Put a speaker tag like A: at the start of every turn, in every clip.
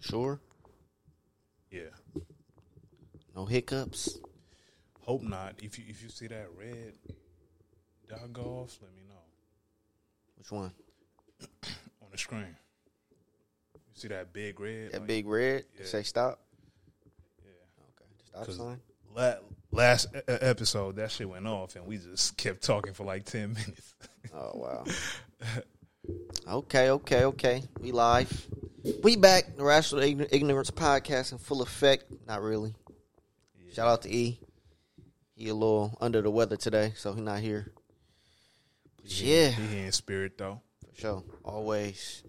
A: sure?
B: Yeah.
A: No hiccups?
B: Hope not. If you if you see that red dog golf, let me know
A: Which one?
B: on the screen. You see that big red?
A: That
B: like-
A: big red?
B: Yeah.
A: Say stop?
B: Yeah.
A: Okay. Stop
B: 'Cause
A: sign?
B: La- last e- e- episode, that shit went off, and we just kept talking for like ten minutes.
A: Oh, wow. okay, okay, okay. We live. We back. The Rational Ign- Ignorance Podcast in full effect. Not really. Shout out to E. He a little under the weather today, so he not here. But yeah.
B: He here in spirit though.
A: For sure. Always.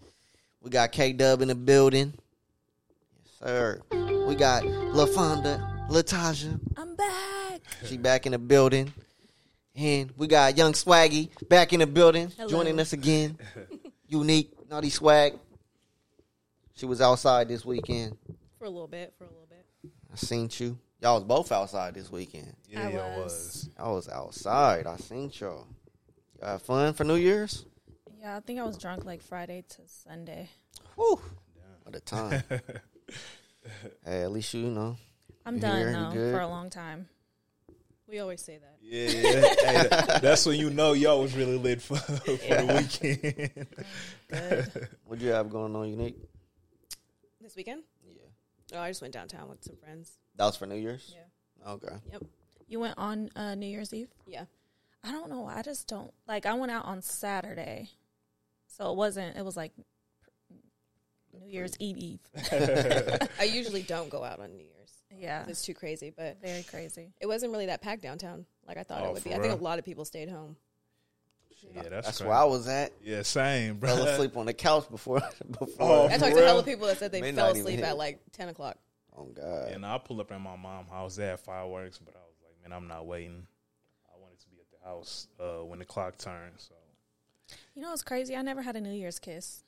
A: We got K Dub in the building. Yes, sir. We got LaFonda, Latasha.
C: I'm back.
A: She back in the building. And we got Young Swaggy back in the building,
C: Hello.
A: joining us again. Unique, Naughty Swag. She was outside this weekend.
C: For a little bit, for a little bit.
A: I seen you. Y'all was both outside this weekend.
B: Yeah,
C: I
B: it was.
C: was.
A: I was outside. I seen y'all. Y'all have fun for New Year's?
C: Yeah, I think I was drunk like Friday to Sunday.
A: Whew. What a time. hey, at least you know.
C: I'm
A: You
C: done
A: here? You
C: now
A: good?
C: for a long time. We always say that.
B: Yeah, Hey, that- that's when you know y'all was really lit for, for the weekend.
C: Good.
A: What you have going on, Unique?
D: This weekend?
A: Yeah.
D: Oh, I just went downtown with some friends.
A: That was for New Year's?
C: Yeah.
A: Okay.
C: you went on uh, New Year's Eve?
D: Yeah.
C: I don't know. I just don't like. I went out on Saturday, so it wasn't. It was like New Year's Eve Eve.
D: I usually don't go out on New Year's.
C: Yeah,
D: It's too crazy, but
C: very crazy.
D: it wasn't really that packed downtown like I thought
B: Oh,
D: it would
B: for
D: be. I think
B: real?
D: a lot of people stayed home.
B: Yeah, that's,
A: That's
B: crazy.
A: where I was at.
B: Yeah, same, bro.
A: Fell asleep on the couch before. before.
B: Oh.
D: I
B: For
D: talked to a hell
B: real?
D: of people that said they
A: May
D: fell
A: not even
D: asleep
A: hit.
D: at like 10 o'clock.
A: Oh, God.
B: And I pull up at my mom house. They had fireworks, but I was like, man, I'm not waiting. I wanted to be at the house uh, when the clock turned. So
C: You know what's crazy? I never had a New Year's kiss.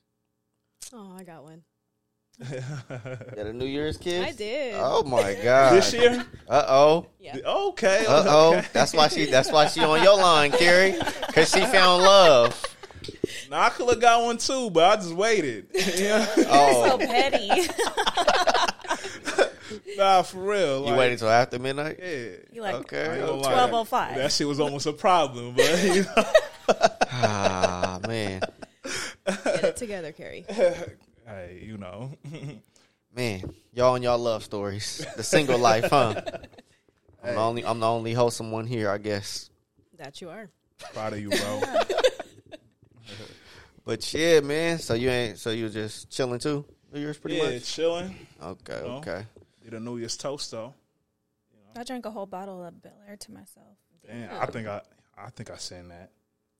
D: Oh, I got one.
A: You had a New Year's kiss?
D: I did.
A: Oh, my God.
B: this year,
A: Uh oh.
D: Yeah.
B: okay,
A: Uh oh.
B: okay.
A: That's why she. That's why she on your line, Carrie, because she found love.
B: Now I could have got one too, but I just waited. Yeah.
C: So
A: Oh,
C: petty.
B: nah, for real.
A: you
B: like,
A: waited till after midnight.
B: Yeah.
C: You like
A: Okay.
B: I ain't gonna lie.
C: 12:05.
B: That shit was almost a problem, but you know.
A: Ah man,
D: Get it together, Carrie.
B: Hey, you know.
A: man, y'all and y'all love stories. The single life, huh? I'm the only. I'm the only wholesome one here, I guess.
D: That you are.
B: Proud of you, bro.
A: But yeah, man. So you ain't. So you just chilling too. New Year's pretty
B: yeah,
A: much.
B: chilling.
A: Okay.
B: No.
A: Okay.
B: Did a New Year's toast though.
C: I drank a whole bottle of Bel Air to myself.
B: Damn, I think I, I think I sent that.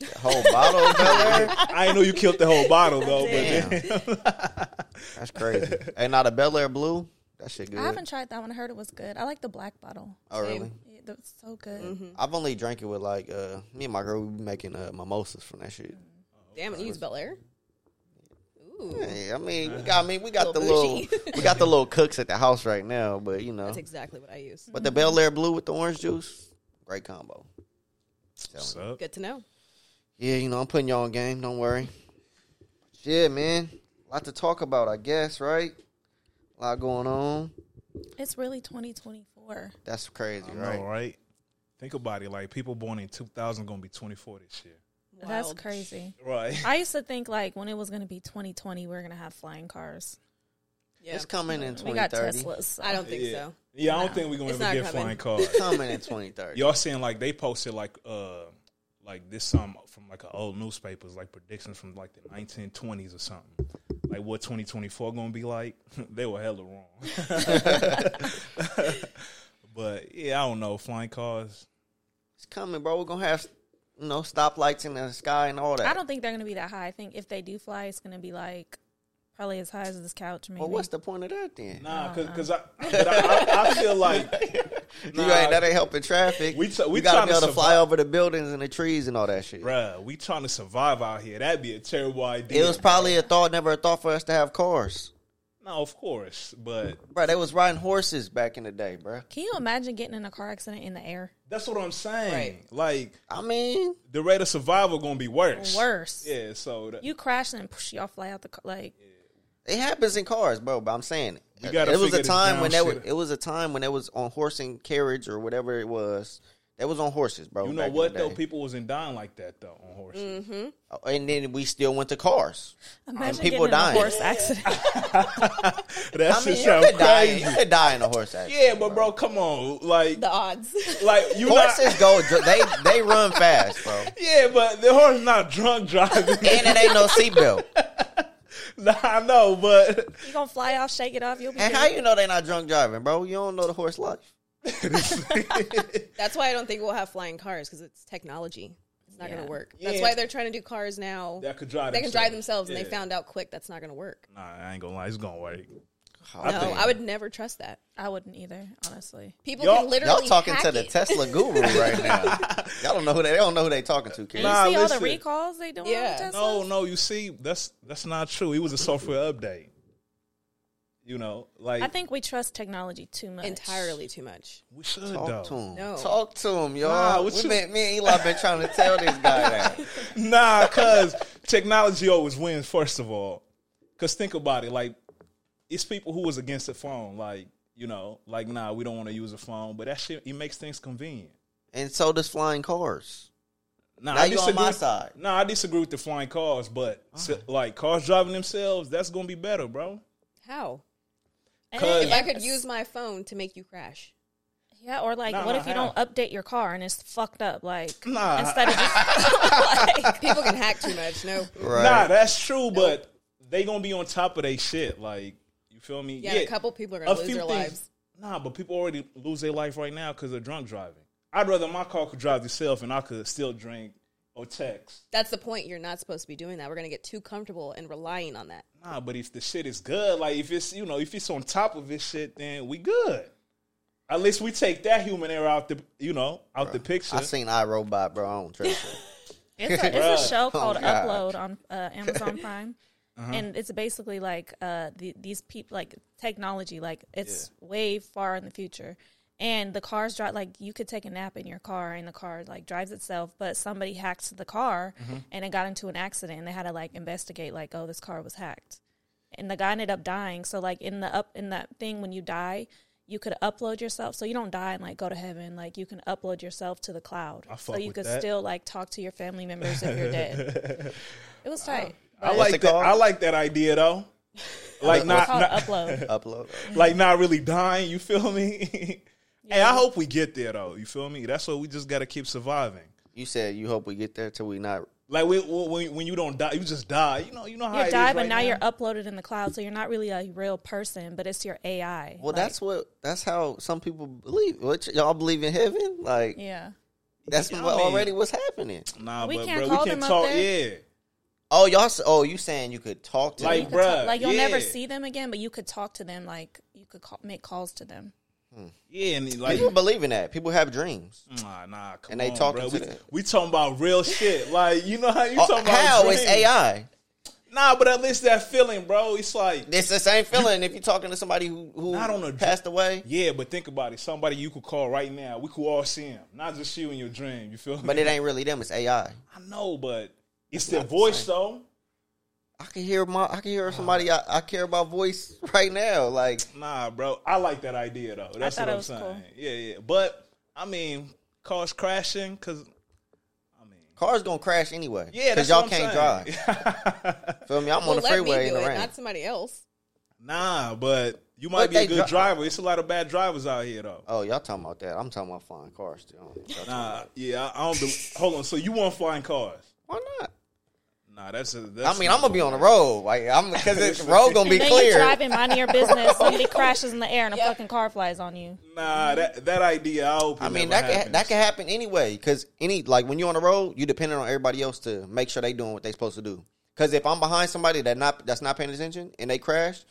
A: The whole bottle of Bel Air.
B: I ain't know you killed the whole bottle though.
A: Damn.
B: But
A: That's crazy. Ain't not a Bel Air blue. That shit good.
C: I haven't tried that one. I heard it was good. I like the black bottle.
A: oh
D: Same.
A: really?
C: Yeah, that was so good.
A: I've only drank it with like uh, me and my girl. We be making uh, mimosas from that shit.
D: Damn it, you use Bel Air? Ooh.
A: Hey, I mean, we got. I mean, we got the
D: Little
A: little. we got the little cooks at the house right now, but you know,
D: That's exactly what I use.
A: but the Bel Air blue with the orange juice, great combo.
B: What's up?
D: Good to know.
A: Yeah, you know, I'm putting y'all on game. Don't worry. Yeah, man, a lot to talk about, I guess. Right, a lot going on.
C: It's really 2024.
A: That's crazy,
B: I know,
A: right?
B: right. Think about it. Like people born in 2000 gonna be 24 this year.
C: That's
D: Wild.
C: crazy.
B: Right.
C: I used to think like when it was going to be 2020, we were going to have flying cars.
D: Yeah.
A: It's coming in
C: We got
A: 2030.
C: Teslas. so-
D: I don't think
B: yeah.
D: so.
B: Yeah, I don't think we're gonna
D: It's
B: ever
D: not
B: get
D: coming.
B: flying cars.
A: Coming in 2030.
B: Y'all seeing like they posted like uh like this some from like an old newspapers like predictions from like the 1920s or something. Like what 2024 gonna be like? they were hella wrong. but yeah, I don't know. Flying cars.
A: It's coming, bro. We're gonna have you know stoplights in the sky and all that.
C: I don't think they're going to be that high. I think if they do fly, it's going to be like probably as high as this couch. Maybe.
A: well, what's the point of that then?
B: Nah, cause, cause I, but I, I, I feel like
A: you ain't that ain't helping traffic.
B: We t- we
A: you gotta
B: tryna
A: be able to fly
B: survive.
A: over the buildings and the trees and all that shit.
B: bruh, we trying to survive out here. That'd be a terrible idea.
A: It was probably a thought, never a thought for us to have cars,
B: no, of course, but
A: bro. They was riding horses back in the day, bro.
C: Can you imagine getting in a car accident in the air?
B: that's what I'm saying. Like
A: I mean,
B: the rate of survival gonna be worse.
C: Worse.
B: Yeah, so that,
C: You crash and push y'all fly out the car. Like
A: it happens in cars, bro. But I'm saying
B: We gotta
A: it was a
B: figure this
A: time
B: down
A: when that was,
B: shit out.
A: it was a time when that was on horse and carriage or whatever it was. That was on horses, bro.
B: You
A: back
B: know
A: in the
B: what though?
A: day. Oh,
B: People wasn't dying like that though on horses.
A: and then we still went to cars.
C: Imagine
A: people
C: getting in
A: dying.
C: a horse accident.
B: That's
A: I mean,
B: just
A: you
B: so
A: could die.
B: crazy.
A: You could die in a horse accident.
B: Yeah, but bro, come on, like,
D: The odds.
B: like you not.
A: Horses go. They they run fast, bro.
B: Yeah, but the horse not drunk driving.
A: And it ain't no seatbelt.
B: nah, I know, but
C: you gonna fly off, shake it off. You'll be
A: And
C: good.
A: how you know they not drunk driving, bro? You don't know the horse life.
D: That's why I don't think we'll have flying cars because it's technology. It's not going
C: Yeah.
D: to work. That's
B: Yeah.
D: why they're trying to do cars now.
B: that could drive.
D: they can drive themselves,
B: Yeah.
D: and they found out quick that's not going to work.
B: Nah, I ain't gonna lie, it's gonna work.
A: Oh,
D: no,
A: damn.
D: I would never trust that.
C: I wouldn't either, honestly.
D: People
B: Y'all-
D: can literally
A: Y'all talking
D: hack
A: to the
D: it.
A: Tesla guru right now. Y'all don't know who they, they don't know who they talking to, kid.
C: You
B: Nah,
C: see all
B: listen.
C: the recalls they doing
D: Yeah.
C: on Teslas?
B: No, no, you see, that's that's not true. It was a software update. You know, like
C: I think we trust technology too much.
D: entirely too much.
B: we should though.
A: Talk to him.
D: No.
A: Talk to him,
B: Nah,
A: y'all.
B: what
A: we
B: you-
A: been, me and Eli been trying to tell this guy that.
B: Nah, cause technology always wins. First of all, cause think about it. Like, it's people who was against the phone. Like, you know, like nah, we don't want to use a phone, but that shit it makes things convenient.
A: And so does flying cars.
B: Nah,
A: Now you on my side. Oh.
B: Nah, I disagree with the flying cars, but so- like cars driving themselves, that's gonna be better, bro.
D: How?
C: And
B: Cause-
D: If I could use my phone to make you crash.
C: Yeah, or like,
B: Nah,
C: what
B: nah,
C: if you
B: how?
C: don't update your car and it's fucked up? Like,
B: Nah.
C: instead of just,
D: People can hack too much. No.
A: Right.
B: Nah, that's true, but they gonna be on top of their shit. Like, you feel me?
D: Yeah, and a couple people are going to lose their lives.
B: Nah, but people already lose their life right now because they're drunk driving. I'd rather my car could drive itself and I could still drink or text.
D: That's the point. You're not supposed to be doing that. We're going to get too comfortable and relying on that.
B: Nah, but if the shit is good, like if it's you know if it's on top of this shit, then we good. At least we take that human error out the you know out the picture.
A: I seen iRobot, bro. I don't trust it.
C: it's a, it's a show
B: Oh,
C: called
A: God.
C: Upload on uh, Amazon Prime.
B: Uh-huh.
C: And it's basically like uh, the, these people, like technology, like it's way far in the future. And the cars drive, like you could take a nap in your car and the car like drives itself, but somebody hacked the car
B: Mm-hmm.
C: and it got into an accident and they had to like investigate, like, oh, this car was hacked. and the guy ended up dying. So like in the up in that thing when you die, you could upload yourself. So you don't die and like go to heaven. Like you can upload yourself to the cloud.
B: I
C: so
B: fuck
C: you
B: with
C: could
B: that.
C: still like talk to your family members if you're dead. It was tight.
B: I
A: What's
B: like
A: it
B: that.
A: called?
B: I like that idea though. Like not,
C: Called
B: not-
C: upload.
A: Upload.
B: like not really dying. You feel me? Hey, I hope we get there though. You feel me? That's what we just gotta keep surviving.
A: You said you hope we get there till we not.
B: Like we, when, when you don't die, you just die. You know, you know how
C: You
B: it is
C: die, but
B: right
C: now, you're uploaded in the cloud, so you're not really a real person, but it's your AI.
A: Well,
C: Like,
A: that's what. That's how some people believe. What y'all believe in heaven? Like
C: yeah.
A: that's
B: I
A: what
B: mean-
A: already what's happening.
B: Nah,
C: We
B: but
C: can't
B: bro,
C: call
B: we can't
C: them up
B: talk.
C: there.
B: Yeah,
A: Oh, y'all. s- Oh, you saying you could talk to
B: Like,
A: me?
B: bro- Bruh,
C: Talk- like you'll never
B: yeah.
C: see them again, but you could talk to them. Like you could call, make calls to them.
B: yeah, and like,
A: People believe in that. People have dreams.
B: nah, nah, come
A: And they
B: on,
A: talking
B: bro.
A: to
B: we,
A: them.
B: we talking about real shit. Like, you know how you
A: Oh,
B: talking about
A: how it's
B: dreams.
A: AI?
B: Nah, but at least that feeling, bro. It's like,
A: It's the same feeling if you're talking to somebody who who
B: Not on a dr-
A: passed away.
B: yeah, but think about it. Somebody you could call right now. We could all see him, not just you in your dream. You feel me?
A: But it ain't really them. It's AI.
B: I know, but it's their voice though.
A: I can hear my. I can
B: Ah.
A: hear somebody. I, I care about voice right now. Like
B: Nah, bro. I like that idea though. That's
C: thought
B: what
C: it
B: I'm
C: was
B: saying.
C: cool.
B: Yeah, yeah. But I mean, cars crashing because
A: cars gonna crash anyway.
B: yeah, that's
A: y'all
B: what I'm
A: can't
B: saying.
A: drive. Feel me? I'm
D: Well,
A: on the
D: let
A: freeway
D: me
A: in
D: do
A: the
D: it,
A: rain.
D: not somebody else.
B: Nah, but you might
A: But
B: be a
A: they
B: good
A: dri-
B: driver. It's a lot of bad drivers out here though.
A: Oh, y'all talking about that? I'm talking about flying cars. Still. I don't know what y'all talking
B: Nah,
A: about.
B: yeah. I, I don't. be- hold on. So you want flying cars?
A: Why not?
B: Nah, that's. A, that's
A: I mean, I'm gonna be on the road. Like I'm because the road gonna be
C: And then you're
A: clear.
C: driving, minding your business. Somebody crashes in the air, and a fucking car flies on you.
B: Nah, that that idea. I hope.
A: I mean, that
B: happens.
A: can, that can happen anyway. Because any like when you're on the road, you depending on everybody else to make sure they doing what they supposed to do. Because if I'm behind somebody that not that's not paying attention and they crash,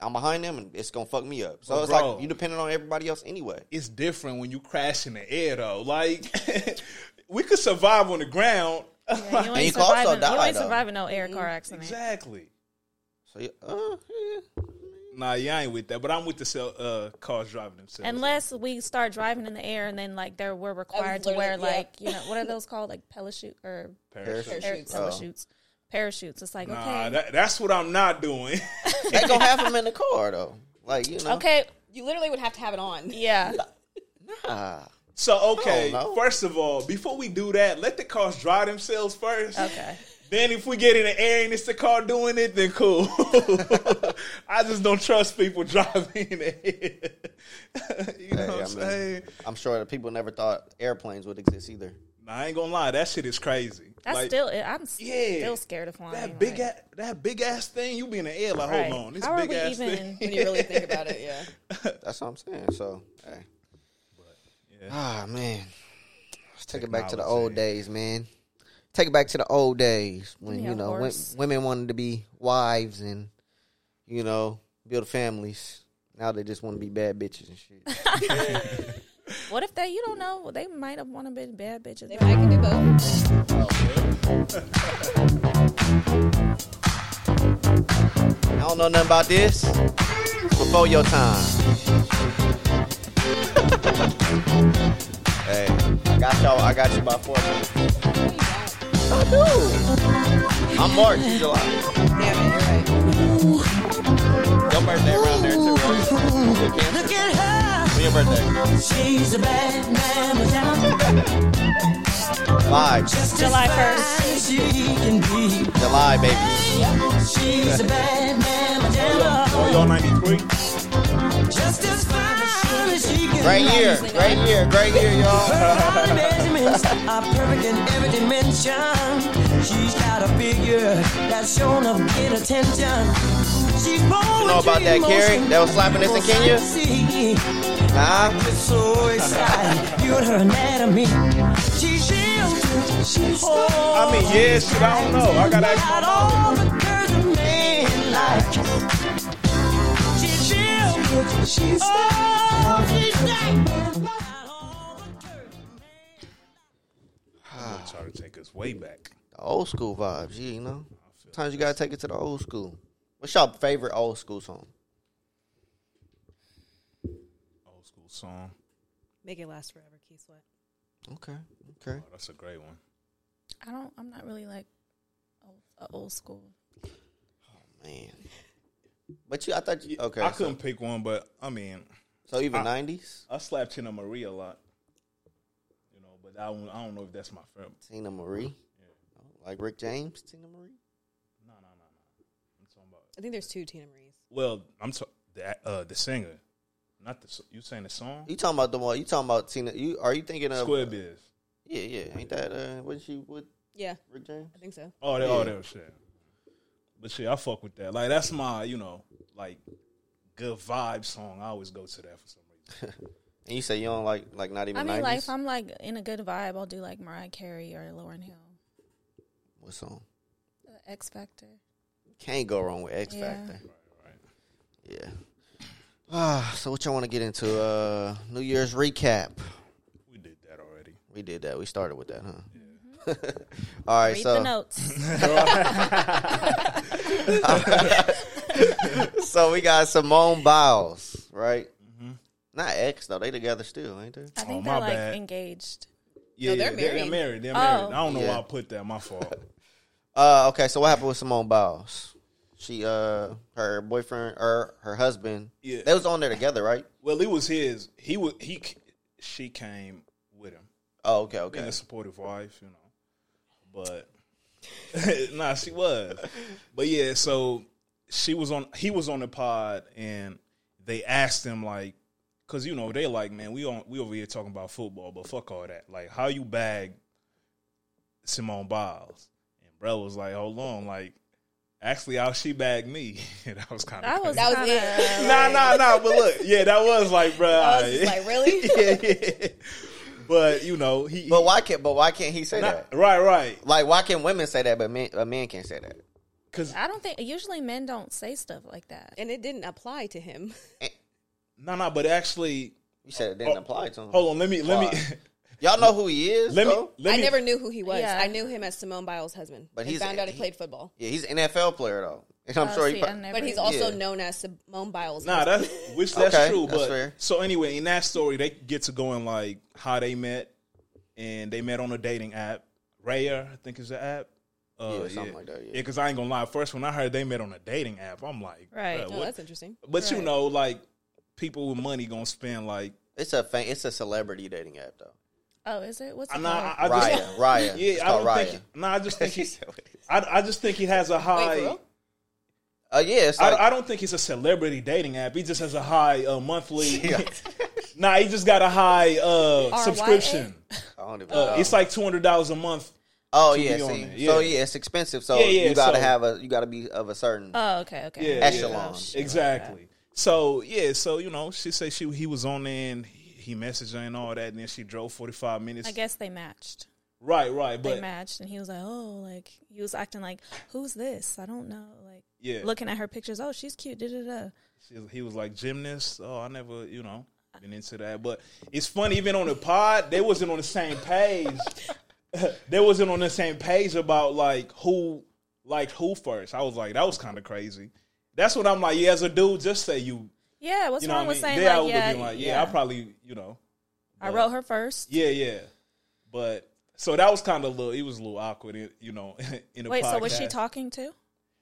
A: I'm behind them and it's gonna fuck me up. So
B: But
A: it's
B: bro-
A: like you depending on everybody else anyway.
B: It's different when you crash in the air though. Like we could survive on the ground.
C: Yeah, you ain't,
A: you could also
C: surviving, you
A: die,
C: ain't
A: though.
C: surviving no air car accident.
B: Exactly.
A: So yeah, uh, yeah.
B: Nah, yeah, I ain't with that. But I'm with the cell, uh, cars driving themselves.
C: Unless we start driving in the air and then like there we're required to wear
D: literally- yeah.
C: like you know what are those called like parachute or
B: Parachute.
A: Parachute.
C: parachutes?
D: Oh.
C: Parachutes. Parachutes. It's like
B: Nah,
C: okay,
B: that, that's what I'm not doing.
A: they gonna have them in the car though. Like you know,
C: Okay.
D: You literally would have to have it on.
C: Yeah.
A: ah,
B: So okay,
A: I don't know.
B: first of all, before we do that, let the cars dry themselves first.
C: Okay.
B: Then if we get in the air and it's the car doing it, then cool. I just don't trust people driving in the air. you know
A: Hey,
B: what I'm
A: I mean,
B: saying?
A: I'm sure that people never thought airplanes would exist either.
B: Nah, I ain't gonna lie, that shit is crazy.
C: That's
B: Like,
C: still. I'm s-
B: Yeah.
C: still scared of flying.
B: that big
C: like-
B: ass, that big ass thing. You be in the air like,
C: Right.
B: hold on, this
C: How are
B: big
C: we
B: ass
C: even-
B: thing.
D: When you really think about it, yeah.
A: That's what I'm saying. So, hey. ah man, let's take it back to the
B: Technology.
A: old days, man. Take it back to the old days when
C: Yeah,
A: you
C: of
A: know w-
C: course.
A: women wanted to be wives and you know build families. Now they just want to be bad bitches and shit.
C: What if they? You don't know. Well, They might have want to be bad bitches.
D: I can do both.
A: I don't know nothing about this. Before your time. hey, I got y'all. I got you by four minutes. I do. I'm March, July.
D: Damn it, you're right.
A: Your birthday around there too. Right?
E: Look at her,
A: When your birthday?
E: she's a bad man without
A: Live,
E: just
C: July
E: as fine
C: 1st.
E: as She can be.
A: July, baby.
E: She's a bad man
B: Oh, y'all
E: without
B: 93?
E: just as fine as she can
A: Great
E: be.
A: year, great year, great year, y'all.
E: Her measurements are perfect in every dimension. She's got a figure that's shown of good attention. She's born
A: You know about that, Carrie? That was slapping us in Kenya?
E: Kenya?
A: Nah,
E: so excited. You and her anatomy. She shields. She's whole.
B: I mean, yeah, shit, I don't know. I gotta ask my
E: Not
B: mom.
E: all the girls a man like. She shields. She's oh, she's like. Not all the girls a man
B: Try to take us way back.
A: old school vibes, you know. Sometimes you gotta take it to the old school. What's your favorite old school song?
B: Old school song.
D: Make it last forever, Key Sweat.
A: Okay, okay.
B: Oh, that's a great one.
C: I don't. I'm not really like old, uh, old school.
A: Man. But you, I thought you, okay.
B: I
A: so-
B: couldn't pick one, but I mean,
A: So, even
B: I-
A: 90s?
B: I slapped Tina Marie a lot. You know, but I don't, I don't know if that's my favorite.
A: Tina Marie? Oh, Like Rick James, Tina Marie?
B: No, no, no, no. I'm talking about.
D: I think there's two Tina Marie's.
B: Well, I'm talking the uh, the singer, not the s- you saying the song.
A: You talking about the one, you talking about Tina, you, are you thinking of,
B: Square Biz.
A: yeah, yeah, ain't that, uh, wasn't she with
D: Yeah,
A: Rick James?
D: I think so.
B: Oh, that, oh,
A: Yeah.
B: that was shit. But shit, I fuck with that. Like that's my, you know, like good vibe song. I always go to that for some reason.
A: And you say you don't like, like, not even
C: I mean,
A: 90s?
C: like if I'm like in a good vibe, I'll do like Mariah Carey or Lauren Hill,
A: what song?
C: The X Factor.
A: Can't go wrong with X
C: Yeah.
A: Factor. Yeah. Ah, so what y'all want to get into? Uh, New Year's recap.
B: we did that already.
A: We did that. We started with that, huh?
C: Mm-hmm.
A: All right,
C: Read
A: so
C: the notes.
A: so we got Simone Biles, right?
B: Mm-hmm.
A: Not ex though; they together still, ain't they?
C: I
B: Oh,
C: think
B: my
C: they're like
B: bad.
C: engaged.
B: Yeah,
D: they're
B: yeah, They're
D: married.
B: married. They're
C: Oh.
B: married. I don't know why
A: Yeah.
B: I put that. My fault.
A: Uh, okay. So what happened with Simone Biles? She, uh, her boyfriend or her husband,
B: Yeah.
A: they was on there together, right?
B: well, it was his. He was he. c- She came with him.
A: Oh, okay,
B: being
A: okay.
B: a supportive wife, you know. But nah, she was. But yeah, so she was on. He was on the pod, and they asked him like, because you know they like, man, we on we over here talking about football, but fuck all that. Like, how you bag Simone Biles? And bro was like, hold on, like. Actually, how she bagged me. that was kind
C: I
B: of
C: was.
D: That was
C: kinda,
D: it.
B: nah, nah, nah. But look, yeah, that was like, bro.
D: I was just like, really?
B: yeah, yeah. But you know, he, he
A: But why can't? But why can't he say
B: not-
A: that?
B: right, right.
A: Like, why can women say that, but men, a man can't say that?
B: Because
C: I don't think usually men don't say stuff like that.
D: And it didn't apply to him.
B: no, no. But actually, oh,
A: You said it didn't apply to him.
B: hold on. Let me, let me,
A: Why? Y'all know who he is,
B: let me,
A: though?
B: let
D: I
B: me.
D: never knew who he was.
C: Yeah.
D: I knew him as Simone Biles' husband.
A: But
D: But
A: he's-
D: he found out he,
A: he-
D: played football.
A: Yeah, he's an NFL player though, and I'm
C: Oh,
A: sure
C: see,
A: he. Pro-
C: I never-
D: But he's also
A: Yeah.
D: known as Simone Biles.
B: Nah, that's which that's
A: Okay,
B: true.
A: that's
B: But
A: fair.
B: so anyway, in that story, they get to going like how they met, and they met on a dating app. Raya, I think is the app. Uh,
A: Yeah, something like that, yeah.
B: because I ain't gonna lie. First, when I heard they met on a dating app, I'm like,
C: Right.
B: bruh,
C: Oh,
D: Oh,
B: what-
D: that's interesting.
B: But you
C: Right.
B: know, like people with money gonna spend like
A: It's a fa- it's a celebrity dating app though.
C: Oh, is it? What's it
B: I'm
C: called?
D: Uh-huh.
B: not. I, I
A: Raya,
B: just,
A: Raya.
B: yeah,
A: it's
B: I
A: called
B: don't
A: Raya.
B: think. No, I just think he.
A: She's silly.
B: I, I just think he has a high.
D: Wait, for real?
A: uh, yeah, it's like
B: I, I don't think he's a celebrity dating app. He just has a high uh, monthly.
A: Yeah.
B: Nah, he just got a high uh, subscription.
A: I don't even
B: Uh,
A: know.
B: It's like two hundred dollars a month.
A: oh
B: to
A: yeah,
B: be on
A: see,
B: it,
A: so
B: yeah.
A: yeah, it's expensive. So
B: Yeah, yeah,
A: you gotta
B: so- Uh,
A: have a you gotta be of a certain
C: Oh, okay, okay.
B: Yeah,
A: echelon.
C: Oh, shit.
B: Exactly. So yeah, so you know, she said she he was on there and he messaged her and all that, and then she drove forty five minutes.
C: I guess they matched.
B: Right, right,
C: They
B: but
C: matched, and he was like, "Oh, like he was acting like, who's this? I don't know." Like
B: yeah,
C: looking at her pictures, oh, she's cute. Da da da.
B: She, he was like gymnast. Oh, I never, you know, been into that. But it's funny, even on the pod, they wasn't on the same page. they wasn't on the same page about like who like who first. I was like, that was kind of crazy. That's what I'm like. Yeah, as a dude, just say you.
C: Yeah, what's
B: You know
C: wrong
B: what
C: with
B: I mean?
C: saying
B: Then I
C: like,
B: would
C: yeah,
B: have been like, yeah, I probably, you know,
C: I wrote her first.
B: yeah, yeah. But so that was kind of a little. It was a little awkward, in, you know. In the
C: Wait, so was she
B: podcast.
C: talking to?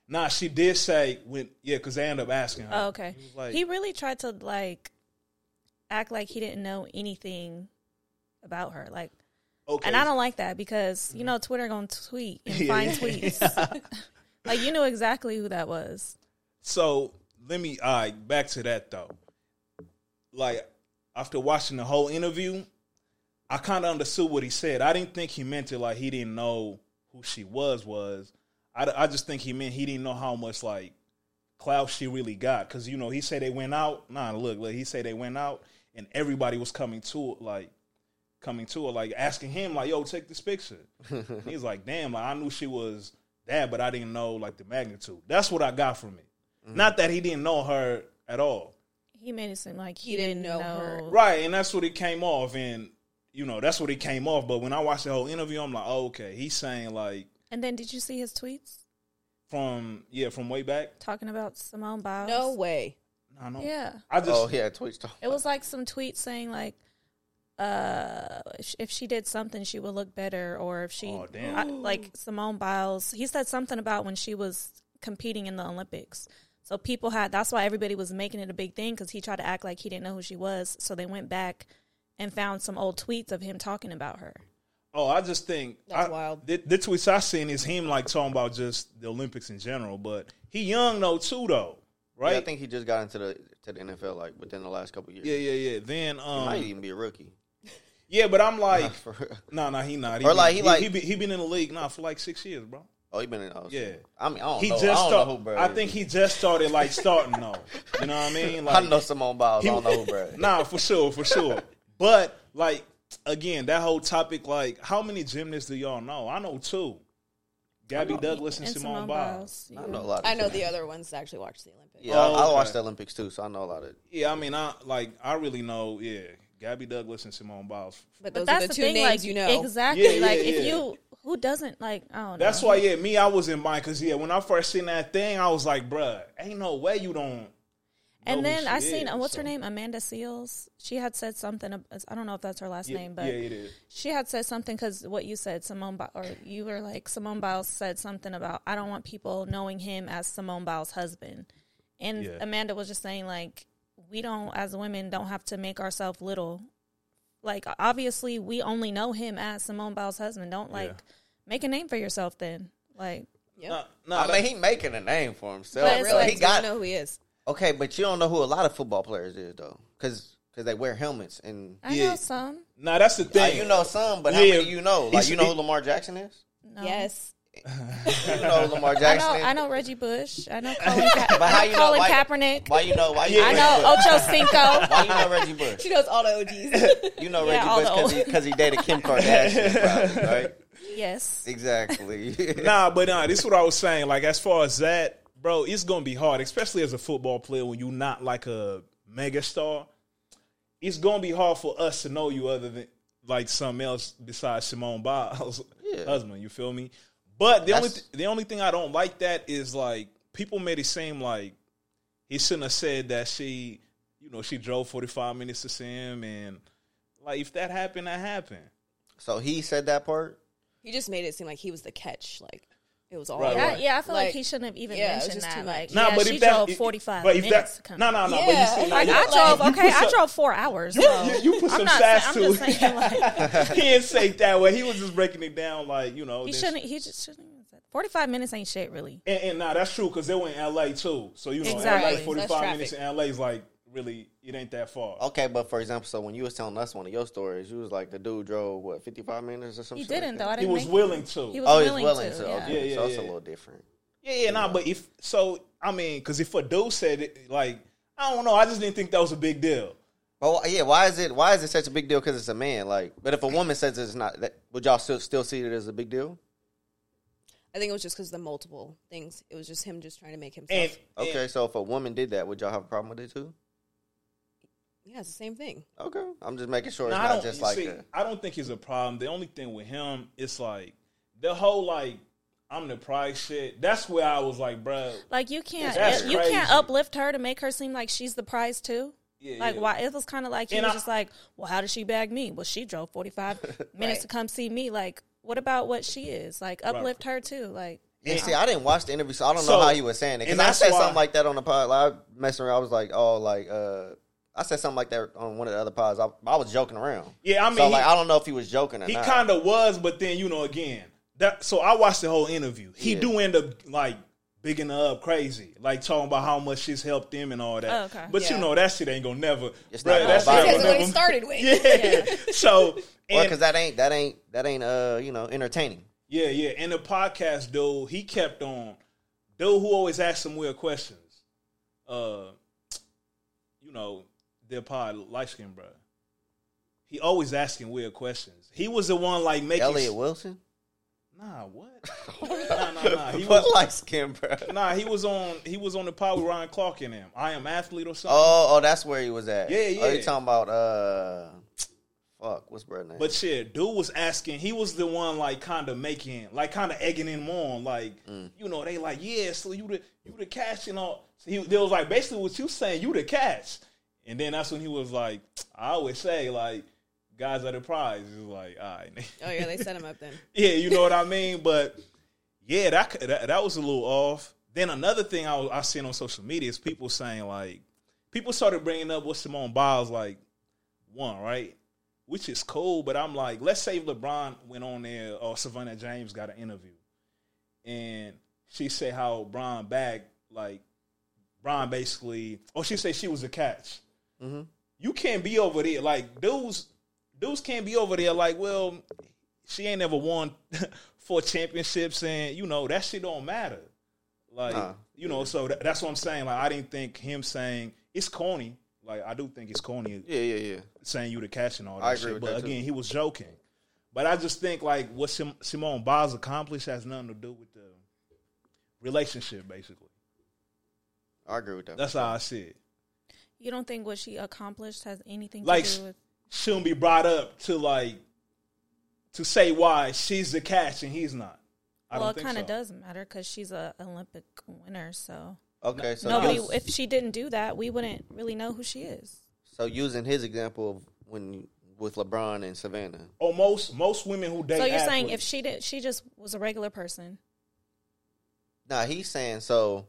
B: Nah, she did say when. Yeah, because they ended up asking her.
C: Oh, okay.
B: He
C: He,
B: was like-
C: really tried to like act like he didn't know anything about her, like.
B: Okay.
C: And I don't like that because you know Twitter gonna tweet and
B: Yeah,
C: find
B: yeah.
C: tweets. like you knew exactly who that was.
B: So let me all right, back to that though. Like after watching the whole interview, I kind of understood what he said. I didn't think he meant it like he didn't know who she was was. I, I just think he meant he didn't know how much like clout she really got because you know he said they went out. Nah, look, look, he said they went out and everybody was coming to it like coming to it like asking him like, "Yo, take this picture." He's like, "Damn, like I knew she was that, but I didn't know like the magnitude." That's what I got from it. Mm-hmm. Not that he didn't know her at all.
C: He made it seem like he,
D: He
C: didn't,
D: didn't know
C: know.
D: her.
B: Right, and that's what it came off and you know, that's what it came off, but when I watched the whole interview, I'm like, oh, "Okay, he's saying like
C: And then did you see his tweets
B: from yeah, from way back."
C: talking about Simone Biles?
D: No way.
B: I know.
C: Yeah.
B: I just
A: oh yeah, Twitch talk.
C: It was like some tweet saying like, uh, sh- if she did something, she would look better, or if she
B: Oh, damn.
C: I- like Simone Biles. He said something about when she was competing in the Olympics. So people had that's why everybody was making it a big thing because he tried to act like he didn't know who she was. So they went back and found some old tweets of him talking about her.
B: Oh, I just think
D: That's
B: I-
D: wild.
B: The, the tweets I seen is him like talking about just the Olympics in general, but he young though too though, right?
A: Yeah, I think he just got into the to the NFL like within the last couple years.
B: yeah, yeah, yeah. Then
A: he might
B: um,
A: even be a rookie.
B: yeah, but I'm like,
A: For real.
B: no, no, he not. He
A: Or
B: been-
A: like, he
B: he
A: like-
B: he, be, he been in the league now for like six years, bro.
A: Oh, he been in. Oh, shit.
B: Yeah.
A: I mean, I don't
B: He
A: know.
B: just
A: I don't
B: start,
A: know who, bro.
B: I think he just started like starting though. You know what I mean? Like,
A: I know Simone Biles. I don't know who, bro.
B: Nah, for sure, for sure. But like again, that whole topic, like, how many gymnasts do y'all know? I know two. Gabby Douglas and, Simone, Biles.
A: I know a lot. Of
D: I know
A: people.
D: the other ones actually watch the Olympics.
A: Yeah, I-
B: Oh,
A: I,
B: okay.
A: watched the Olympics too, so I know a lot of.
B: Yeah, I mean, I like I really know. Yeah, Gabby Douglas and Simone Biles.
D: But
C: But
D: those
C: that's the,
D: are the two
C: thing,
D: names
C: like
D: you know.
C: exactly.
B: Yeah, yeah,
C: like if
B: yeah.
C: you who doesn't like I don't know.
B: That's why, yeah, me, I was in mind because yeah, when I first seen that thing, I was like, bruh, ain't no way you don't.
C: And
B: know who
C: then I
B: Oh, she
C: seen
B: is,
C: uh, what's her
B: so-
C: name, Amanda Seals. She had said something. ab- I don't know if that's her last
B: Yeah,
C: name, but
B: yeah, it is.
C: she had said something because what you said, Simone, Bi- or you were like Simone Biles said something about I don't want people knowing him as Simone Biles' husband, and
B: Yeah.
C: Amanda was just saying like we don't as women don't have to make ourselves little. Like obviously we only know him as Simone Biles' husband. Don't like make a name for yourself then. Like
B: Nah,
D: Yep.
B: nah,
A: I
B: that-
A: mean, he making a name for himself.
C: But it's
A: bro.
C: like-
A: Oh, he got
D: You know who he is.
A: okay, but you don't know who a lot of football players is though, because they wear helmets and
C: I
B: Yeah.
C: know some.
B: nah, that's the
A: Now,
B: thing.
A: you know some, but how
B: Yeah.
A: many you know? Like
B: He's-
A: you know who
B: he-
A: Lamar Jackson is?
C: No.
D: Yes.
A: You know who Lamar
C: I
A: Jackson.
C: know,
A: is?
C: I know Reggie Bush. I know Colin, Ka-
A: But how
C: I
A: you
C: know
A: know-
C: Colin
A: why-
C: Kaepernick.
A: Why you know? Why you?
C: I know Ocho Cinco.
A: Why you know Reggie Bush?
D: She knows all the OGs.
A: You know
C: Yeah, all
A: Reggie
C: the
A: Bush
C: old-
A: because he, dated Kim Kardashian, probably, right?
C: yes.
A: Exactly.
B: nah, but nah, this is what I was saying. Like, as far as that, bro, it's gonna be hard, especially as a football player when you're not like a megastar. It's gonna be hard for us to know you other than like something else besides Simone Biles'
A: Yeah.
B: husband. You feel me? But the only
A: That's-
B: th- the only thing I don't like that is like people made it seem like he shouldn't have said that she, you know, she drove forty five minutes to see him, and like if that happened, that happened.
A: so he said that part.
D: he just made it seem like he was the catch. Like It was all
B: Right,
C: Yeah,
B: right.
C: yeah, I feel like,
D: Like,
C: he shouldn't have even
D: yeah, it was
C: mentioned
D: just
C: that.
D: too
C: Like,
D: much.
C: yeah,
B: Nah, but
C: she
B: if that
C: drove
B: if-
C: forty five
B: but if that-
C: minutes to come.
B: No, no, no. But you
D: Yeah,
B: see,
C: Like
B: like,
D: Yeah,
C: I drove,
B: you
C: okay,
B: put
C: I
B: some-
C: drove four hours.
B: You,
C: so
B: you, you put
C: I'm
B: some
C: not
B: sass
C: saying-
B: to
C: I'm just saying, like,
B: it. he didn't say it that way. He was just breaking it down, like you know.
C: he
B: then-
C: shouldn't. He just shouldn't. Forty five minutes ain't shit, really.
B: And, and nah, that's true because they were in L.A. too. So you know,
C: Exactly.
B: L.A.
C: Less
B: forty-five
D: traffic.
B: minutes in L.A. is like really it ain't that far.
A: Okay, but for example, so when you was telling us one of your stories, you was like the dude drove what fifty five minutes or something.
C: He didn't though. I
B: He
C: didn't.
B: was
C: make-
B: willing to.
C: He was
A: Oh, he's
C: willing,
A: willing
C: to.
A: to.
C: yeah.
A: Okay,
B: Yeah,
A: so
B: yeah,
A: it's a
B: yeah.
A: little different.
B: Yeah, yeah, nah, but if so, I mean, because if a dude said it, like, I don't know, I just didn't think that was a big deal.
A: Well, yeah. Why is it? Why is it such a big deal? Because it's a man. Like, but if a woman says it's not, that, would y'all still still see it as a big deal?
D: I think it was just because the multiple things. It was just him just trying to make himself.
B: And
A: Okay,
B: and-
A: so if a woman did that, would y'all have a problem with it too?
D: yeah, it's the same thing.
A: Okay, I'm just making sure
B: nah,
A: it's
B: I
A: not
B: don't
A: just
B: you
A: like
B: see,
A: a,
B: I don't think it's a problem. The only thing with him, it's like the whole like I'm the prize shit. That's where I was like, bruh.
C: Like you can't.
B: That's
C: you can't
B: crazy.
C: uplift her to make her seem like she's the prize too.
B: Yeah,
C: like
B: yeah.
C: why it was kind of like he
B: And
C: was
B: I-
C: just like, well, how did she bag me? Well, she drove forty five minutes
D: Right.
C: to come see me. Like, what about what she is? Like, uplift her too. Like,
A: Yeah, see, I didn't watch the interview, so I don't
B: So-
A: know how he was saying it. Because
B: and
A: I
B: that's
A: said
B: why-
A: something like that on the pod. Like, I was messing around. I was like, oh, like, uh, I said something like that on one of the other pods. I, I was joking around.
B: Yeah, I mean,
A: so,
B: he-
A: like, I don't know if he was joking or
B: He
A: not.
B: kind of was, but then you know, again, that. So I watched the whole interview. He
A: Yeah.
B: do end up like bigging her up crazy, like talking about how much she's helped him and all that.
C: Oh, okay.
B: But
D: Yeah.
B: you know, that shit ain't gonna never.
A: It's
B: It's
A: not
B: not that shit
A: gonna
B: ain't
A: vibe.
D: That's what
B: gonna
D: he
B: never.
D: started with.
B: Yeah. So
A: Well,
B: and-
A: 'cause that ain't that ain't that ain't uh you know entertaining.
B: yeah, yeah, and the podcast dude, he kept on dude who always asked some weird questions. Uh, you know, their pod light skin bro. He always asking weird questions. He was the one like making
A: Elliot Wilson,
B: Nah, what? nah, nah, nah. He
A: what
B: was
A: light skin, bro?
B: nah. He was on. He was on the pod with Ryan Clark and him. I am athlete or something.
A: Oh, oh, that's where he was at.
B: Yeah,
A: Oh,
B: yeah.
A: you talking about uh, fuck, what's bro name?
B: But shit, dude was asking. He was the one like kind of making, like kind of egging him on. Like you know, they like yeah. So you the you the catch and all. So he they was like basically what you saying. You the catch. And then that's when he was like, I always say like guys are the prize. He was like, all right.
D: Oh yeah, they set him up then.
B: Yeah, you know what I mean. But yeah, that c- that, that was a little off. Then another thing I was, I seen on social media is people saying like people started bringing up what Simone Biles like won, right? Which is cool, but I'm like, let's say LeBron went on there or Savannah James got an interview, and she said how Bron bagged like Bron basically, or she said she was a catch. You can't be over there like dudes. Dudes can't be over there like, well, she ain't never won four championships, and you know that shit don't matter. Like
A: Nah.
B: you know, so tha- that's what I'm saying. Like I didn't think him saying it's corny. Like I do think it's corny
A: yeah, yeah, yeah.
B: saying you the cash and all that
A: I agree
B: shit.
A: with
B: but
A: that, too.
B: again, he was joking. But I just think like what Sim- Simone Biles accomplished has nothing to do with the relationship. Basically,
A: I agree with that.
B: that's how I see it.
C: you don't think what she accomplished has anything
B: Like,
C: to do with?
B: shouldn't be brought up to like to say why she's the cash and he's not. I
C: Well,
B: don't
C: it
B: think
C: kind of
B: so.
C: does matter because she's a Olympic winner. So
A: okay, so
C: nobody,
A: you-
C: if she didn't do that, we wouldn't really know who she is.
A: so using his example of when with LeBron and Savannah,
B: Or Oh, most most women who date.
C: so you're saying if
B: athletes-
C: she did, she just was a regular person.
A: Nah, he's saying so.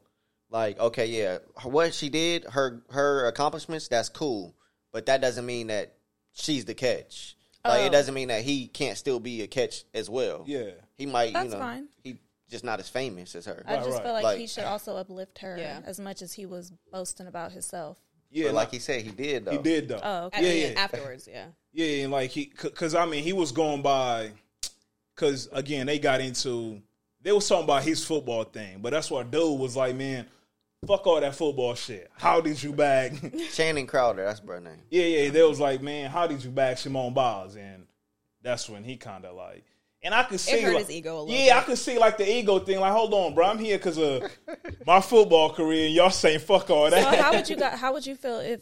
A: Like, okay, yeah, her- what she did, her her accomplishments, that's cool, but that doesn't mean that she's the catch. Like,
C: Oh.
A: it doesn't mean that he can't still be a catch as well.
B: yeah,
A: he might. you
C: That's
A: know,
C: fine.
A: He just not as famous as her.
C: I
B: Right,
C: just
B: right.
C: feel like,
A: Like-
C: he should also uplift her
D: Yeah.
C: as much as he was boasting about himself.
B: yeah,
A: but like
B: like
A: he said, he did though.
B: he did though.
C: Oh, okay.
D: At the
B: yeah,
D: end-
B: yeah.
D: Afterwards, yeah.
B: Yeah, and like he, because I mean, he was going by, because again, they got into, they was talking about his football thing, but that's why dude was like, man, fuck all that football shit. How did you bag?
A: Shannon Crowder, that's her name.
B: yeah, yeah, they was like, man, how did you bag Simone Biles? And that's when he kind of like, and I could see
D: hurt
B: like-
D: his ego a little
B: Yeah, I could see like the ego thing. Like, hold on, bro, I'm here because of my football career, and y'all saying fuck all that.
C: Well, how would you got, how would you feel if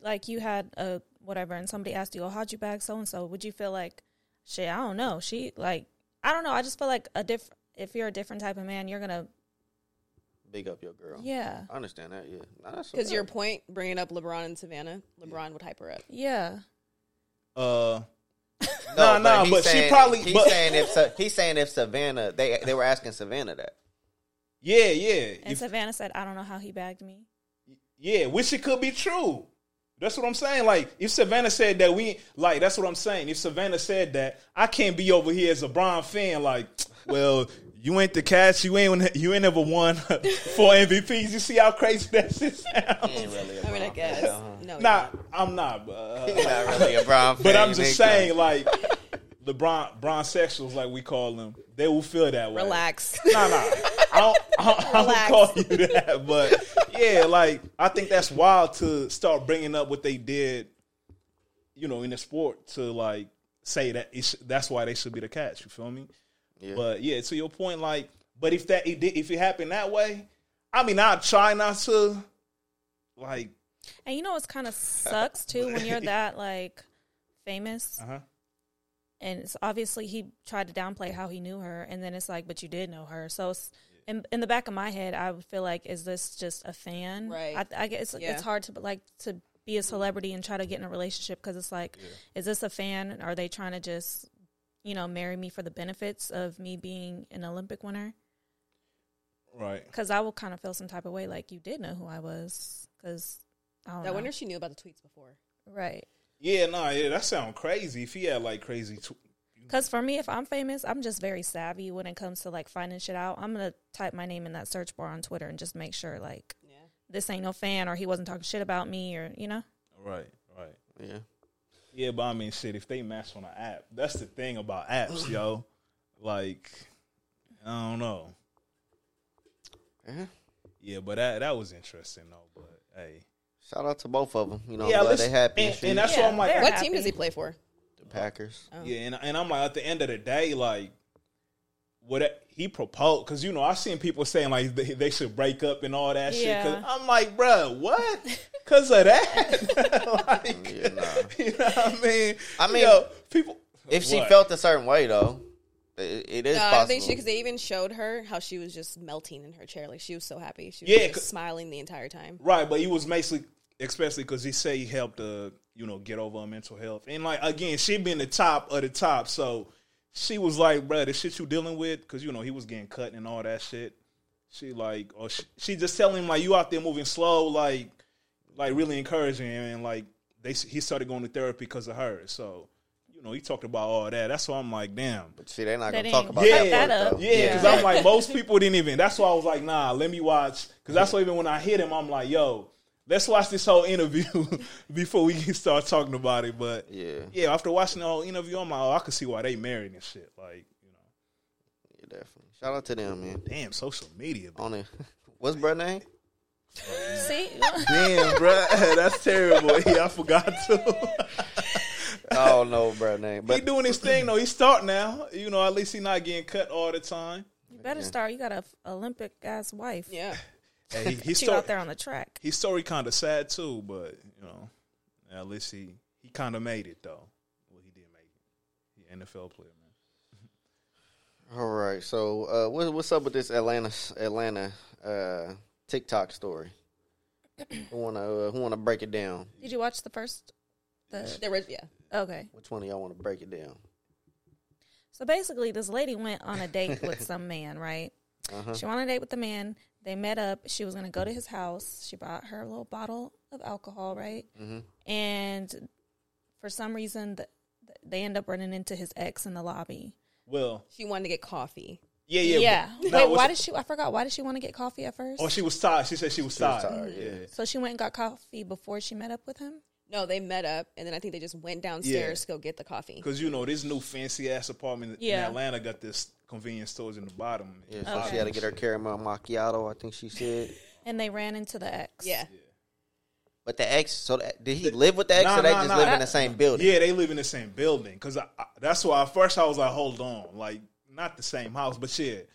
C: like you had a whatever and somebody asked you, "Oh, how'd you bag so and so?" Would you feel like, "Shit, I don't know." She like, I don't know. I just feel like a diff. If you're a different type of man, you're gonna
A: Big up your girl.
C: yeah
A: I understand that. Yeah, Nah, that's
D: Because
A: okay.
D: your point, bringing up LeBron and Savannah, LeBron would hype her up.
C: yeah.
B: Uh, Nah, nah,
A: he's
B: but she
A: saying,
B: probably-
A: He's
B: but-
A: saying if Sa- he's saying if Savannah, they they were asking Savannah that.
B: Yeah, yeah,
C: And
B: If-
C: Savannah said, I don't know how he bagged me.
B: yeah. Which it could be true. That's what I'm saying. Like if Savannah said that, we like that's what I'm saying. If Savannah said that, I can't be over here as a Bron fan. Like, well, you ain't the catch. You ain't you ain't never won four MVPs. You see how crazy that shit sounds.
A: He ain't really a
D: I mean, I
A: Brown
D: guess.
A: fan, huh?
D: No,
B: Nah, I'm not. But, uh,
A: He's not really a Brown fan.
B: But I'm just
A: nigga.
B: saying, like LeBron, Bron sexuals, like we call them, they will feel that way.
D: relax.
B: Nah, nah. I don't, I don't, I don't
D: Relax.
B: call you that, but yeah, like I think that's wild to start bringing up what they did, you know, in the sport to like say that it's, that's why they should be the catch. You feel me?
A: Yeah.
B: But yeah, to your point, like, but if that it did, if it happened that way, I mean, I try not to, like,
C: And you know what's kind of sucks too when you're that like famous,
B: uh huh,
C: and it's obviously he tried to downplay how he knew her, and then it's like, but you did know her. So it's, in in the back of my head, I would feel like, is this just a fan?
D: Right.
C: I, I guess
D: Yeah.
C: it's hard to but, like to be a celebrity and try to get in a relationship because it's like, is this a fan? Are they trying to just you know marry me for the benefits of me being an Olympic winner?
B: right.
C: Because I will kind of feel some type of way, like you did know who I was, because I don't
D: I
C: know.
D: wonder if she knew about the tweets before.
C: right.
B: Yeah, nah, yeah, that sound crazy. If he had like crazy, tw-
C: Because for me, if I'm famous, I'm just very savvy when it comes to like finding shit out. I'm gonna type my name in that search bar on Twitter and just make sure like
D: Yeah.
C: this ain't no fan or he wasn't talking shit about me or you know.
B: right, right.
A: Yeah.
B: Yeah, but I mean, shit, if they match on an app, that's the thing about apps, yo. Like, I don't know.
A: Yeah.
B: Yeah, but that that was interesting though. But hey,
A: Shout out to both of them. You know,
B: yeah,
A: I'm glad
B: let's-
A: they happy.
B: and,
A: And,
B: and that's why I'm like,
C: They're
D: what
C: happy.
D: team does he play for?
A: the Packers.
B: yeah, and, and I'm like, at the end of the day, like, what it- he proposed, because you know, I've seen people saying like they, they should break up and all that shit. Cause
C: Yeah.
B: I'm like, bruh, what? Because of that, like,
A: Yeah, nah.
B: you know what I mean?
A: I mean,
B: Yo, people.
A: If she
B: What?
A: felt a certain way, though, it, it is
D: No, I
A: possible.
D: don't think she because Uh, they even showed her how she was just melting in her chair, like she was so happy. She was
B: Yeah,
D: just
B: c-
D: smiling the entire time.
B: Right, but he was basically, especially because he said he helped, uh, you know, get over her mental health. And like again, she been the top of the top, so she was like, "Bro, the shit you dealing with," because you know he was getting cut and all that shit. She like, or she, she just telling him like, "You out there moving slow," like, like really encouraging him, and like they he started going to therapy because of her. So you know he talked about all that. That's why I'm like, damn.
A: See, they're not
C: They
A: going to talk
C: didn't
A: about
B: Yeah,
A: that.
C: that
A: part,
C: up.
A: though.
B: Yeah, because I'm like most people didn't even. That's why I was like, nah, let me watch. Because that's why even when I hit him, I'm like, yo, let's watch this whole interview before we can start talking about it. But
A: Yeah.
B: yeah, after watching the whole interview, I'm like, oh, I can see why they married and shit. Like, you know,
A: Yeah, definitely. Shout out to them, man.
B: damn, social media.
A: On it. What's bruh name?
C: See,
B: Damn, bro, that's terrible. Yeah, I forgot to.
A: I don't know bruh name,
B: he
A: but
B: doing his thing though. He start now. You know, at least he not getting cut all the time.
C: you better start. You got a f- Olympic ass wife.
D: Yeah,
B: Hey, he, he
C: She
B: start-
C: out there on the track.
B: his story kind of sad too, but you know, at least he he kind of made it though. Well, he did make it. He NFL player, man.
A: all right. So, uh, what, what's up with this Atlanta Atlanta uh, TikTok story? who wanna uh, who wanna break it down?
C: Did you watch the first? The
D: there was yeah.
C: okay.
A: Which one of y'all want to break it down?
C: So basically, this lady went on a date with some man, right? She went on a date with the man. They met up. She was going to go to his house. She bought her a little bottle of alcohol, right? And for some reason, th- th- they end up running into his ex in the lobby.
B: Well,
D: She wanted to get coffee.
B: yeah, yeah,
C: Yeah.
B: but-
C: Wait,
B: no,
C: why
B: it's-
C: did she? I forgot. Why did she want to get coffee at first?
B: Oh, she was tired. She said she was tired.
A: was tired, yeah.
C: so she went and got coffee before she met up with him.
D: No, they met up, and then I think they just went downstairs to go get the coffee.
B: Because you know this new fancy ass apartment in
C: Yeah.
B: Atlanta got this convenience stores in the bottom.
A: Yeah, so she
C: Okay.
A: had to get her caramel macchiato. I think she said.
C: And they ran into the ex.
D: Yeah,
A: But the ex, so that, did he live with the ex,
B: Nah,
A: or they
B: nah,
A: just
B: nah,
A: live
B: that-
A: in the same building?
B: Yeah, they live in the same building. Cause I, I, that's why at first I was like, hold on, like not the same house, but shit.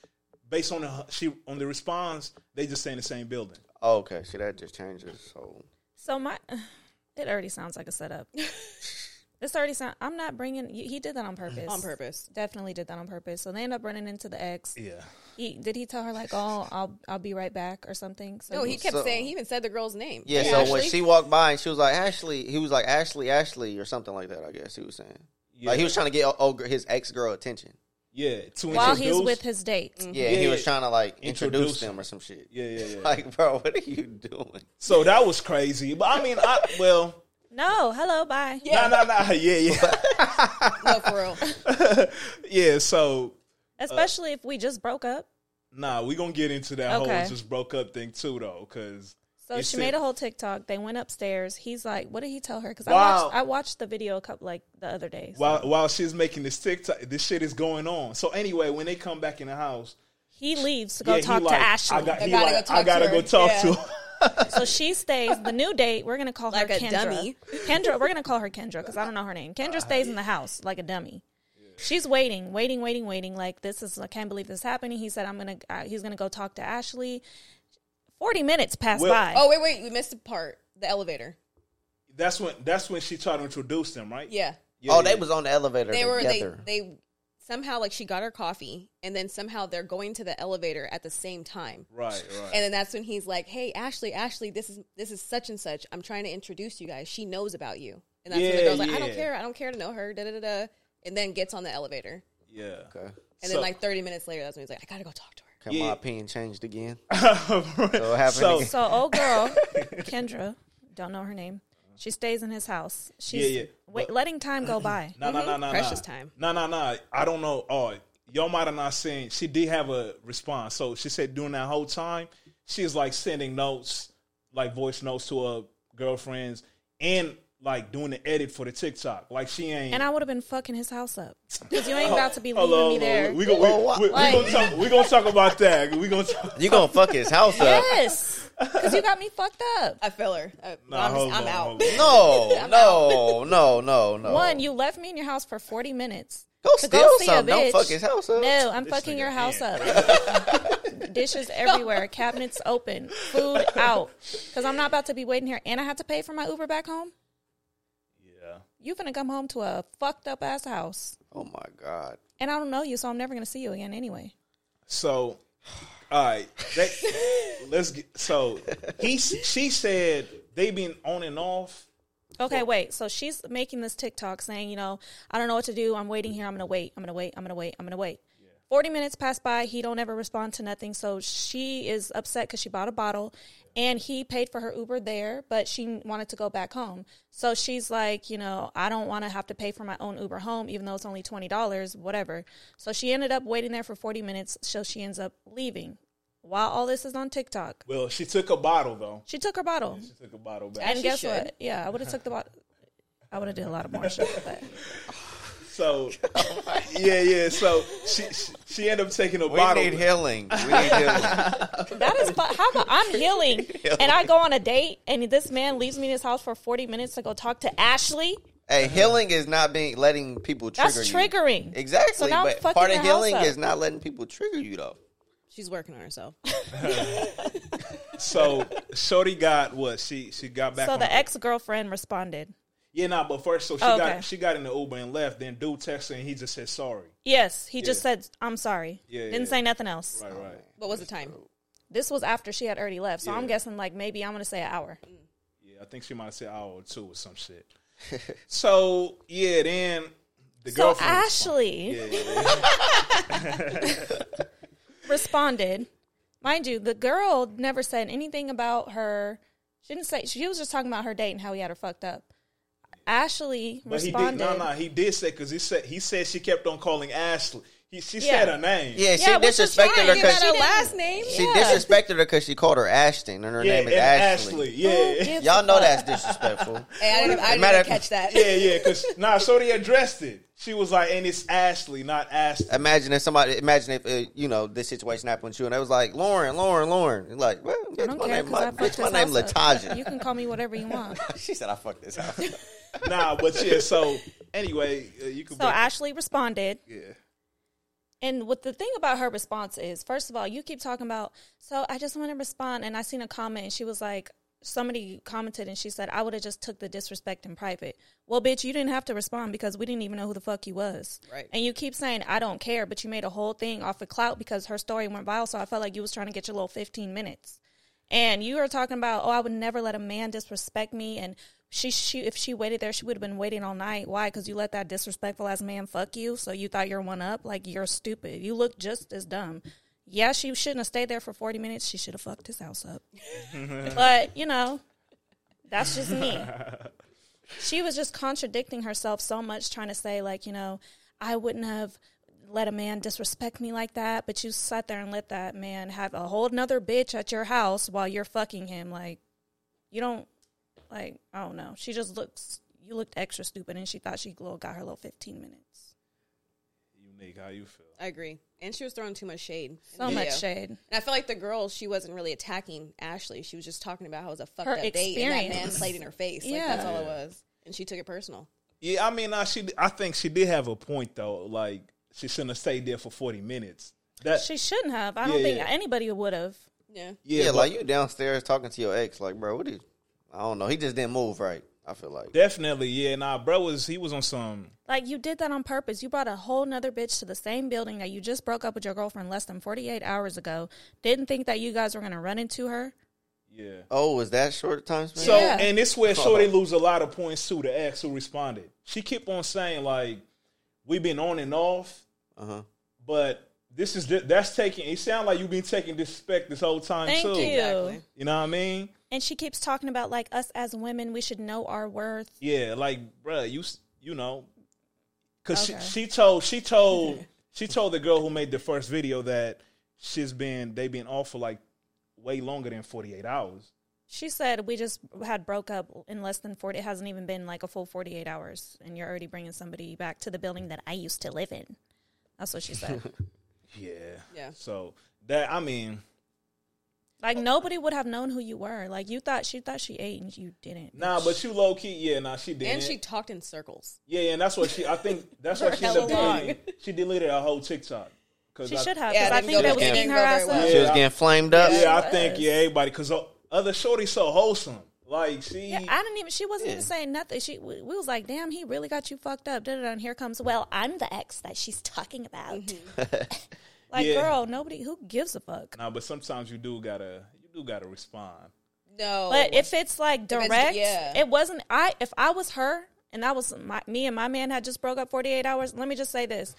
B: Based on the she on the response, they just stay in the same building.
A: Oh, okay, so that just changes. So
C: So my, it already sounds like a setup. this already sound. I'm not bringing. He did that on purpose.
D: on purpose.
C: Definitely did that on purpose. So they end up running into the ex.
B: Yeah,
C: He, did he tell her like, "Oh, I'll I'll be right back" or something? So
D: No, he kept
A: So-
D: saying he even said the girl's name.
A: yeah,
D: Hey,
A: so when
D: Ashley.
A: she walked by and she was like Ashley, he was like Ashley, Ashley, or something like that. I guess he was saying. Like he was trying to get old, gir- his ex girl attention.
B: yeah, to
C: while
B: introduce,
C: he's with his date.
A: Yeah, and he
B: Mm-hmm. Yeah,
A: was
B: yeah.
A: trying to like introduce,
B: Introduce
A: them
B: him.
A: or some shit.
B: Yeah, yeah, yeah.
A: Like, bro, what are you doing?
B: So that was crazy. But I mean, I well,
C: No, hello, bye.
B: nah, uh, nah, nah. Yeah, yeah,
D: No, for real.
B: yeah. So
C: Especially if we just broke up.
B: nah, we gonna get into that
C: Okay.
B: whole just broke up thing too, though, because
C: So she made a whole TikTok. They went upstairs. He's like, "What did he tell her?" Because I
B: Wow.
C: watched I watched the video a couple like the other day. So
B: while while she's making this TikTok, this shit is going on. So anyway, when they come back in the house,
C: he leaves to go
B: yeah,
C: talk
B: he
C: to
B: like,
C: Ashley.
B: I, got,
D: They
B: he
D: gotta
B: like,
D: go
B: I
D: talk to
B: gotta
D: her.
B: go talk
D: Yeah.
B: to. Her.
C: so she stays. The new date, we're gonna call
D: Like
C: her
D: a
C: Kendra.
D: dummy.
C: Kendra, we're gonna call her Kendra because I don't know her name. Kendra stays in the house like a dummy. She's waiting, waiting, waiting, waiting. Like this is I can't believe this is happening. He said I'm gonna uh, he's gonna go talk to Ashley. Forty minutes pass
B: Well-
C: by.
D: Oh wait, wait, we missed the part. The elevator.
B: That's when that's when she tried to introduce them, right?
D: Yeah,
B: Yeah,
A: oh,
B: yeah.
A: they was on the elevator
D: they were they
A: together.
D: they somehow like she got her coffee, and then somehow they're going to the elevator at the same time.
B: right, right.
D: And then that's when he's like, "Hey, Ashley, Ashley, this is this is such and such. I'm trying to introduce you guys. She knows about you." And that's when the
B: Yeah,
D: girl's like, "I don't
B: yeah.
D: care. I don't care to know her." Da da da da. And then gets on the elevator.
B: yeah.
A: okay.
D: And
B: So-
D: then like 30 minutes later, that's when he's like, "I gotta go talk to her."
A: Can my
B: Yeah.
A: opinion changed again?
B: so
A: it happened again.
C: So old girl Kendra, don't know her name. She stays in his house. She's
B: Yeah, yeah.
C: Wait,
B: But-
C: letting time go by.
B: No, no, no, no.
D: Precious time.
B: No, no, no. I don't know. Oh, y'all might have not seen. She did have a response. So she said during that whole time, she's like sending notes, like voice notes to her girlfriends, and like doing the edit for the TikTok. Like she ain't.
C: And I would have been fucking his house up because you ain't about to be leaving
B: Oh, Hello,
C: me there.
B: We, gon-
A: Hello,
B: we, we, we
C: what?
B: gonna talk. We gonna talk about that. We gonna talk.
A: You gonna fuck his house up?
C: yes, because you got me fucked up.
D: I feel her. Uh,
B: Nah,
D: I'm,
B: hold
D: just, I'm
B: on,
D: out.
B: hold on.
A: No, no, no, no, no.
C: One, you left me in your house for 40 minutes.
A: Go
C: to
A: steal something. Don't fuck his house up.
C: No, I'm fucking
B: nigga
C: your house
B: can't.
C: up. Dishes everywhere, cabinets open, food out. Because I'm not about to be waiting here and I have to pay for my Uber back home.
B: Yeah.
C: You finna come home to a fucked up ass house.
A: Oh my god.
C: And I don't know you, so I'm never gonna see you again anyway.
B: So, all right, they, let's get. So he, she said they been on and off.
C: Okay, wait. So she's making this TikTok saying, you know, I don't know what to do. I'm waiting here. I'm gonna wait. I'm gonna wait. I'm gonna wait. I'm gonna wait. Forty minutes pass by. He don't ever respond to nothing. So she is upset because she bought a bottle, and he paid for her Uber there, but she wanted to go back home. So she's like, you know, I don't want to have to pay for my own Uber home, even though it's only twenty dollars, whatever. So she ended up waiting there for forty minutes. So she ends up leaving. While all this is on TikTok,
B: Well, she took a bottle though.
C: she took her bottle.
B: She took a bottle back.
C: And
D: she
C: guess
D: should.
C: what? Yeah, I would have took the bottle. I would have did a lot of more shit, but
B: So
C: Oh
B: yeah, yeah. So she she, she ended up taking a
A: We
B: bottle.
A: need healing. We need healing.
C: that is. fu- How about I'm healing and I go on a date and this man leaves me in his house for 40 minutes to go talk to Ashley?
A: hey, healing is not being letting people trigger
C: That's
A: you.
C: triggering.
A: Exactly.
C: So now I'm
A: but
C: fucking
A: part
C: your
A: of
C: house
A: healing
C: up.
A: is not letting people trigger you though.
D: She's working on herself.
B: So Shorty got what she she got back.
C: So
B: on
C: the ex girlfriend responded,
B: yeah, nah. But first, so she
C: Oh, okay.
B: got she got in the Uber and left. Then dude texted and he just said sorry.
C: "Yes." He just
B: Yeah.
C: said, "I'm sorry."
B: Yeah,
C: Didn't
B: yeah.
C: say nothing else.
A: Oh,
B: Right, right.
D: What was the time?
C: This was after she had already left, so I'm
B: Yeah.
C: guessing like maybe I'm gonna say an hour.
B: Yeah, I think she might have said hour or two or some shit. so yeah, then the
C: So
B: girlfriend.
C: Ashley responded. Mind you, the girl never said anything about her. She didn't say she was just talking about her date and how he had her fucked up. Ashley
B: But he did.
C: responded.
B: No, no, he did say because he said he said she kept on calling Ashley. He, she said
C: Yeah.
B: her name.
A: Yeah, she
C: Yeah, which is
A: disrespected
C: fine.
A: her
C: You
A: because
C: gotta
A: she,
C: didn't-
D: last name.
A: she
C: yeah.
A: disrespected her because she called her Ashton and her
B: yeah,
A: name is
B: and
A: Ashley.
B: Ashley. Yeah,
C: Who gives
A: Y'all
C: a
A: know
C: fuck?
A: that's disrespectful.
D: Hey, I didn't, I didn't
A: Matter-
D: even catch that.
B: yeah, yeah. Because nah, Shorty addressed it. She was like, and it's Ashley, not Ashley.
A: imagine if somebody, imagine if uh, you know this situation happened to you, and it was like Lauren, Lauren, Lauren. You're like, well,
C: I
A: bitch,
C: don't
A: my
C: care
A: name,
C: because
A: my,
C: I fucked
A: bitch,
C: this
A: my name
C: house up.
A: Latasha.
C: You can call me whatever you want.
A: she said, I fucked this house.
B: nah, but yeah. So anyway, uh, you could.
C: So Ashley responded.
B: yeah.
C: And what the thing about her response is, first of all, you keep talking about, so I just want to respond. And I seen a comment and she was like, somebody commented and she said, I would have just took the disrespect in private. Well, bitch, you didn't have to respond because we didn't even know who the fuck you was.
D: Right.
C: And you keep saying, I don't care, but you made a whole thing off of clout because her story went viral. So I felt like you was trying to get your little 15 minutes. And you were talking about, oh, I would never let a man disrespect me. And she she if she waited there, she would have been waiting all night. Why? Because you let that disrespectful ass man fuck you, so you thought you're one up. Like you're stupid. You look just as dumb. Yeah, she shouldn't have stayed there for forty minutes. She should have fucked his house up. but you know, that's just me. she was just contradicting herself so much, trying to say like, you know, I wouldn't have let a man disrespect me like that, but you sat there and let that man have a whole nother bitch at your house while you're fucking him. Like, you don't, like, I don't know. She just looks, you looked extra stupid, and she thought she little got her little fifteen minutes.
B: Unique, how you feel?
D: I agree. And she was throwing too much shade. in
C: So
D: the
C: much
D: video.
C: shade.
D: And I felt like the girl, she wasn't really attacking Ashley. She was just talking about how it was a fucked
C: Her
D: up date and that man
C: experience.
D: played in her face. Like
C: Yeah.
D: that's all it was. And she took it personal.
B: Yeah, I mean, I she, I think she did have a point though. Like she shouldn't have stayed there for forty minutes. That
C: She shouldn't have. I don't
B: Yeah,
C: think
B: yeah.
C: anybody would have.
D: Yeah.
A: Yeah,
B: yeah, but
A: like you downstairs talking to your ex, like, bro, what did? I don't know. He just didn't move right. I feel like.
B: definitely, yeah. Nah, bro was he was on some.
C: Like you did that on purpose. You brought a whole nother bitch to the same building that you just broke up with your girlfriend less than forty eight hours ago. Didn't think that you guys were gonna run into her.
B: Yeah.
A: Oh, is that short time span?
B: So
C: Yeah.
B: and it's where Shorty lose a lot of points too. The ex who responded, she kept on saying like, "We've been on and off,"
A: Uh huh.
B: but this is that's taking. It sound like you've been taking disrespect this whole time
C: Thank
B: too.
C: you.
D: Exactly.
B: You know what I mean?
C: And she keeps talking about like us as women, we should know our worth.
B: Yeah, like bruh, you s- you know, because
C: Okay.
B: she, she told she told she told the girl who made the first video that she's been they've been off for like way longer than forty eight hours.
C: She said we just had broke up in less than 40. It hasn't even been like a full 48 hours and you're already bringing somebody back to the building that I used to live in. That's what she said.
B: Yeah,
D: Yeah.
B: So that I mean,
C: like nobody would have known who you were. Like you thought she thought she ate and you didn't.
B: nah, but you low key, yeah, nah, she did.
D: And she talked in circles.
B: Yeah, yeah, and that's what she. I think that's what she
D: Hella
B: ended up
D: long.
B: deleting. She deleted her whole TikTok. 'Cause
C: she
B: I-
C: should have
D: Yeah,
C: because
D: it
C: I
D: didn't
C: think
A: go-
C: that was
A: it didn't
C: eating
D: go
C: her
D: very
C: ass
D: well.
C: up.
A: She was
B: Yeah, I-
A: getting flamed up.
B: Yeah, I
C: Yes.
B: think yeah, everybody because other shorty's so wholesome. Like she,
C: Yeah, I didn't even. She wasn't even
A: Yeah.
C: saying nothing. She we, we was like, "Damn, he really got you fucked up." Da-da-da, and here comes, well, I'm the ex that she's talking about. like,
B: Yeah.
C: girl, nobody who gives a fuck.
B: nah, but sometimes you do gotta you do gotta respond.
D: No.
C: But if it's like
D: it's-
C: direct,
D: yeah.
C: it wasn't. I if I was her and that was my, me and my man had just broke up forty eight hours. Let me just say this: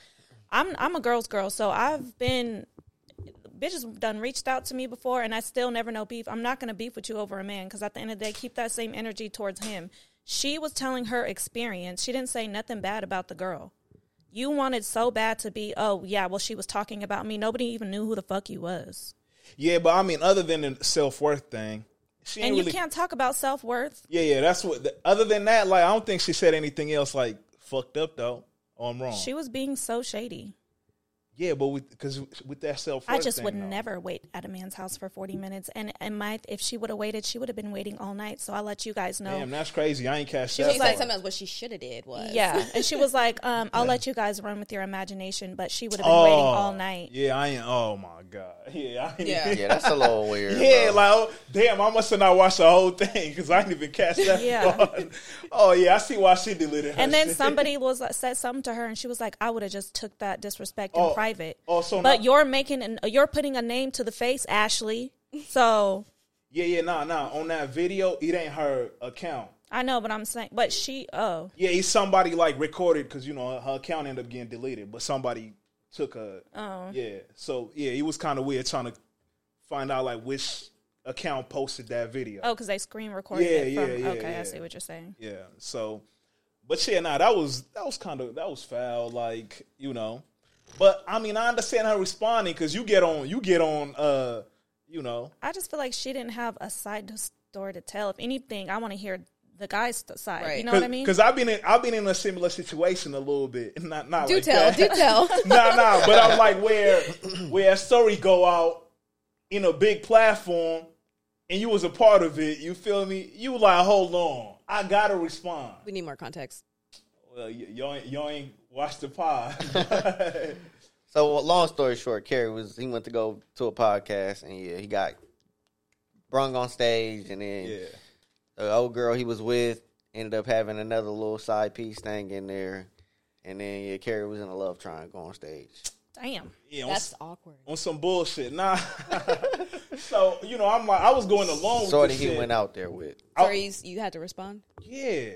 C: I'm I'm a girl's girl, so I've been bitches done reached out to me before, and I still never know beef. I'm not gonna beef with you over a man because at the end of the day, keep that same energy towards him. She was telling her experience. She didn't say nothing bad about the girl. You wanted so bad to be, oh yeah, well she was talking about me. Nobody even knew who the fuck you was.
B: Yeah, but I mean, other than the self worth thing, she ain't
C: And you
B: really.
C: can't talk about self worth
B: yeah, yeah, that's what. The, other than that, like I don't think she said anything else like fucked up though. Or I'm wrong.
C: She was being so shady.
B: yeah, but with because with that self worth,
C: I just would never wait at a man's house for 40 minutes. And, and my, if she would have waited, she would have been waiting all night. So I'll let you guys know.
B: Damn, that's crazy. I ain't catch
D: she
B: that.
D: said
B: part.
D: something else, what she should have did was
C: yeah. And she was like, um, I'll let you guys run with your imagination. But she would have been
B: Oh,
C: waiting all night.
B: Yeah, I ain't. Oh my god. Yeah, I ain't
D: Yeah.
B: even-
A: Yeah, that's a little weird.
B: Yeah,
A: bro.
B: like oh, damn, I must have not watched the whole thing because I didn't even catch that.
C: Yeah.
B: part. Oh yeah, I see why she deleted. Her
C: And then
B: shit.
C: somebody was uh, said something to her, and she was like, "I would have just took that disrespect in
B: Oh,
C: private."
B: oh, so
C: but
B: now-
C: you're making an, you're putting a name to the face, Ashley. So
B: Yeah, yeah, nah, nah. On that video, it ain't her account.
C: I know, but I'm saying, but she, oh,
B: Yeah, it's somebody like recorded because you know her account ended up getting deleted, but somebody took a. Oh. Yeah, so yeah, it was kind of weird trying to find out like which account posted that video.
C: oh, because they screen recorded
B: Yeah,
C: it.
B: yeah,
C: From,
B: yeah,
C: okay,
B: yeah.
C: I see what you're saying.
B: Yeah. So, but yeah, nah, that was that was kind of that was foul, like you know. But I mean, I understand her responding because you get on, you get on, uh, you know,
C: I just feel like she didn't have a side to story to tell. If anything, I want to hear the guy's th- side. You
D: Right.
C: know
B: because
C: what I mean?
B: I've been in, I've been in a similar situation a little bit, not not
D: Do
B: like
D: tell,
B: that.
D: do tell.
B: nah, nah. But I'm like where where a story go out in a big platform, and you was a part of it. You feel me? You like hold on, I gotta respond.
D: we need more context.
B: Well, y- y'all ain't, y'all ain't watched the pod.
A: So well, long story short, Kerry was he went to go to a podcast and yeah, he got brung on stage and then
B: yeah.
A: the old girl he was with ended up having another little side piece thing in there. And then yeah, Kerry was in a love triangle on stage.
C: Damn.
B: Yeah, on,
D: That's
B: s-
D: awkward.
B: on some bullshit. Nah. So you know, I'm like, I was going along.
A: Sorry
B: with
A: that
B: this
A: he
B: shit.
A: went out there with.
D: Sorry, you, s- you had to respond.
B: Yeah,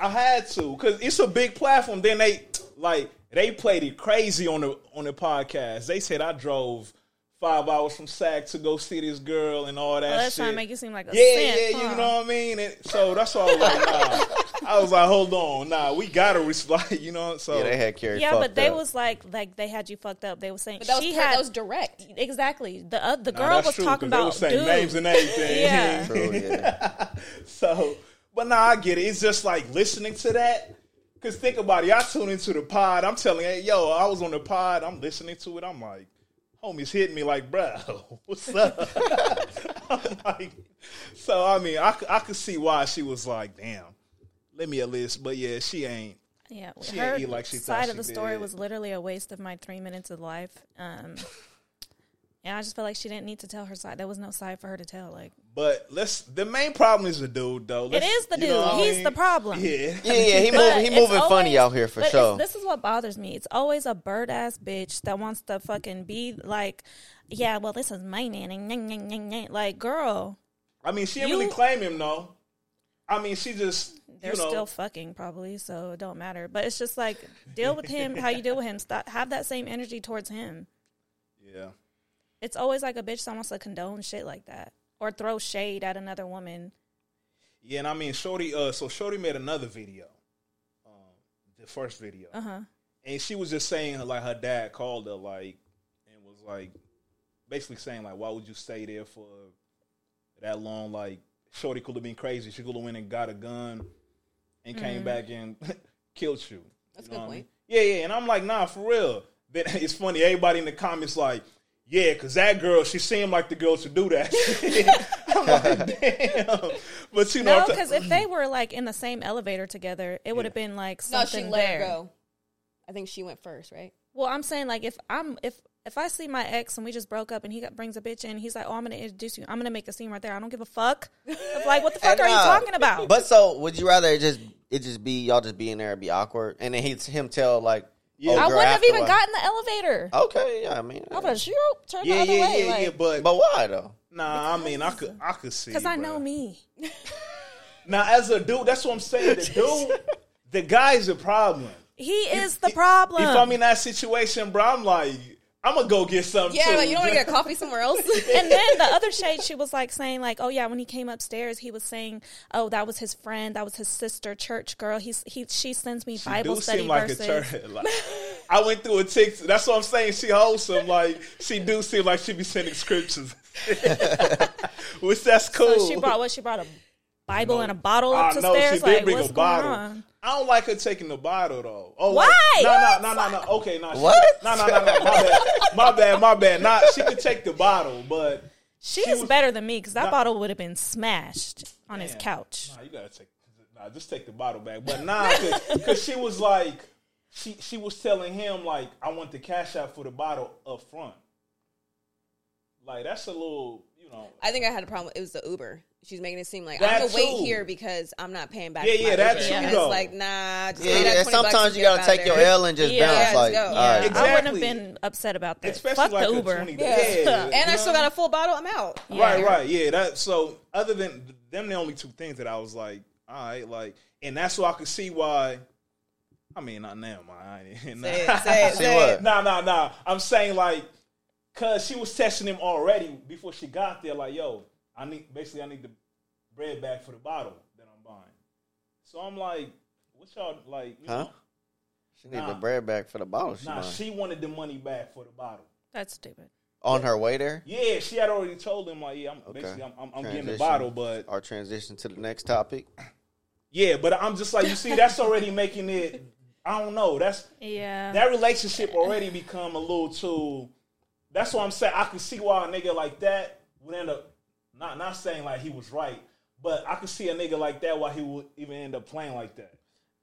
B: I had to because it's a big platform. Then they like they played it crazy on the on the podcast. They said I drove five hours from Sac to go see this girl and all that.
C: Well, Oh, that's
B: shit.
C: trying to make you seem like a
B: yeah,
C: simp,
B: yeah,
C: huh?
B: you know what I mean. And so that's all. I was like, nah. I was like, hold on, nah, we gotta respond. You know, so
A: Yeah, they had Carrie.
C: Yeah,
A: fucked
C: but they
A: up.
C: was like, like they had you fucked up. They was saying
D: But that was,
C: she
D: per-
C: had
D: that was direct.
C: exactly the uh, the
B: Nah,
C: girl
B: that's
C: was
B: true, 'cause
C: talking
B: they
C: about
B: was saying
C: dude.
B: names and everything.
C: Yeah.
A: True, yeah.
B: So, but now I get it. It's just like listening to that. Cause think about it. I tune into the pod. I'm telling you, yo, I was on the pod. I'm listening to it. I'm like, homies hitting me like, bro, what's up? I'm like, so I mean, I, c- I could see why she was like, damn, let me a list. But yeah, she ain't.
C: Yeah,
B: She
C: her
B: ain't eat like she thought
C: side
B: she
C: of the story
B: did.
C: was literally a waste of my three minutes of life. Um, and I just felt like she didn't need to tell her side. There was no side for her to tell. Like
B: But let's. The main problem is the dude, though. Let's-
C: is the
B: you know
C: dude.
B: what I
C: He's
B: mean?
C: the problem.
B: Yeah.
A: yeah, yeah. He
C: But
A: moving, he
C: it's
A: moving funny
C: always-
A: out here for
C: but
A: sure.
C: it's- This is what bothers me. It's always a bird ass bitch that wants to fucking be like, yeah, well, this is my nanny. nyang, nyang, nyang, nyang." Like, girl,
B: I mean, she didn't
C: You-
B: really claim him, though. I mean, she just.
C: they're
B: you know,
C: still fucking probably, so it don't matter. But it's just like deal with him how you deal with him. Stop, have that same energy towards him.
B: Yeah.
C: It's always like a bitch that wants to condone shit like that or throw shade at another woman.
B: Yeah, and I mean, Shorty. Uh, so Shorty made another video, um, the first video,
C: Uh
D: Uh-huh.
C: huh.
B: and she was just saying like her dad called her like and was like basically saying like, why would you stay there for that long? Like, Shorty could have been crazy. She could have went and got a gun and came back and killed you.
D: Mm. That's a
B: You know what I
D: good
B: mean?
D: point.
B: Yeah, yeah, and I'm like, nah, for real. Then it's funny. Everybody in the comments like, yeah, cause that girl, she seemed like the girl to do that. I'm like, damn. But you know,
C: No,
B: I'm ta-
C: because if they were like in the same elevator together, it would have been like
D: No,
C: something
D: she let
C: there.
D: her go. I think she went first, right?
C: Well, I'm saying like if I'm if if I see my ex and we just broke up and he got, brings a bitch in, he's like, "Oh, I'm gonna introduce you. I'm gonna make a scene right there. I don't give a fuck." It's like, what the fuck are you
A: Nah.
C: talking about?
A: But so, would you rather it just it just be y'all just being there and be awkward, and then he him tell like,
B: Yeah.
A: oh,
C: I
A: girl,
C: wouldn't have
A: after a
C: even
A: while-
C: gotten the elevator.
A: Okay, yeah, I mean,
C: I would have shoot, turned
B: yeah,
C: the other
B: yeah,
C: way,
B: yeah, yeah.
C: like,
B: But
A: but why though?
B: nah, I mean, I could, I could see
C: because I know
B: bruh.
C: me.
B: Now, as a dude, that's what I'm saying. The dude, the guy's a problem.
C: He is the problem.
B: If I'm in that situation, bro, I'm like, I'm gonna go get something.
D: Yeah,
B: too,
D: but you don't want
B: bruh.
D: to get a coffee somewhere else.
C: and then the other shade, she was like saying, like, oh yeah, when he came upstairs, he was saying, oh, that was his friend, that was his sister, church girl. He's he she sends me
B: She
C: Bible
B: do
C: study
B: seem like
C: verses.
B: a turd. Like, I went through a TikTok. That's what I'm saying. She wholesome. Like she do seem like she be sending scriptures, which that's cool.
C: So she brought what? She brought a Bible and a bottle
B: I
C: up to
B: know,
C: stairs.
B: Ah, she did
C: Like,
B: bring
C: what's
B: a
C: going
B: bottle.
C: on?
B: I don't like her taking the bottle though. Oh,
C: Why?
B: wait. No,
C: What?
B: no, no, no, no. Okay, no. she-
A: What?
B: No, no, no, no. My bad. My bad. My bad. Not. She could take the bottle, but
C: She,
B: She
C: is
B: was-
C: better than me because that
B: Nah.
C: bottle would have been smashed on his
B: Man,
C: couch.
B: Nah, you gotta take. Nah, just take the bottle back. But nah, because she was like, she she was telling him like, I want the cash out for the bottle up front. Like that's a little, you know.
D: I think I had a problem. It was the Uber. She's making it seem like
B: That
D: I'm gonna wait
B: too.
D: here because I'm not paying back.
B: Yeah,
D: for my
B: yeah, that
D: Uber.
B: too,
D: And
B: though.
D: It's like nah. Just
A: Yeah,
D: pay that
A: yeah,
D: 20 bucks
A: sometimes
D: and
A: you
D: get
A: gotta
D: up out
A: take
D: of
A: your
D: there.
A: L and just
C: Yeah,
D: let's
A: bounce. Like,
D: go.
A: all
D: Yeah.
A: right,
C: I wouldn't have
B: exactly.
C: been upset about that.
B: Especially
C: Fuck
B: like
C: the
B: a
C: Uber.
B: 20
D: Yeah.
B: Yeah.
D: And I still got a full bottle. I'm out.
B: Right,
C: Yeah.
B: right, yeah. That so other than them, the only two things that I was like, all right, like, and that's why I could see why. I mean, not now, my. I ain't- nah.
D: Say it, say it,
A: See
D: say
A: what?
D: it.
B: Nah, nah, nah. I'm saying like, cause she was testing him already before she got there. Like, yo, I need basically I need the bread back for the bottle that I'm buying. So I'm like, what y'all like? You
A: Huh?
B: Know?
A: she need the
B: Nah.
A: bread back for the bottle. She
B: Nah,
A: buying.
B: she wanted the money back for the bottle.
C: That's stupid.
A: on her way there.
B: Yeah, she had already told him like, yeah, I'm
A: Okay.
B: basically I'm, I'm, I'm getting
A: Transition.
B: the bottle, but
A: Our transition to the next topic.
B: yeah, but I'm just like, you see, that's already making it. I don't know. That's
C: Yeah.
B: that relationship already become a little too. That's what I'm saying. I can see why a nigga like that would end up not not saying like he was right, but I could see a nigga like that why he would even end up playing like that.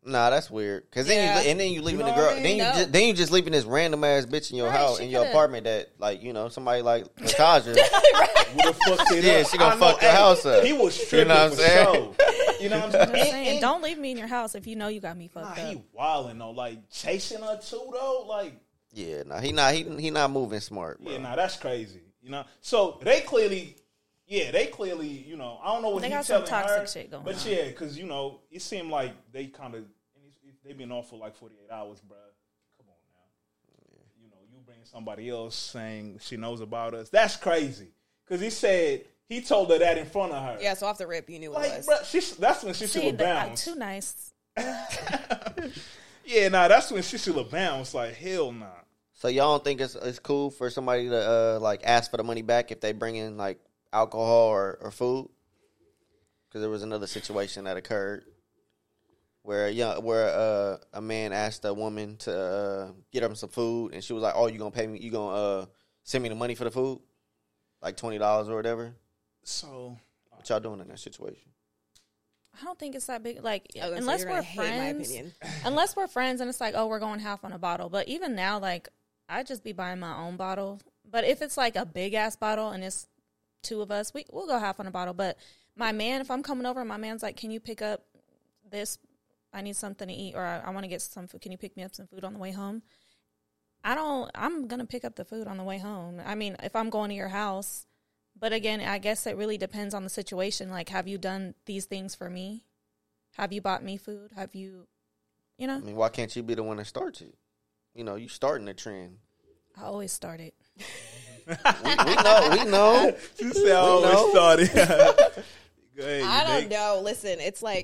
A: Nah, that's weird. Cause then
D: Yeah.
A: you li- and then you leaving
B: know
A: the girl.
B: what I mean?
A: Then you
D: No.
A: just, then you just leaving this random ass bitch in your
C: Right,
A: house
C: she
A: in your
C: coulda-
A: apartment that like you know somebody like Natasha.
B: Would have fucked it
A: Yeah,
B: up.
A: she gonna
B: I know,
A: fuck your
B: hey,
A: house up.
B: He was
A: You know
B: stripping
A: what I'm
B: for
A: saying?
B: sure. You know what I'm saying?
C: Saying, don't leave me in your house if you know you got me
B: Nah,
C: fucked up.
B: he wilding though, like chasing her too though. Like
A: yeah, nah, he not he, he not moving smart. Bro.
B: yeah, nah, that's crazy. You You know, so they clearly, yeah, they clearly, you know, I don't know what
C: They
B: he
C: got some
B: telling
C: toxic
B: her,
C: shit going
B: but
C: on.
B: yeah, because you know, it seemed like they kind of they been off for like forty eight hours, bruh. Come on now, you know, you bring somebody else saying she knows about us. That's crazy. Because he said he told her that in front of her.
D: Yeah, so off the rip, you knew it
B: Like,
D: was.
B: bruh, she, that's when she should
C: See,
B: have
C: they like
B: bounced.
C: too nice.
B: yeah, nah, that's when she should have bounced. Like, hell nah.
A: So y'all don't think it's it's cool for somebody to uh, like ask for the money back if they bring in like alcohol or, or food? Because there was another situation that occurred where a young, where uh, a man asked a woman to uh, get him some food, and she was like, "Oh, you gonna pay me? You gonna uh, send me the money for the food, like twenty dollars or whatever?"
B: So,
A: What y'all doing in that situation?
C: I don't think it's that big. Like
D: I was gonna say,
C: unless
D: you're
C: we're
D: gonna hate my
C: friends,
D: opinion.
C: unless we're friends, and it's like, oh, we're going half on a bottle. But even now, like, I just be buying my own bottle. But if it's like a big ass bottle and it's two of us, we we'll go half on a bottle. But my man, if I'm coming over, my man's like, can you pick up this? I need something to eat, or I, I want to get some food. Can you pick me up some food on the way home? I don't. I'm gonna pick up the food on the way home. I mean, if I'm going to your house, but again, I guess it really depends on the situation. Like, have you done these things for me? Have you bought me food? Have you, you know?
A: I mean, why can't you be the one that starts it? You know, you starting the trend.
C: I always start it.
A: We, we know, we know.
B: she said, I always
A: know.
B: thought it. Go ahead, you
D: I
B: think.
D: don't know. Listen, it's like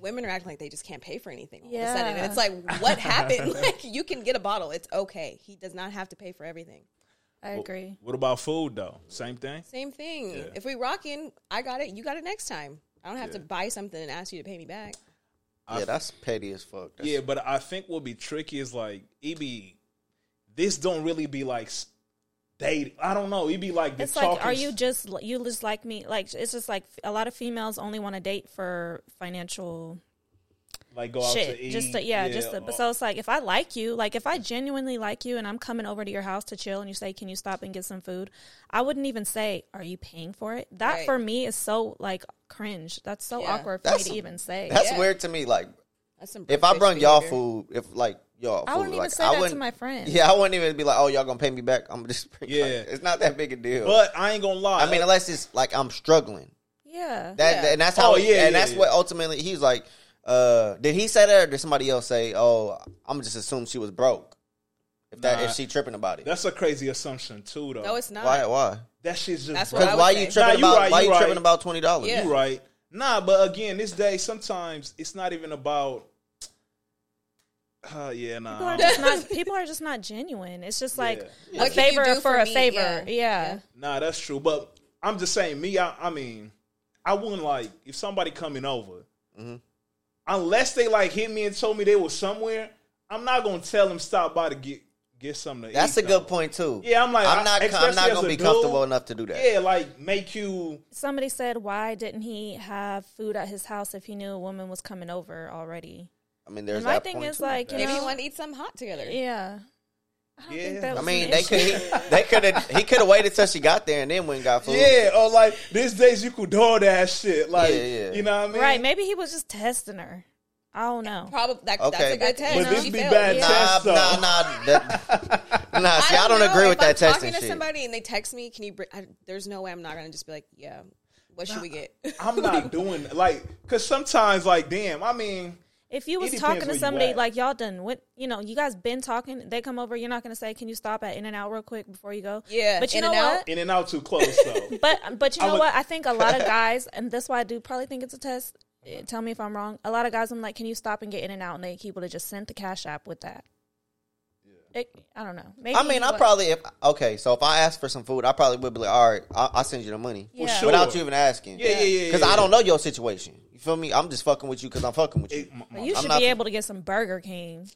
D: women are acting like they just can't pay for anything all of a sudden.
C: Yeah.
D: And it's like, what happened? like, you can get a bottle. It's okay. He does not have to pay for everything.
C: I agree.
B: What about food, though? Same thing?
D: Same thing. If we rocking, I got it. You got it next time. I don't have to buy something and ask you to pay me back.
A: Yeah, that's petty as fuck. That's
B: yeah, but I think what be tricky is like it be this don't really be like s- dating. I don't know. It be like the
C: It's like,
B: talking
C: are
B: s-
C: you just you just like me? Like, it's just like a lot of females only want to date for financial
B: like go out to
C: shit.
B: eat? uh
C: Just to, yeah, just to,
B: or-
C: but so it's like if I like you, like if I genuinely like you, and I'm coming over to your house to chill, and you say, "Can you stop and get some food?" I wouldn't even say, "Are you paying for it?" That
D: Right.
C: for me is so like cringe. That's so
D: Yeah.
C: awkward for
A: That's-
C: me to even say.
A: That's
D: Yeah.
A: weird to me. Like,
D: That's some
A: if I
D: bitch
A: brought y'all
D: behavior.
A: food, if like y'all, food,
C: I wouldn't even
A: like,
C: say
A: I
C: that to
A: wouldn't-
C: my friend.
A: Yeah, I wouldn't even be like, oh, y'all gonna pay me back. I'm just, yeah,
B: Yeah.
A: it's not that big a deal.
B: But I ain't gonna lie.
A: I mean, unless it's like I'm struggling.
C: yeah.
A: That
D: Yeah.
A: and that's how.
B: Oh,
A: yeah,
B: yeah, yeah,
A: and that's
B: yeah.
A: what ultimately he's like. Uh, did he say that, or did somebody else say? Oh, I'm just assume she was broke. If that
B: Nah.
A: if she tripping about it,
B: that's a crazy assumption too, though.
D: No, it's not.
A: why? Why?
B: that shit's just
D: That's
B: bro-
D: what I
A: Because
D: would
A: why
D: say.
A: you
D: Nah,
A: tripping
B: you
A: about
B: right,
A: why
B: you
A: you tripping
B: right.
A: about twenty dollars?
D: Yeah.
B: You right. Nah, but again, this day sometimes it's not even about. Uh, yeah, nah.
C: People
B: I
C: are
B: don't-
C: just not. People are just not genuine. It's just like
B: Yeah.
C: a
D: What can you
C: favor
D: do
C: for,
D: for
C: a
D: me?
C: favor.
D: Yeah.
C: Yeah.
B: Nah, that's true. But I'm just saying, me, I, I mean, I wouldn't like if somebody coming over,
A: Mm-hmm.
B: unless they like hit me and told me they was somewhere. I'm not gonna tell them stop by to get get something. To
A: That's
B: eat,
A: a good
B: though.
A: point too.
B: Yeah, I'm like, I-
A: I'm not, I'm
B: especially
A: not
B: as
A: gonna
B: a
A: be
B: dude,
A: comfortable enough to do that.
B: Yeah, like make you.
C: Somebody said, "Why didn't he have food at his house if he knew a woman was coming over already?"
A: I mean, there's
C: and my
A: that
C: thing
A: point,
C: is
A: too.
C: like, you
D: Maybe you
C: know,
D: want to eat something hot together.
C: yeah. I don't
B: Yeah.
C: think that
A: I
C: was
A: mean,
C: an
A: they
C: issue.
A: could they could have he could have waited till she got there and then went and got food.
B: Yeah, or like these days you could door that shit. Like,
A: Yeah, yeah.
B: you know what I mean?
C: right. Maybe he was just testing her. I don't know.
D: Probably that,
A: Okay.
D: that's a
A: But
D: good test.
C: this
D: She
B: be
D: failed.
B: bad
A: Nah, nah,
B: Test, though.
A: nah, that- nah. See, I don't,
D: know.
A: agree with
D: If I'm
A: that testing
D: talking
A: shit.
D: to somebody and they text me, can you? Br- I, there's no way I'm not gonna just be like, yeah. What should we get?
B: I'm not doing like because sometimes like damn. I mean,
C: If you was
B: depends
C: talking
B: where
C: to
B: you
C: somebody
B: at.
C: like y'all done, what you know, you guys been talking. They come over. You're not gonna say, "Can you stop at In and Out real quick before you go?"
D: Yeah,
C: But you know
D: In-N-Out.
C: what?
B: in and out too close though.
C: But but you
B: I
C: know
B: would-
C: what? I think a lot of guys, and that's why I do probably think it's a test. eh, Tell me if I'm wrong. A lot of guys, I'm like, can you stop and get in and out? And they keep to just send the cash app with that. It, I don't know. Maybe
A: I mean,
C: you
A: I
C: would.
A: probably if okay. So if I asked for some food, I probably would be like, all right, I, I'll send you the money
C: Well, Yeah. sure.
A: without you even asking.
B: Yeah, yeah, yeah,
A: Because
B: yeah,
A: I
B: yeah.
A: don't know your situation. You feel me? I'm just fucking with you because I'm fucking with you.
B: It- my-
C: But you
A: I'm
C: should
A: not-
C: be able to get some Burger King.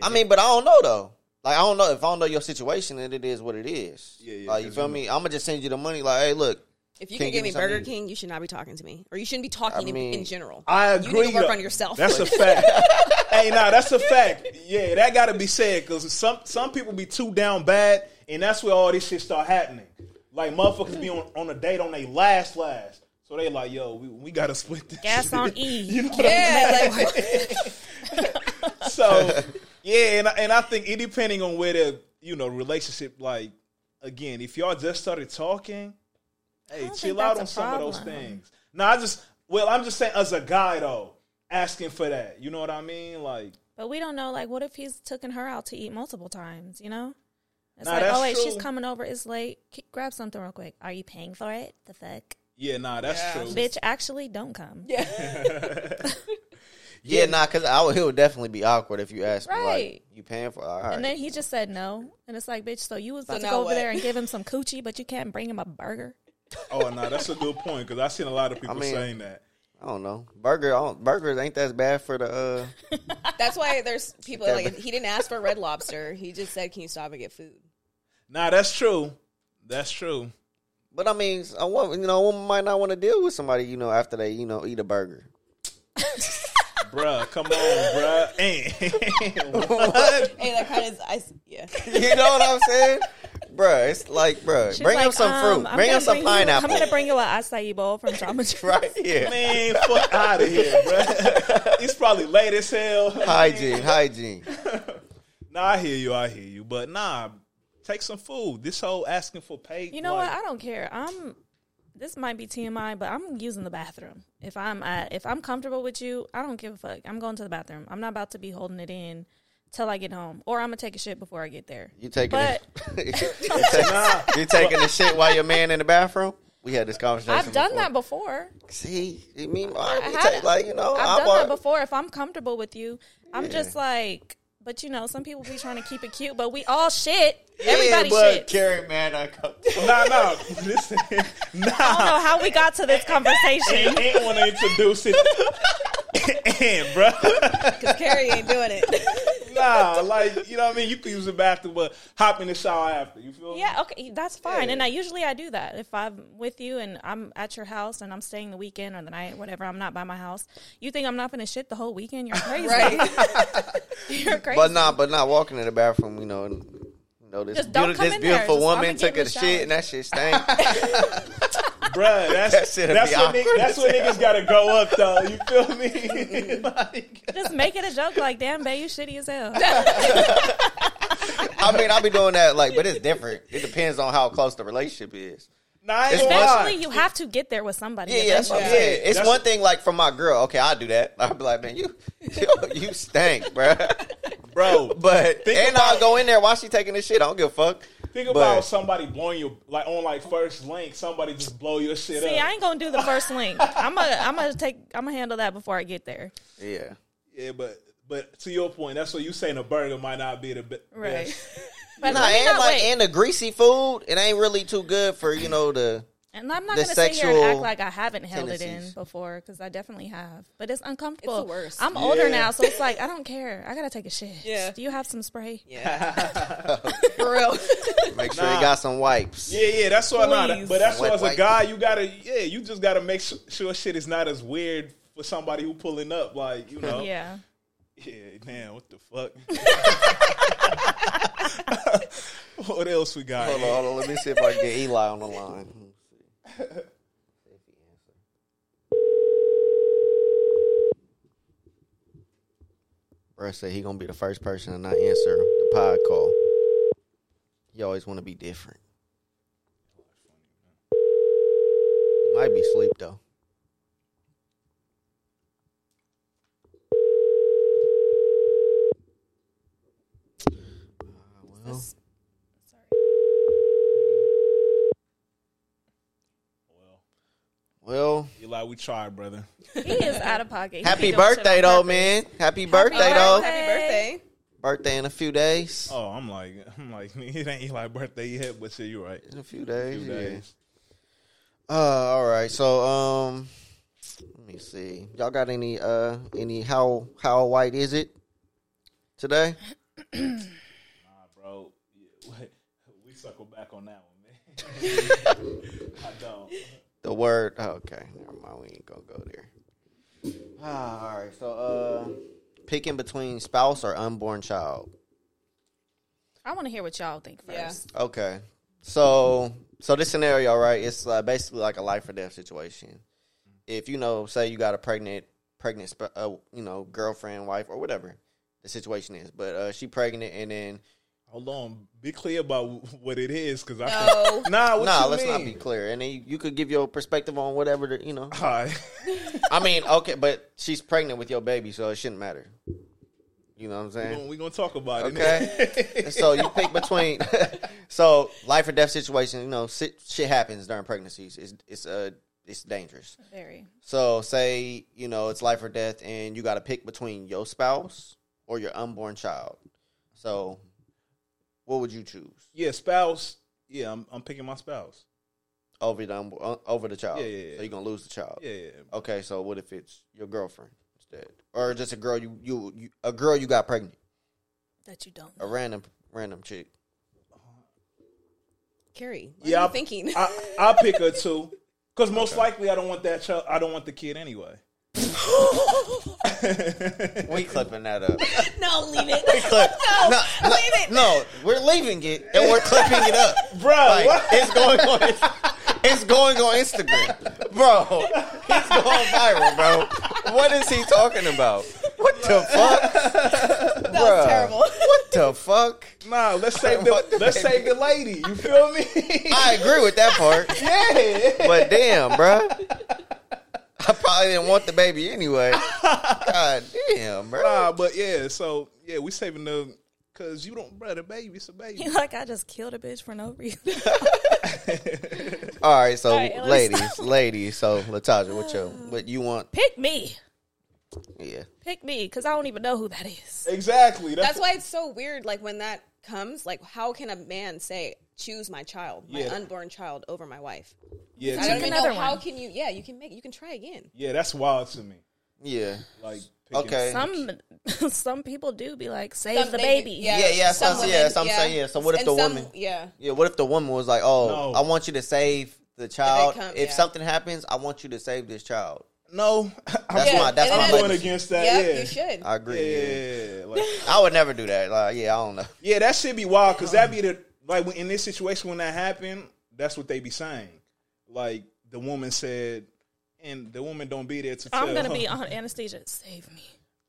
A: I mean, but I don't know though. Like I don't know if I don't know your situation, then it is what it is.
B: Yeah, yeah,
A: Like you
B: 'cause
A: feel
B: you-
A: me? I'm gonna just send you the money. Like, hey, look,
D: If you
A: Can't give
D: can give
A: me
D: me
A: something
D: Burger
A: to eat.
D: King, you should not be talking to me, or you shouldn't be talking in-
A: mean,
D: in general.
B: I agree.
D: You need to work
B: though.
D: on yourself.
B: That's a fact. hey, nah, that's a fact. Yeah, that got to be said because some some people be too down bad, and that's where all this shit start happening. Like motherfuckers be on, on a date on they last last, so they like, yo, we, we gotta split this.
C: Gas on E.
B: You know what I'm
D: yeah, like,
B: So yeah, and I, and I think it depending on where the you know relationship like again, if y'all just started talking, hey,
C: don't
B: chill
C: think
B: out
C: that's
B: on
C: a
B: some of those
C: problem.
B: things. No, I just well, I'm just saying as a guy though, asking for that. You know what I mean? Like
C: But we don't know. Like, what if he's taken her out to eat multiple times? You know, it's
B: Nah,
C: like,
B: that's
C: oh wait, she's
B: true.
C: coming over. It's late. K- grab something real quick. Are you paying for it? The fuck,
B: yeah, nah, that's
D: Yeah.
B: true.
C: bitch. Actually, don't come.
A: Yeah, nah, because I would, it would definitely be awkward if you asked me, like,
C: Right.
A: you paying for all right.
C: And then he just said no, and it's like, bitch. So you was about to
D: now
C: go over
D: what?
C: there and give him some coochie, but you can't bring him a burger.
B: Oh, nah, that's a good point because I've seen a lot of people
A: mean-
B: saying that.
A: I don't know. Burger, I don't, burgers ain't that bad for the. uh
D: That's why there's people like he didn't ask for Red Lobster. He just said, "Can you stop and get food?"
B: Nah, that's true. That's true.
A: But I mean, a woman, you know, a woman might not want to deal with somebody, you know, after they, you know, eat a burger.
B: Bruh, come on, bruh. Eh.
D: Hey, that kind of I s- yeah.
A: you know what I'm saying, bruh? It's like, bruh,
C: She's
A: bring him
C: like,
A: some
C: um,
A: fruit,
C: I'm
A: bring him
C: gonna
A: some
C: you-
A: pineapple,
C: I'm gonna bring you an acai bowl from Trauma Joe's.
A: right? Yeah,
B: Man, fuck out of here, bruh. it's probably late as hell.
A: hygiene, hygiene.
B: Nah, I hear you. I hear you. But nah, take some food. This whole asking for pay.
C: You know
B: like,
C: what? I don't care. I'm. This might be TMI, but I'm using the bathroom. If I'm at, if I'm comfortable with you, I don't give a fuck. I'm going to the bathroom. I'm not about to be holding it in till I get home, or I'm gonna take a shit before I get there.
A: You taking,
C: But-
A: the, you, take- you taking the shit while your man in the bathroom? We had this conversation.
C: I've done that
A: before.
C: before.
A: See, I mean, I,
C: I
A: we
C: had-
A: take, like you know,
C: I've
A: I
C: done
A: bought-
C: that before. If I'm comfortable with you, I'm just like. But you know, some people be trying to keep it cute, but we all shit. Everybody
A: yeah, but
C: shit.
A: Carrie, man, I come.
B: Nah, nah. Listen,
C: I don't
B: nah.
C: know how we got to this conversation.
B: Ain't, ain't want to introduce it. and, bruh.
D: Because Carrie ain't doing it.
B: Nah, like, you know what I mean? You can use the bathroom, but hop in the shower after. You feel me?
C: Yeah, okay, that's fine. And I usually I do that if I'm with you and I'm at your house and I'm staying the weekend or the night, whatever. I'm not by my house. You think I'm not gonna shit the whole weekend? You're crazy.
D: Right.
C: You're crazy.
A: But nah, but not walking in the bathroom, you know. And, you know, this,
C: Just don't
A: beauti-
C: come
A: this
C: in there.
A: beautiful
C: Just- I'm
A: woman
C: gonna give
A: took
C: you
A: a
C: a shower.
A: shit and that shit stank.
B: Bruh, that's,
A: That shit'll
B: that's,
A: be
B: what niggas,
A: awkward
B: that's what niggas got to grow up, though. You feel me? like,
C: Just make it a joke like, damn, babe, you shitty as hell.
A: I mean, I'll be doing that, like, but it's different. It depends on how close the relationship is.
B: nah, I ain't
A: It's
B: gonna lie.
C: Eventually you have to get there with somebody.
A: Yeah, yeah, that's what I'm saying. It's
B: That's-
A: one thing, like, from my girl. Okay, I'll do that. I'll be like, man, you you, you stank, bruh.
B: Bro,
A: But
B: Think
A: and
B: about-
A: I'll go in there while she taking this shit. I don't give a fuck.
B: Think
A: But-
B: about somebody blowing your like on like first link, somebody just blow your shit
C: See,
B: up.
C: I ain't gonna do the first link. I'm gonna, I'm gonna take, I'm gonna handle that before I get there.
A: Yeah.
B: yeah, but but to your point, that's what you saying a burger might not be the be-
C: Right.
B: best.
C: But
A: Nah,
C: let me
A: and
C: not
A: like
C: wait.
A: and the greasy food, it ain't really too good for you know the.
C: And I'm not
A: the
C: going to sit here and act
A: sexual
C: like I haven't held it in
A: tendencies.
C: before because I definitely have. But it's uncomfortable.
D: It's the worst.
C: I'm older now, so it's like I don't care. I gotta take a shit.
D: Yeah.
C: Do you have some spray?
D: For real.
A: Make sure
B: Nah.
A: you got some wipes.
B: Yeah, yeah, that's why not.
C: Please.
B: But that's why
A: Wet
B: as a
A: wipe.
B: guy, you gotta yeah, you just gotta make su- sure shit is not as weird for somebody who pulling up. Like you know,
C: Yeah.
B: yeah, man, what the fuck? what else we got?
A: Hold on, hold on. Let me see if I can get Eli on the line. Bruh said he gonna be the first person to not answer the pod call. He always want to be different. Might be sleep though. Ah, well.
B: Well,
A: Well,
B: Eli, we tried, brother.
C: He is out of pocket. He
A: happy
C: be doing shit
A: birthday
C: on
A: though,
C: purpose.
A: man. Happy birthday though.
D: Happy birthday.
A: Birthday in a few days.
B: Oh, I'm like, I'm like, it ain't Eli's birthday yet, but shit, you're right.
A: In a few days.
B: Few
A: yeah.
B: days.
A: Uh, all right. So, um, let me see. Y'all got any uh any how how white is it today?
B: bro. yeah, We circle back on that one, man. I don't.
A: The word. oh, okay, never mind. We ain't gonna go there. Ah, all right. So, uh, picking between spouse or unborn child.
C: I want to hear what y'all think
D: Yeah.
C: first.
A: Okay. So so this scenario, right? It's uh, basically like a life or death situation. If you know, say you got a pregnant pregnant sp- uh, you know girlfriend, wife, or whatever the situation is, but uh, she pregnant, and then
B: Hold on, be clear about what it is, because I
D: No.
B: think, nah, what
A: nah,
B: you
A: let's
B: mean?
A: not be clear. And then you, you could give your perspective on whatever the, you know.
B: All right.
A: I mean, okay, but she's pregnant with your baby, so it shouldn't matter. You know what I'm saying?
B: We're gonna talk about it.
A: Okay. so you pick between so life or death situation. You know, shit, shit happens during pregnancies. It's it's uh it's dangerous.
C: Very.
A: So say you know it's life or death, and you got to pick between your spouse or your unborn child. So, what would you choose
B: yeah, spouse. Yeah, I'm, I'm picking my spouse.
A: over the unbo- uh, over the child?
B: Yeah, yeah, yeah.
A: So you're gonna lose the child.
B: Yeah, yeah.
A: Okay, so what if it's your girlfriend instead, or just a girl you you, you a girl you got pregnant,
C: That you don't.
A: a random random chick?
D: Carrie, what
B: yeah,
D: are
B: I-
D: you thinking?
B: I I pick her too, because most likely I don't want that child. I don't want the kid anyway.
A: We clipping that up.
D: no, leave it.
A: Clip. no, no, no, we're leaving it and we're clipping it up,
B: Bro,
A: Like,
B: what?
A: it's going on. It's going on Instagram, bro. He's going viral, bro. What is he talking about? What the fuck?
D: That was terrible.
A: What the fuck?
B: Nah, let's save the
A: What the
B: let's
A: baby?
B: save the lady. You feel me?
A: I agree with that part,
B: yeah.
A: but damn, bro. I probably didn't want the baby anyway. God damn, bro.
B: Nah, but yeah. So yeah, we saving the because you don't, bro. The baby, it's a baby.
C: like I just killed a bitch for no reason.
A: All right, so
C: right, let's-
A: ladies, ladies. So Latasha, what your what you want?
C: Pick me.
A: Yeah.
C: Pick me, because I don't even know who that is.
B: Exactly.
D: That's why it's so weird. Like when that comes, like how can a man say choose my child, my
B: Yeah.
D: unborn child, over my wife?
B: yeah. to
D: I don't
B: me-
D: even
C: another
D: know how
C: one.
D: can you. Yeah, you can make. You can try again.
B: yeah, that's wild to me.
A: Yeah.
B: Like picking-
A: Okay.
C: Some some people do be like, save
D: Some
C: the
D: they-
C: baby.
A: Yeah, yeah, so-
D: some
A: yeah,
D: women,
A: so I'm saying, yeah, so what if
D: And
A: the
D: some-
A: woman-
D: Yeah,
A: Yeah, what if the woman was like, "Oh,
B: No.
A: I want you to save the child. If,
D: come- yeah.
A: something happens, I want you to save this child."
B: No, I'm
A: That's
D: Yeah,
A: my that's
D: and
A: my
D: then-
B: going
A: legacy.
B: against that.
D: yeah,
B: yeah,
D: you should.
A: I agree. yeah.
B: Yeah, like,
A: I would never do that. Like, yeah, I don't know.
B: yeah, that should be wild because that be the like when, in this situation when that happened, that's what they be saying. Like the woman said, and the woman don't be there to.
C: I'm
B: tell
C: gonna
B: her.
C: be on anesthesia. Save me.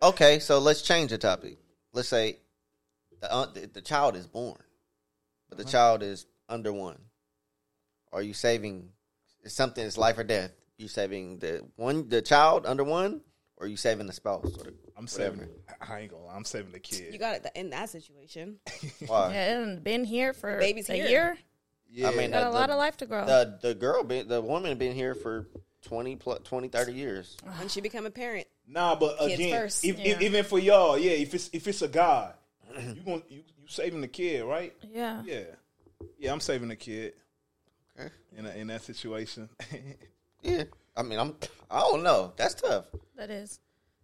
A: Okay, so let's change the topic. Let's say the uh, the, the child is born, but
B: Uh-huh.
A: the child is under one. Are you saving is something? It's life or death. You saving the one the child under one, or you saving the spouse? Or the,
B: I'm saving.
A: whatever?
B: I ain't gonna. lie, I'm saving the kid.
D: you got it in that situation.
A: Why?
C: Yeah, and been here for
D: Uh, Baby's
C: a
D: here.
C: year.
A: I mean,
C: Got
A: the-
C: a lot
A: the-
C: of life to grow.
A: the the girl been the woman been here for 20 plus 20 30 years
C: Uh-huh.
D: When she become a parent,
B: Nah, but
D: Kids
B: again,
D: first,
B: if, if-
C: yeah.
B: even for y'all, yeah, if it's if it's a guy, you gonna you, you saving the kid, right?
C: yeah.
B: Yeah, yeah, I'm saving the kid
A: okay
B: in a, in that situation.
A: yeah i mean i'm i don't know that's tough
C: that is.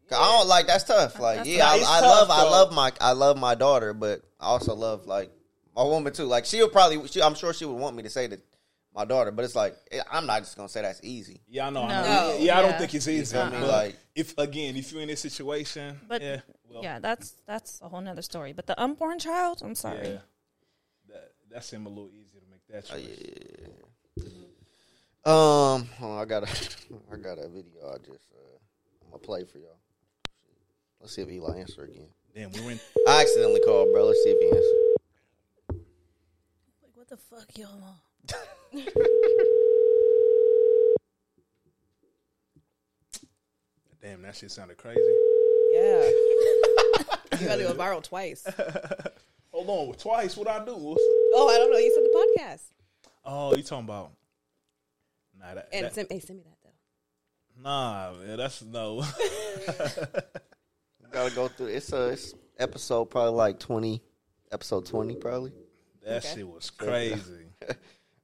A: 'Cause i don't like that's tough like
C: That's
A: yeah i,
B: tough.
A: I
B: It's
A: love
B: tough,
A: i
B: though.
A: love my i love my daughter but i also love like my woman too like she'll probably she, i'm sure she would want me to say that my daughter but it's like eh, i'm not just gonna say that's easy
B: yeah, I know. I
C: No.
B: know.
D: No,
B: yeah, I don't
C: yeah.
B: think it's easy.
A: feel me?
B: But
A: Like-
B: if again, if you're in this situation,
C: But
B: yeah,
C: yeah, that's that's a whole nother story. But the unborn child, I'm sorry.
B: Yeah. That that seemed a little easier to make that choice.
A: um hold on, i got a i got a video i just uh, i'm gonna play for y'all let's see if eli answer again
B: Damn, we were in
A: i accidentally called bro let's see if he answers
C: Like, what the fuck, y'all? on?
B: damn that shit sounded crazy.
D: yeah, you got to go viral twice.
B: Hold on, twice what I do.
D: Oh, I don't know. You said the podcast,
B: Oh, you talking about Nah, that,
D: and
B: that-
D: send, hey, send me that though.
B: nah, man, that's no.
A: gotta go through. It's a it's episode probably like twenty, episode twenty probably.
B: that shit was crazy.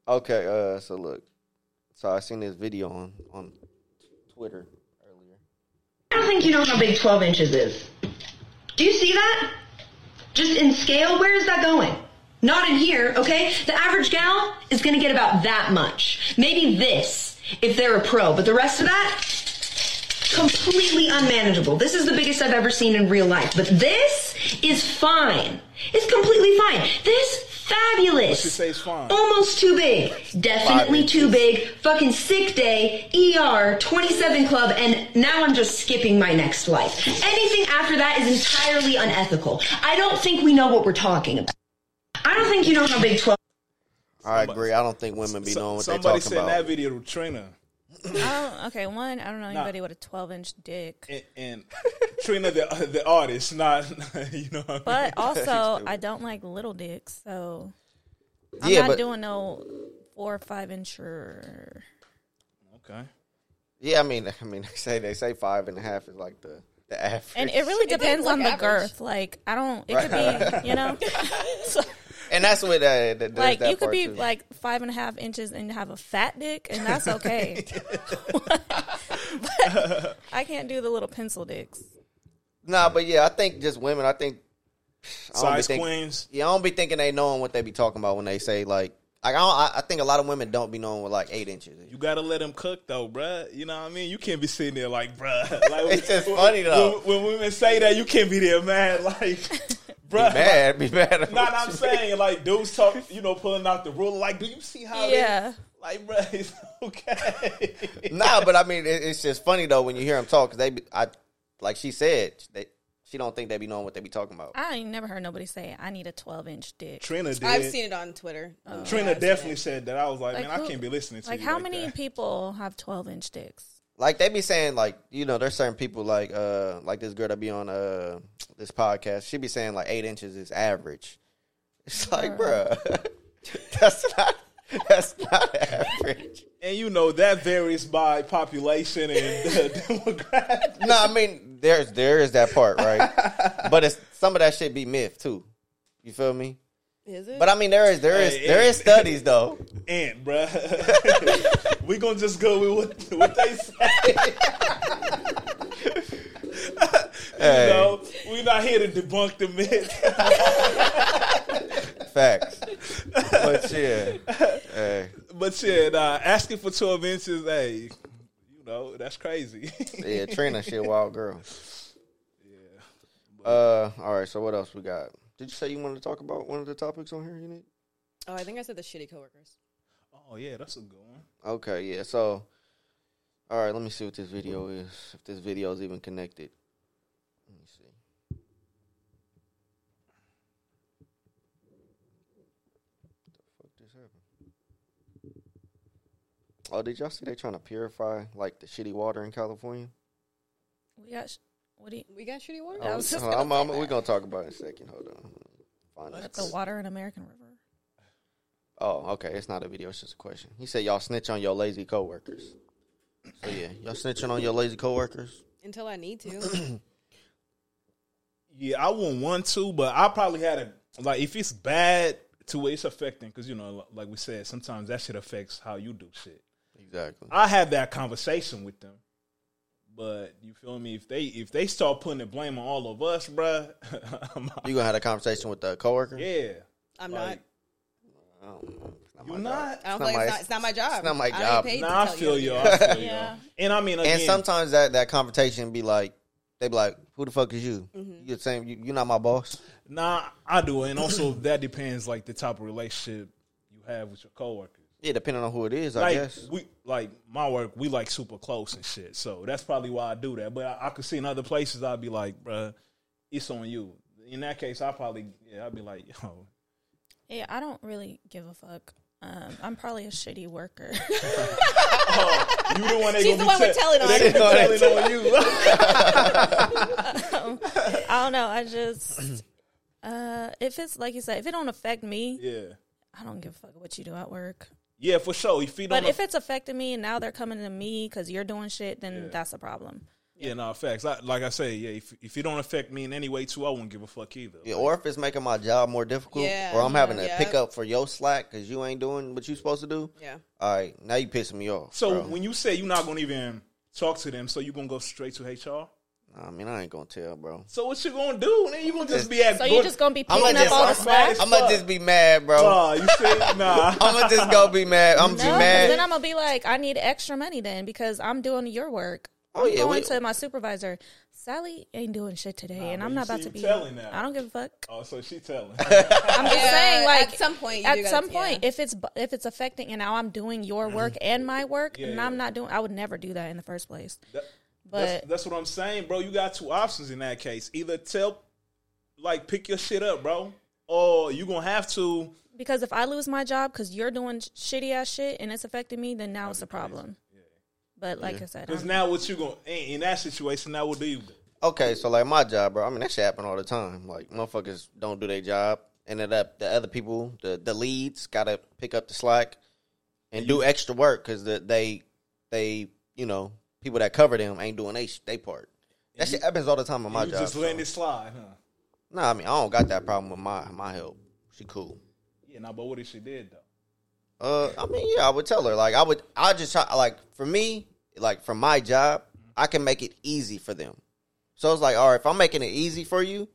A: Okay, uh, so look, so I seen this video on on Twitter earlier.
F: I don't think you know how big 12 inches is. Do you see that? Just in scale, where is that going? Not in here, okay? The average gal is gonna get about that much. Maybe this, if they're a pro, but the rest of that, completely unmanageable. This is the biggest I've ever seen in real life, but this is fine. It's completely fine. This, fabulous. Oh
B: She says fine.
F: Almost too big. Definitely
A: Five
F: too big. Fucking sick day, ER, 27 Club, and now I'm just skipping my next life. Anything after that is entirely unethical. I don't think we know what we're talking about. I don't think you know how big 12
A: I agree. I don't think women be knowing what they
B: somebody
A: talking
B: sent
A: about.
B: that video to Trina,
C: Oh, okay, one, I don't know anybody with a 12 inch dick.
B: and, and Trina the the artist, not you know. What I mean?
C: But also, I don't like little dicks, so I'm
A: yeah,
C: not
A: but
C: doing no four or five inch or.
B: Okay.
A: yeah, I mean, I mean, they say they say five and a half is like the the average,
C: And it really depends
D: look
C: on the
D: average.
C: girth. Like, I don't, it could be, you know? So-
A: and that's what uh, that, that,
C: like
A: that
C: you could
A: part
C: be
A: too.
C: like five and a half inches and have a fat dick, and that's okay. but I can't do the little pencil dicks.
A: nah, but yeah, I think just women. I think I don't be
B: Size
A: think-
B: queens.
A: Yeah, I don't be thinking they knowing what they be talking about when they say like. Like I, don't, I, I think a lot of women don't be knowing what like eight inches. is.
B: You gotta let them cook though, bruh. You know what I mean? You can't be sitting there like, bruh. Like,
A: It's just funny, though.
B: When, when women say that, you can't be there mad, like, bruh.
A: Mad, be mad.
B: No, no, I'm saying like dudes talk, you know, pulling out the ruler. Like, do you see how? they-
C: Yeah.
B: Like, bruh, it's okay.
A: nah, but I mean, it, it's just funny though when you hear them talk because they, be, I, like she said, they, she don't think they be knowing what they be talking about.
C: I ain't never heard nobody say I need a twelve inch dick.
B: Trina did.
D: I've seen it on Twitter. Um,
B: Trina definitely said that. I was like,
C: Like,
B: man,
C: who-
B: I can't be listening to
C: Like
B: you
C: how many
B: that.
C: people have twelve inch dicks?
A: Like they be saying, like you know, there's certain people like, uh, like this girl that be on uh this podcast, she be saying like eight inches is average. It's like, bruh, that's not, that's not average.
B: And you know that varies by population and uh, demographic.
A: No, I mean there's there is that part, right? but it's some of that shit be myth too. You feel me?
D: Is it?
A: But I mean there is there is there is studies though.
B: And bruh, we gonna just go with what, what they say. You know, we're not here to debunk the myth.
A: Facts. but yeah. Hey.
B: But yeah, nah, asking for twelve inches, hey, you know that's crazy.
A: Yeah, Trina, she a wild girl. Yeah. Uh all right, so what else we got? Did you say you wanted to talk about one of the topics on here, you need?
D: oh, I think I said the shitty coworkers.
B: oh yeah, that's a good one.
A: Okay, yeah. So all right, let me see what this video is. If this video is even connected. Let me see. The fuck just happened? Oh, did y'all see they trying to purify like the shitty water in California?
C: We got sh- what do you?
D: We got shitty water.
A: Oh,
C: was just
A: hold on, I'm, I'm, we're gonna talk about it in a second. Hold on. Find
C: The
A: it.
C: water in American River.
A: Oh, okay. It's not a video. It's just a question. He said y'all snitch on your lazy coworkers. So yeah, y'all snitching on your lazy coworkers.
D: Until I need to.
B: Yeah, I wouldn't want to, but I probably had a like if it's bad to where it's affecting because you know, like we said, sometimes that shit affects how you do shit.
A: Exactly.
B: I have that conversation with them. But you feel me? If they if they start putting the blame on all of us, bruh, I'm out.
A: You gonna have a conversation with the coworker?
B: yeah.
D: I'm not.
B: Like,
A: I don't know. It's not
B: you
A: my
B: not?
D: I
A: not
D: don't feel
A: my-
D: like it's not, it's not my job.
A: it's not my
D: I ain't
A: job.
D: paid to
B: Nah, I
D: tell
B: feel you.
D: you.
B: I feel
C: Yeah.
B: you. And I mean, again,
A: And sometimes that that conversation be like, they be like, "Who the fuck is you? You're saying you, you're not my boss."
B: nah, I do. And also, that depends like the type of relationship you have with your coworkers.
A: Yeah, depending on who it is, I
B: like
A: guess.
B: we like my work, we like super close and shit. So that's probably why I do that. But I, I could see in other places, I'd be like, bruh, it's on you. In that case, I probably yeah, I'd be like, yo,
C: Yeah, I don't really give a fuck. Um, I'm probably a shitty worker.
B: you the one they gonna
D: She's the
B: be
D: one
B: tell-
D: we're telling on.
B: they gonna be telling on you.
C: I don't know. I just uh, if it's like you said, if it don't affect me,
B: yeah,
C: I don't give a fuck what you do at work.
B: yeah, for sure. If you don't,
C: But if it's affecting me and now they're coming to me because you're doing shit, then that's a problem.
B: yeah, no facts. I, like I say, yeah, if if you don't affect me in any way too, I won't give a fuck either.
A: Yeah, or if it's making my job more difficult,
D: Yeah,
A: or I'm having to
D: yeah.
A: pick up for your slack because you ain't doing what you supposed to do.
D: Yeah.
A: All right, now you pissing me off.
B: So
A: bro.
B: when you say you're not gonna even talk to them, so you gonna go straight to HR.
A: I mean, I ain't gonna tell, bro.
B: So what you gonna do? Then you gonna just be at
C: So you're just gonna be
A: I'm
C: picking
A: gonna
C: up all the
A: just-
C: slack.
A: I'm gonna just be mad, bro.
B: Oh, you see, nah.
A: I'm gonna just go be mad. I'm
C: No,
A: be
C: 'cause
A: mad.
C: then I'm gonna be like, I need extra money then because I'm doing your work.
A: Oh,
C: I'm
A: yeah,
C: going
A: we-
C: to my supervisor. Sally ain't doing shit today, and
B: but
C: I'm
B: you
C: not
B: see
C: about
B: you
C: to be.
B: telling that.
C: I don't give a fuck.
B: Oh, so she telling.
C: I'm just
D: Yeah,
C: saying, like
D: at some point you
C: at
D: do gotta-
C: some point,
D: yeah.
C: if it's bu- if it's affecting, and now I'm doing your
A: Mm-hmm.
C: work and my work, and I'm not doing, I would never do that in the first place.
B: That-
C: But
B: that's, that's what I'm saying, bro. You got two options in that case. Either tell, like, pick your shit up, bro, Oh, you gonna have to.
C: Because if I lose my job because you're doing sh- shitty ass shit and it's affecting me, then now it's a problem. But like I said,
B: Because
C: I'm-
B: now what you gonna in in that situation? Now what do you do?
A: Okay, so like my job, bro. I mean, that shit happen all the time. Like motherfuckers don't do their job, and then up the other people, the the leads, gotta pick up the slack and do extra work because the, they they you know people that cover them ain't doing they they part. That shit happens all the time on my
B: you
A: job.
B: just letting
A: so.
B: it slide, huh?
A: Nah, I mean I don't got that problem with my my help. She cool.
B: Yeah, now but what if she did though?
A: Uh, I mean, yeah, I would tell her. Like, I would, I just try. Like, for me, like for my job, I can make it easy for them. So it's like, all right, if I'm making it easy for you,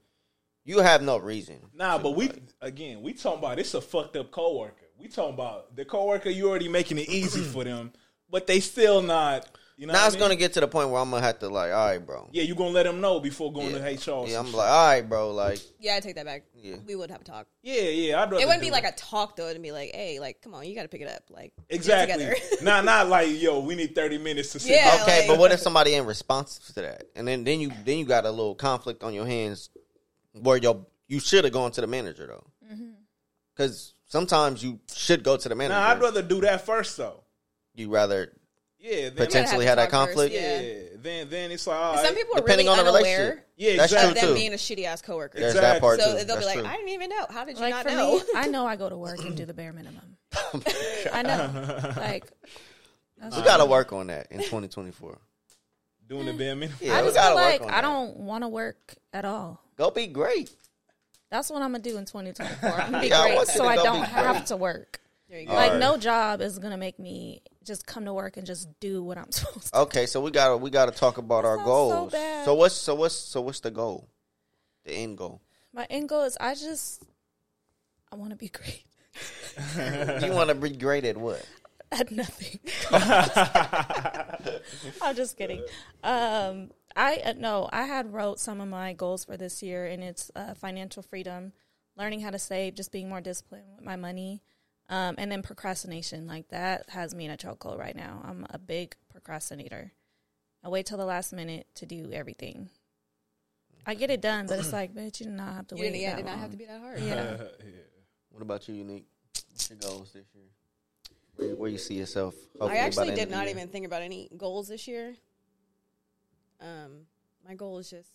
A: you have no reason.
B: Nah, but we again we talking about it's a fucked up coworker. We talking about the coworker you already making it easy for them, but they still not. You know,
A: now
B: what
A: it's
B: I mean?
A: gonna get to the point where I'm gonna have to like, all right, bro.
B: Yeah, you gonna let them know before going to HR. or
A: yeah, I'm
B: some shit.
A: like, all right, bro. Like,
D: Yeah, I take that back.
A: Yeah.
D: We would have a talk.
B: yeah, yeah. I'd rather
D: It wouldn't be
B: do
D: like a talk though. It'd be like, hey, like, come on, you got to pick it up. Like, get it
B: exactly.
D: together.
B: Not not like yo, we need thirty minutes to sit.
D: Yeah.
B: down.
A: okay,
D: like-
A: but what if somebody ain't responsive to that, and then then you then you got a little conflict on your hands where your you should have gone to the manager though,
D: Mm-hmm.
A: because sometimes you should go to the manager.
B: Nah, I'd rather do that first though.
A: you rather
B: Yeah, then
D: Gotta
A: Potential- Potentially had
D: have a
A: that
D: talk
A: conflict?
B: yeah.
D: Yeah.
B: Then then it's like all right.
D: Some people are
A: depending
D: really
A: on the
D: unaware
A: relationship.
B: Yeah,
A: that's
D: of
A: true
B: exactly.
D: them
A: too.
D: being a shitty ass coworker.
A: There's
B: Exactly.
A: that part
D: So
A: too.
D: they'll be
A: That's
D: like,
A: true.
D: I didn't even know. How did you
C: like
D: not
C: for
D: know?
C: me, I know I go to work and do the bare minimum.
A: Oh
C: I know, like
A: we gotta work on that in 2024.
B: doing the bare minimum.
A: Yeah,
C: I
A: we
C: just
A: gotta
C: feel
A: work
C: like
A: on
C: I
A: that.
C: don't want to work at all.
A: Go be great.
C: That's what I'm gonna do in 2024. I'm gonna be
A: Yeah, I
C: great,
A: want you
C: so
A: to
C: I
A: go
C: don't
A: be
C: have
A: great.
C: to work.
D: There you go.
C: Like
A: Alright.
C: no job is gonna make me just come to work and just do what I'm supposed to.
A: Okay, so we gotta we gotta talk about our
C: sounds so
A: goals. So,
C: bad.
A: what's so what's so what's the goal? The end goal.
C: My end goal is I just I want to be great
A: You want to be great at what?
C: at nothing. I'm just kidding. Um, I uh, no, I had wrote some of my goals for this year, and it's uh, financial freedom, learning how to save, just being more disciplined with my money, um, and then procrastination. Like that has me in a chokehold right now. I'm a big procrastinator. I wait till the last minute to do everything. I get it done, but it's like, bitch, you did not have to
D: You
C: wait.
D: didn't, yeah,
C: that
D: did not
C: long.
D: have to be that hard.
C: Yeah.
A: What about you, Unique? What's your goals this year? Where, where you see yourself?
D: I
A: hopefully, by the
D: actually
A: end
D: did
A: of the
D: not
A: year?
D: even think about any goals this year. Um, my goal is just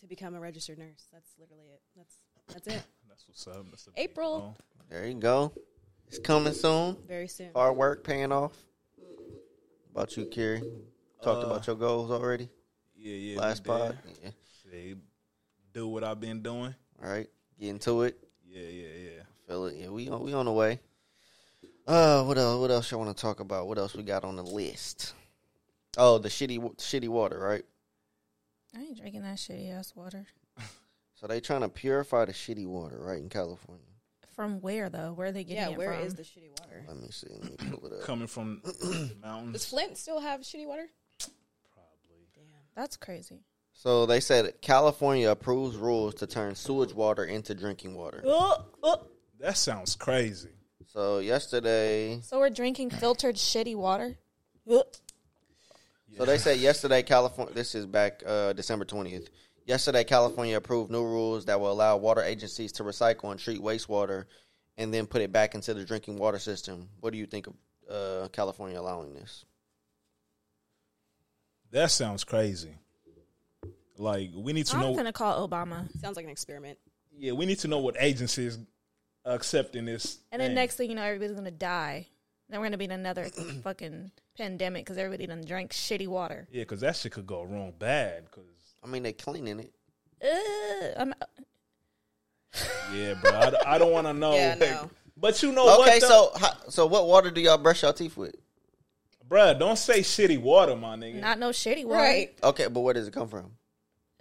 D: to become a registered nurse. That's literally it. That's that's it.
B: That's what's up. That's a big
D: April.
B: goal.
A: There you go. It's coming soon.
D: Very soon.
A: Hard work paying off. About you, Carrie. Talked about your goals already.
B: Yeah, yeah.
A: Last
B: we did.
A: pod. Yeah.
B: Say, do what I've been doing.
A: All right. Get into it.
B: Yeah, yeah, yeah.
A: Feel it. Yeah, we on, we on the way. Uh, what else? What else you want to talk about? What else we got on the list? Oh, the shitty wa- shitty water, right?
C: I ain't drinking that shitty ass water.
A: So they trying to purify the shitty water, right, in California.
C: From where though? Where are they getting
D: Yeah,
C: it
D: where
C: from?
D: is the shitty water?
A: Let me see. Let me pull it up.
B: Coming from the mountains.
D: Does Flint still have shitty water?
C: That's crazy.
A: So they said California approves rules to turn sewage water into drinking water.
B: That sounds crazy.
A: So yesterday,
C: So we're drinking filtered shitty water.
A: So they said yesterday, California. This is back uh, December twentieth. Yesterday, California approved new rules that will allow water agencies to recycle and treat wastewater, and then put it back into the drinking water system. What do you think of uh, California allowing this?
B: That sounds crazy. Like we need to know.
C: I'm gonna call Obama,
D: Sounds like an experiment.
B: yeah, we need to know what agencies accepting this.
C: and then
B: thing.
C: next thing you know, everybody's gonna die. Then we're gonna be in another fucking pandemic because everybody done drank shitty water.
B: yeah, because that shit could go wrong bad. Because
A: I mean, they cleaning it.
C: Ugh, I'm,
B: yeah, bro, I, d- I don't want to know.
D: Yeah, no.
B: But you know
A: okay,
B: what? though?
A: so how, so what water do y'all brush your teeth with?
B: Bruh, don't say shitty water, my nigga.
C: not no shitty water.
D: Right.
A: Okay, but where does it come from?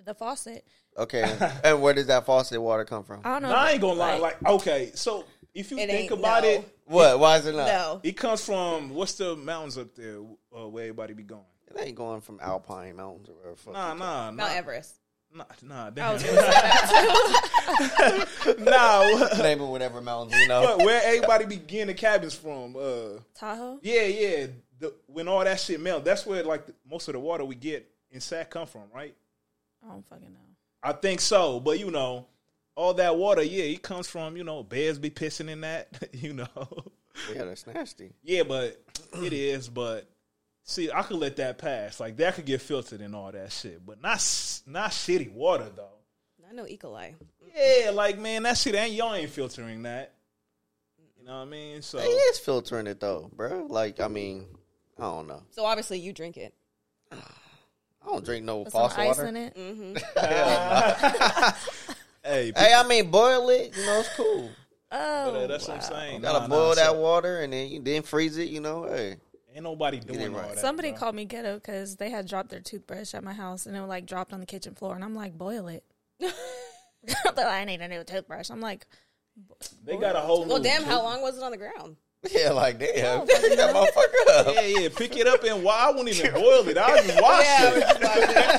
C: The faucet.
A: Okay, and where does that faucet water come from?
C: I don't know.
B: Nah, I ain't gonna lie. Like, okay, so if you
D: It
B: think
D: ain't,
B: about
D: no.
B: it,
A: What? Why is it
B: Uh,
A: not?
D: No.
B: it comes from what's the mountains up there uh, where everybody be going?
A: It ain't going from Alpine Mountains or wherever. the fuck
B: Nah,
A: it-
B: nah, nah,
D: Mount Everest.
B: nah, nah. damn. nah, what-
A: Name it whatever mountains you know.
B: but where everybody be getting the cabins from? Uh,
C: Tahoe.
B: yeah, yeah. The, when all that shit melt, that's where like the, most of the water we get in Sac come from, right?
C: I don't fucking know.
B: I think so, but you know, all that water, yeah, it comes from you know bears be pissing in that, you know.
A: Yeah, that's nasty.
B: Yeah, but it is. But see, I could let that pass. Like that could get filtered and all that shit. But not s- not shitty water though.
D: Not no E. coli.
B: Yeah, like man, that shit ain't y'all ain't filtering that. You know what I mean? So
A: It is filtering it though, bro. Like, I mean, I don't know.
D: So obviously you drink it.
A: I don't drink no
C: Put some
A: faucet
C: ice
A: water.
C: in it.
B: hey,
A: Hey, I mean, boil it. You know, it's cool.
C: Oh,
B: that's what I'm saying.
A: You gotta
B: Nah, nah,
A: boil that
B: so
A: water and then you then freeze it. You know, hey,
B: Ain't nobody doing
A: right.
B: all that.
C: somebody
B: bro.
C: called me ghetto because they had dropped their toothbrush at my house and it like dropped on the kitchen floor, and I'm like, boil it. They're like, I need a new toothbrush. I'm like,
B: They got a whole.
D: Well,
B: new-
D: damn, how long was it on the ground?
A: yeah, like damn, pick that motherfucker up.
B: Yeah, yeah. Pick it up and why I wouldn't even boil it. I just wash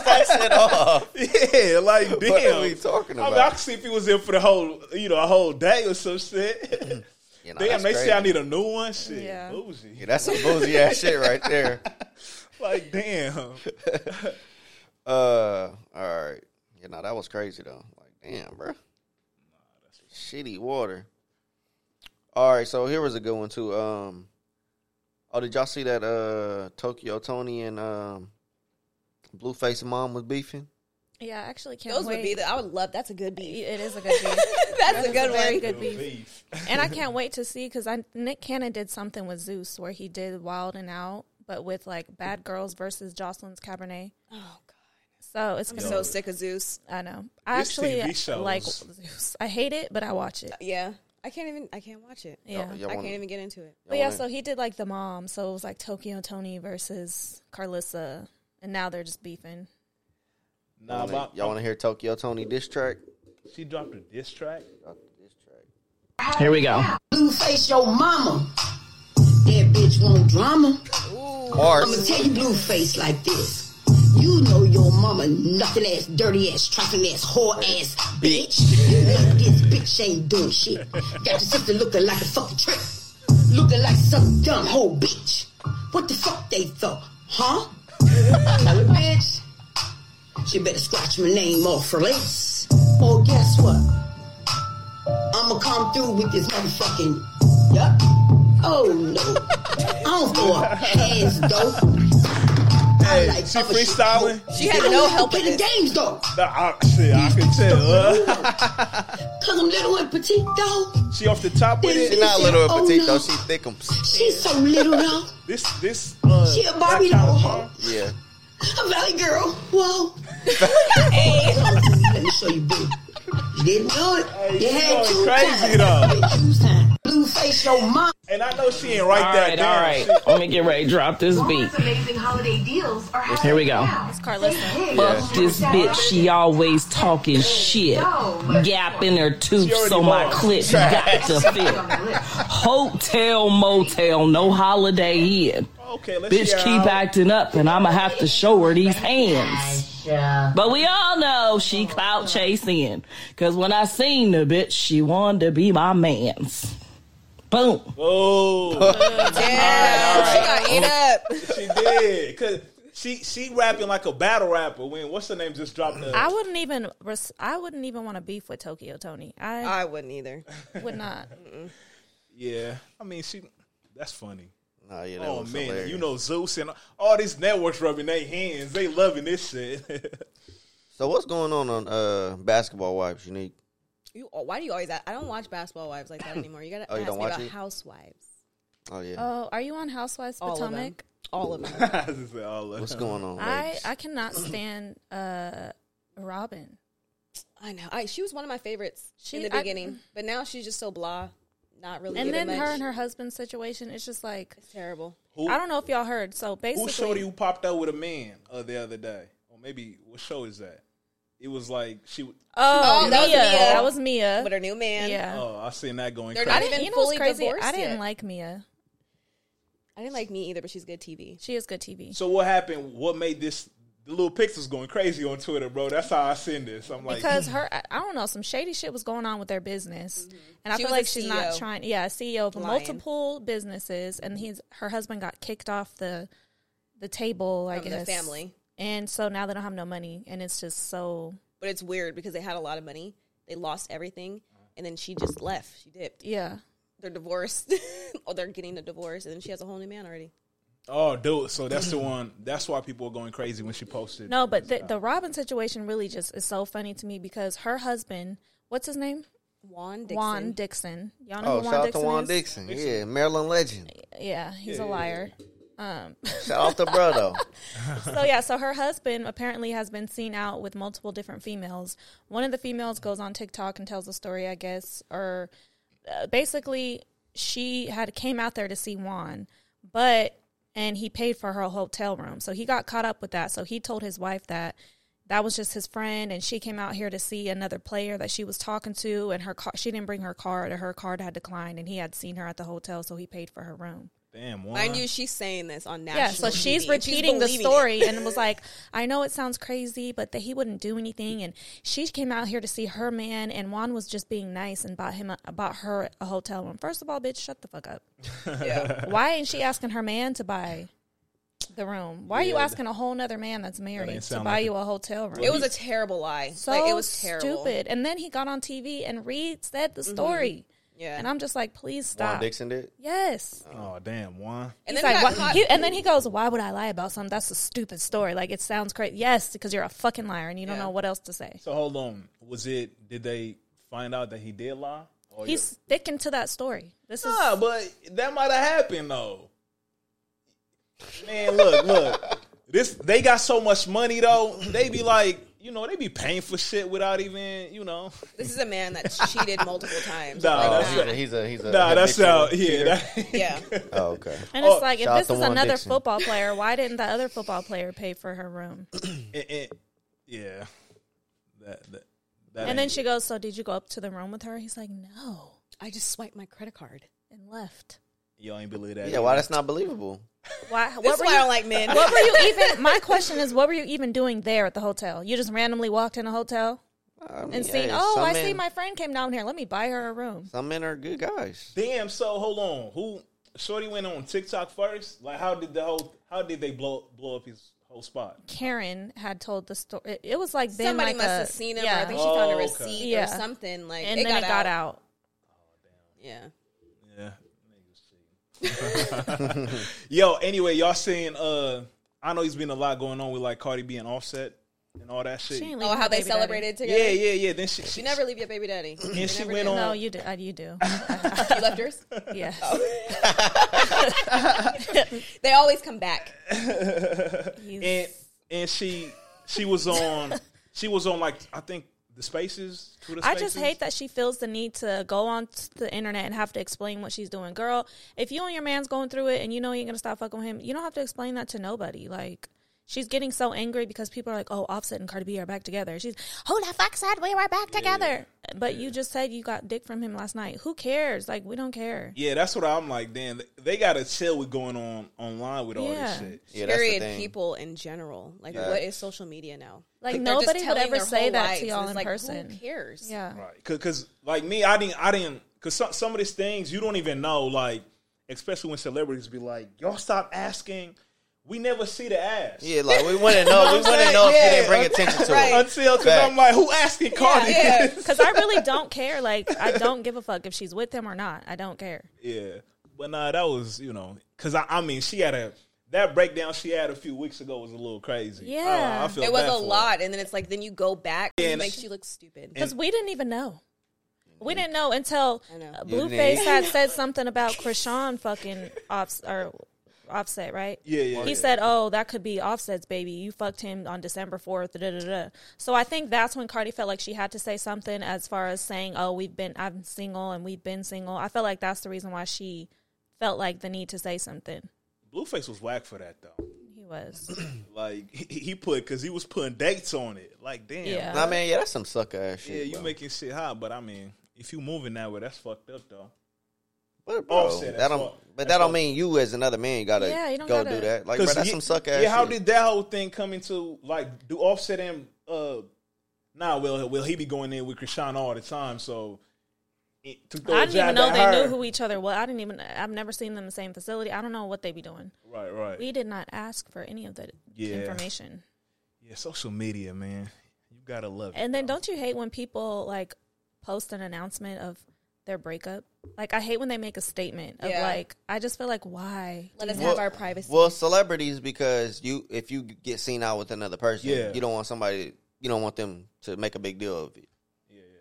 A: Fix it off.
B: it. Yeah, like damn.
A: What are we talking
B: I mean, I
A: about?
B: could see if he was in for the whole, you know, a whole day or some shit.
A: You know,
B: Damn,
A: that's
B: they
A: crazy.
B: say I need a new one. Shit,
C: Yeah.
B: bougie.
A: Yeah, that's some boozy ass shit right there.
B: Like, damn.
A: Uh, all right. You know that was crazy though. Like, damn, bro. Shitty water. All right, so here was a good one too. Um, oh, did y'all see that? Uh, Tokyo Tony and um, Blueface mom was beefing.
C: yeah, I actually can't
D: Those
C: wait.
D: would be the. I would love. That's a good beat.
C: it is a good beef.
D: That's a good
C: very
D: one.
C: good beef.
B: Beef.
C: And I can't wait to see because Nick Cannon did something with Zeus where he did Wild and Out, but with like Bad Girls versus Jocelyn's Cabernet.
D: Oh god,
C: So it's
D: I'm
C: gonna.
D: so sick of Zeus.
C: I know. I
B: These TV
C: actually like
B: shows.
C: Zeus. I hate it, but I watch it.
D: Yeah, I can't even. I can't watch it.
C: Yeah.
A: Y'all
D: I
A: wanna-
D: can't even get into it.
C: But yeah,
A: wanna-
C: so he did like the mom. So it was like Tokyo Tony versus Carlissa. And now they're just beefing.
B: Nah,
A: Wanna-
B: but
A: y'all want to hear Tokyo Tony diss track?
B: she dropped a diss track.
A: Diss track.
G: Here we go. Blueface your mama. That bitch want drama. I'ma
A: Bars.
G: tell you blueface like this. You know your mama nothing ass, dirty ass, trifling ass, whore ass bitch. You know this bitch ain't doing shit. Got your sister looking like a fucking trick. Looking like some dumb hoe bitch. What the fuck they thought, huh? Tell her bitch. She better scratch my name off her lips. Or guess what? I'ma come through with this motherfucking. Yup. Oh no. I don't throw up hands though.
B: Hey,
G: like
B: she
G: other shit.
B: freestyling.
D: She had no help
G: in
D: with
G: the
D: it.
G: games though.
B: Nah, I, shit, I can tell. uh.
G: Cause I'm little and petite though.
B: she off the top with
A: She
B: it.
A: not little and
G: Oh,
A: petite
G: no.
A: though. She thickums.
G: She's so little though.
B: This, this. Uh,
G: She a Barbie
B: that kind
G: doll
B: of
G: hoe.
B: mom.
A: Yeah.
G: A valley girl. Whoa. Let me show you big. You didn't know it. you
B: she
G: had
B: going
G: two
B: crazy, though.
G: times. Two times. Blue face your mom.
B: And I know she ain't right
H: All
B: that
H: right,
B: down.
H: all right. Let me get ready. to Drop this beat.
E: amazing holiday deals are
H: Here we go.
C: It's Carlissa.
H: Fuck this bitch. She always talking shit. Gap in her tooth,
B: already
H: so my
B: lost.
H: clip got to fit. Hotel, motel, no holiday in.
B: Okay, let's
H: Bitch
B: hear
H: keep
B: how-
H: acting up, and I'ma have to show her these hands. But we all know she clout chasing. Cause when I seen the bitch, she wanted to be my man's. Boom.
B: Oh,
D: Yeah, she got ate up.
B: she did. Cause she she rapping like a battle rapper. When what's her name just dropped the
C: I wouldn't even. Res- I wouldn't even want to beef with Tokyo Tony. I
D: I wouldn't either.
C: would not.
B: Yeah, I mean she. That's funny.
A: Nah, yeah, that
B: Oh
A: was
B: man,
A: hilarious.
B: you know Zeus and all these networks rubbing their hands. They loving this shit.
A: So what's going on on uh, basketball wives? Unique.
D: You, oh, why do you always? Ask, I don't watch Basketball Wives like that anymore. You gotta
A: Oh, you
D: ask
A: don't
D: me
A: watch
D: about
A: it?
D: Housewives.
A: Oh yeah.
C: Oh, are you on Housewives
D: All
C: Potomac?
D: of them. All of them.
B: I just said "Oh, all of
A: what's
G: Uh,
B: them.
A: going on?
C: I
A: ladies?
C: I cannot stand uh Robin.
D: I know. I, she was one of my favorites
C: She-
D: in the
C: I-
D: beginning, but now she's just so blah, not really.
C: And
D: giving
C: then her
D: much.
C: and her husband's situation. It's just like
D: It's terrible.
B: Who,
C: I don't know if y'all heard. So
B: who shorty
C: basically,
B: who popped out with a man uh, the other day, or maybe what show is that? It was like she.
C: oh,
D: Oh,
C: that
D: that was
C: Mia,
D: Mia.
C: that was Mia.
D: With her new man,
C: Yeah,
B: Oh, I seen that going.
D: They're
B: Crazy.
D: not
C: I didn't.
D: even
C: You know what's
D: fully
C: crazy? I
D: divorced
C: didn't
D: yet.
C: like Mia.
D: I didn't like me either, but she's good TV.
C: She is good TV.
B: So what happened? What made this? The little pixels going crazy on Twitter, bro. That's how I seen this. I'm like,
C: because
D: Mm-hmm.
C: her I I don't know some shady shit was going on with their business and I
D: She
C: feel
D: was a
C: like she's not
D: CEO.
C: trying yeah CEO of
D: Lying.
C: multiple businesses and he's her husband got kicked off the the table I
D: From the
C: guess
D: family.
C: and so now they don't have no money and it's just so
D: But it's weird because they had a lot of money They lost everything, and then she just left. She dipped.
C: Yeah.
D: They're divorced, or they're getting a divorce, and then she has a whole new man already.
B: Oh, dude. So that's the one. That's why people were going crazy when she posted.
C: No, but the, the Robin situation really just is so funny to me because her husband, what's his name?
D: Juan Dixon.
C: Juan Dixon. Y'all know
A: Oh,
C: who
A: shout
C: Juan
A: out to
C: Dixon
A: Juan
C: is?
A: Dixon. Yeah, Maryland legend.
C: Yeah, he's a liar. Um,
A: Shout out to bro though.
C: so yeah, so her husband apparently has been seen out with multiple different females. One of the females goes on TikTok and tells a story, I guess, or uh, basically she had came out there to see Juan, but and he paid for her hotel room, so he got caught up with that. So he told his wife that that was just his friend, and she came out here to see another player that she was talking to, and her car, she didn't bring her card, or her card had declined, and he had seen her at the hotel, so he paid for her room.
B: Damn, one.
D: Mind you, she's saying this on national.
C: Yeah, so she's
D: TV, and she's
C: repeating the
D: believing it.
C: story and was like, I know it sounds crazy, but that he wouldn't do anything. And she came out here to see her man, and Juan was just being nice and bought him a, bought her a hotel room. First of all, bitch, shut the fuck up. Why ain't she asking her man to buy the room? Why are you asking a whole nother man that's married
B: ain't
C: to
B: sound
C: buy
B: like
C: you a hotel room?
D: It was a terrible lie.
C: so
D: like, it was terrible. Mm-hmm.
C: stupid. And then he got on TV and read said the story.
D: Yeah.
C: And I'm just like, please
A: Juan
C: stop.
A: Dixon did.
C: Yes.
B: Oh, damn, one.
D: And
C: He's
D: then
C: like,
D: got
C: "Why-"
D: caught-
C: he- and then he goes, "Why would I lie about something? That's a stupid story. Like it sounds crazy. Yes, because you're a fucking liar and you don't know what else to say."
B: So hold on. Was it? Did they find out that he did lie?
D: Oh,
B: Or
C: He's sticking to that story. This is
B: Nah, but that might have happened though. Man, look, look. This they got so much money though. They be like, you know, they be paying for shit without even, you know.
D: this is a man that cheated multiple times.
B: Nah,
D: Like,
A: Oh,
B: that's
A: he's a he's a, he's a
B: Nah, that's
A: habitual
B: how.
A: cheater.
B: Yeah, that-
D: yeah.
A: Oh, okay.
C: and it's
B: Oh,
C: like if
A: shout out
C: this
A: to
C: is
A: Juan
C: another
A: Dixon.
C: football player, why didn't the other football player pay for her room?
B: it- it- yeah. That that. that
C: And then
B: ain't-
C: she goes, "So did you go up to the room with her?" He's like, "No,"
D: I just swiped my credit card.
C: and left.
B: y'all ain't believe that.
A: Yeah, why that's not believable.
C: Why? What
D: That's
C: were
D: why I
C: you?
D: don't like men.
C: what were you even? My question is, what were you even doing there at the hotel? You just randomly walked in a hotel
A: I mean,
C: and seen,
A: hey,
C: "Oh,
A: Um, some
C: I
A: men,
C: see my friend came down here. Let me buy her a room."
A: Some men are good guys.
B: Damn. So hold on. Who? Shorty went on TikTok first. Like, how did the whole? How did they blow blow up his whole spot?
C: Karen had told the story. It, it was like been
D: Somebody
C: like
D: must
C: a-
D: have seen him. Or I
C: yeah.
D: think she found a
B: Oh, okay.
D: receipt or
C: Yeah.
D: something. Like,
C: and
D: it
C: then
D: got
C: it got out.
D: Yeah.
B: Yeah. Yo, anyway, y'all saying uh I know there's been a lot going on with like Cardi being offset and all that shit.
C: She ain't
D: Oh,
C: leaving
D: how
C: her
D: they
C: baby daddy.
D: celebrated together.
B: Yeah, yeah, yeah. Then she, she
D: You never leave your baby daddy. You
B: and she
D: never
B: went
D: do.
B: on
C: No, you do. uh, You do.
D: You left yours.
C: Yes.
D: They always come back.
C: He's-
B: and and she she was on she was on like I think the spaces, Twitter
C: I
B: spaces.
C: just hate that she feels the need to go on t- the internet and have to explain what she's doing. Girl, if you and your man's going through it and you know you ain't gonna stop fucking with him, you don't have to explain that to nobody. Like she's getting so angry because people are like, "Oh, Offset and Cardi B are back together." She's, "Who the fuck said we were back together?" But you just said you got dick from him last night. Who cares? Like we don't care.
B: Yeah, that's what I'm like, damn, they- they gotta chill with going on online with all this
C: Yeah.
B: shit.
A: Yeah, that's the
D: Period.
A: thing.
D: People in general. Like, what is social media now?
C: Like,
D: they're just
C: nobody would
D: telling
C: ever
D: their
C: say
D: whole
C: that
D: lives,
C: to
D: and
C: y'all
D: it's
C: in
D: like, Who
C: person.
D: cares?
C: Yeah.
B: Right. Cause, 'cause, like me, I didn't, I didn't, cause some, some of these things you don't even know. Like, especially when celebrities be like, "Y'all stop asking." We never see the ass.
A: Yeah, like we wouldn't know. we wouldn't know if
B: Yeah,
A: you didn't bring
B: okay.
A: attention to
D: Right.
A: it.
B: Until, cause
A: Facts.
B: I'm like, who asking Cardi?
D: Yeah.
C: Because I really don't care. Like, I don't give a fuck if she's with him or not. I don't care.
B: Yeah. But nah, that was, you know, cause I, I mean, she had a that breakdown she had a few weeks ago was a little crazy.
C: Yeah.
B: I, I feel
D: It was
B: bad
D: a
B: for her.
D: lot, and then it's like, then you go back,
B: Yeah,
D: and it
B: and-
D: makes you look stupid.
C: Because we didn't even know. We didn't know until
D: I know.
C: uh,
A: didn't
C: Blueface
A: either.
C: had said something about Krishan fucking offs or Offset, right?
B: Yeah, yeah,
C: He
B: yeah.
C: said, "Oh, that could be Offset's baby. You fucked him on December fourth. Da, da, da, da. So I think that's when Cardi felt like she had to say something as far as saying, "Oh, we've been I'm single and we've been single." I felt like that's the reason why she felt like the need to say something.
B: Blueface was whack for that though.
C: He was.
B: Like he, he put, cause he was putting dates on it. Like, damn.
C: Yeah.
A: Nah, man, yeah, that's some sucker ass shit.
B: Yeah, you
A: bro.
B: making shit hot, but I mean, if you moving that way, that's fucked up though.
A: But, bro,
B: Oh, shit,
A: that
B: that's
A: don't.
B: all.
A: But
B: That's
A: that
B: all.
A: don't mean you as another man gotta
C: Yeah, you don't
A: go
C: gotta-
A: do that. Like, bro, that's
B: yeah,
A: some sucker ass.
B: yeah, how
A: shit.
B: did that whole thing come into like? Do Offset and uh, nah, well, well, he be going in with Krishan all the time, so it, to throw
C: I
B: a
C: didn't
B: jab
C: even know
B: at
C: they
B: her-
C: knew who each other was. I didn't even. I've never seen them in the same facility. I don't know what they be doing.
B: Right, right.
C: We did not ask for any of the
B: Yeah.
C: information.
B: yeah, social media, man, you gotta love it.
C: And then don't you hate when people like post an announcement of their breakup. Like I hate when they make a statement of
D: Yeah.
C: like I just feel like why
D: Let us
A: Well-
D: have our privacy.
A: Well, celebrities because you if you get seen out with another person,
B: Yeah.
A: you don't want somebody you don't want them to make a big deal of it.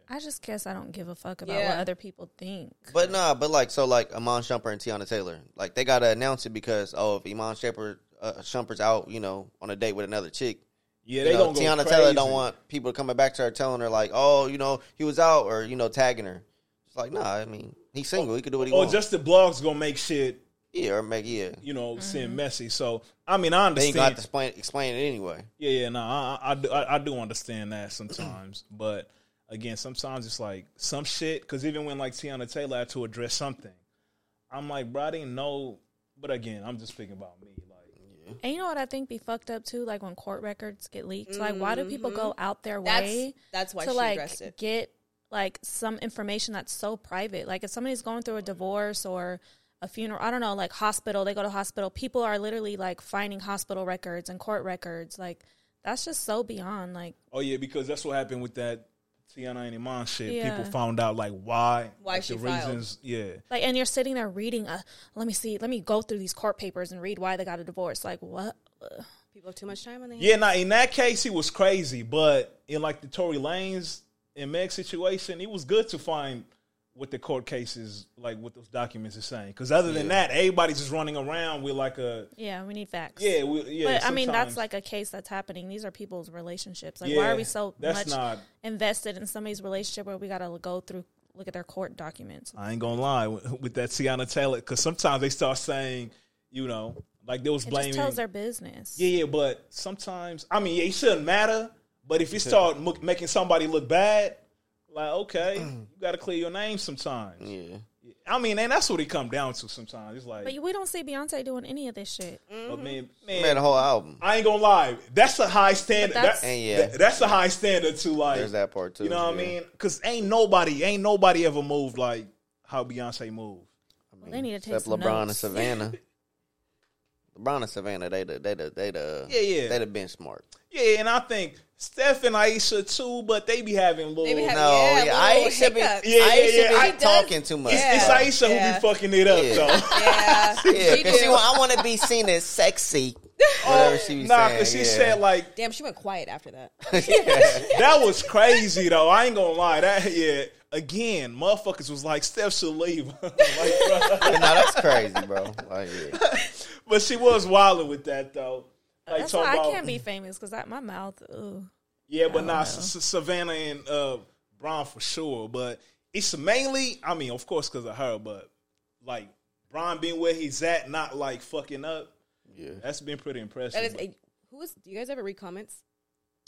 C: I just guess I don't give a fuck about
D: Yeah.
C: what other people think.
A: But nah, but like so like Iman Shumpert and Tiana Taylor, like they gotta announce it because oh if Iman Shumpert uh, Shumpert's out, you know, on a date with another chick,
B: Yeah,
A: you
B: they
A: know,
B: gonna go
A: Tiana
B: crazy.
A: Taylor don't want people coming back to her telling her like oh you know he was out or you know tagging her. It's like nah, I mean he's single, he can do what he
B: Or
A: wants.
B: Oh, just the blogs gonna make shit,
A: yeah, or make yeah.
B: you know,
C: Mm-hmm.
B: seem messy. So I mean, I
A: They
B: understand.
A: ain't gonna have to explain, explain it anyway.
B: Yeah, yeah, no, I, I, I do, I, I do understand that sometimes, but again, sometimes it's like some shit. Because even when like Tiana Taylor had to address something, I'm like, bro, I didn't know. But again, I'm just thinking about me. Like,
C: And you know what I think be fucked up too? Like when court records get leaked. Like why do people go out their
D: Mm-hmm. That's-
C: way?
D: that's why
C: to
D: she
C: like
D: addressed it.
C: get like some information that's so private. Like if somebody's going through a divorce or a funeral, I don't know, like hospital, they go to hospital. People are literally like finding hospital records and court records. Like that's just so beyond. Like
B: oh yeah, because that's what happened with that Tiana and Iman shit.
C: Yeah.
B: People found out like why,
D: Why
B: like,
D: she filed.
B: Yeah,
C: like and you're sitting there reading a let me see, let me go through these court papers and read why they got a divorce. Like what
D: People have too much time on their hands.
B: yeah. Now in that case, he was crazy, but in like the Tory Lanes and Meg situation, it was good to find. What the court cases like? What those documents are saying? Because other than that, everybody's just running around with like a
C: Yeah, we need facts.
B: Yeah, we, yeah.
C: But I mean, that's
B: sometimes.
C: like a case that's happening. These are people's relationships. Like, why
B: Yeah,
C: are we so
B: that's
C: much
B: not-
C: invested in somebody's relationship where we got to go through, look at their court documents?
B: I ain't gonna lie with, with that Tiana Taylor because sometimes they start saying, you know, like they was
C: It
B: blaming.
C: just tells their business.
B: yeah, yeah, but sometimes I mean, yeah, it shouldn't matter. But if you start mo- making somebody look bad, like okay, you got to clear your name sometimes.
A: Yeah.
B: I mean, and that's what it come down to sometimes. It's like,
C: But we don't see Beyonce doing any of this shit.
B: I mean,
A: He
D: Mm-hmm.
B: man,
A: made a whole album.
B: I ain't gonna lie, that's a high standard.
C: But that's-
B: That-
A: And yeah.
B: that- that's a high standard to like.
A: There's that part too.
B: You know what
A: yeah.
B: I mean? Because ain't nobody, ain't nobody ever moved like how Beyonce moved.
C: Well, they need to take
A: Mm. Except
C: some
A: LeBron and
C: notes.
A: Savannah. LeBron and Savannah, they the they the they the
B: Yeah, yeah.
A: they the benchmark.
B: Yeah, and I think Steph and Aisha too, but they be having little.
D: They be having-
A: No,
D: yeah,
A: yeah, I
D: little
A: ain't should be, yeah,
D: hiccups.
A: yeah,
B: Yeah, yeah, yeah.
A: yeah,
B: I-
A: I talking too much.
B: it's
D: Yeah.
B: Aisha
D: Yeah.
B: who be fucking it up
A: Yeah.
B: though.
D: Yeah.
A: Yeah,
D: She
A: because
D: do.
A: she want, I want to be seen as sexy. Whatever she was
B: nah,
A: saying.
B: because she
A: yeah.
B: said like
D: Damn, she went quiet after that.
B: that was crazy though. I ain't gonna lie, that yeah. Again, motherfuckers was like Steph should leave, Like, bruh.
A: no, that's crazy, bro. Like, yeah.
B: but she was wilding with that though. Like
C: Uh, That's
B: talking
C: why I
B: about-
C: can't be famous because my mouth. Ooh.
B: Yeah, but nah, S- S- Savannah and uh, Bron for sure. But it's mainly, I mean, of course, because of her. But like Bron being where he's at, not like fucking up. Yeah, that's been pretty impressive.
D: That is,
B: but-
D: who is? Do you guys ever read comments?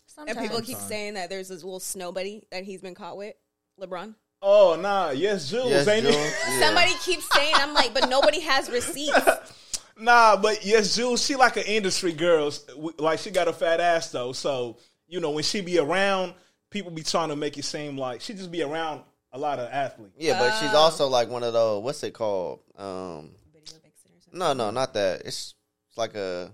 C: Sometimes.
D: And people keep saying that there's this little snow buddy that he's been caught with, LeBron.
B: oh nah, yes, Jules,
A: Yes,
B: ain't
A: Jules,
B: it?
A: yeah.
D: Somebody keeps saying, I'm like, but nobody has receipts.
B: nah, but yes, Jules, she like an industry girl. S- w- Like she got a fat ass though, so you know when she be around, people be trying to make it seem like she just be around a lot of athletes.
A: Yeah, but she's also like one of those. What's it called? Um, no, no, not that. It's, it's like a,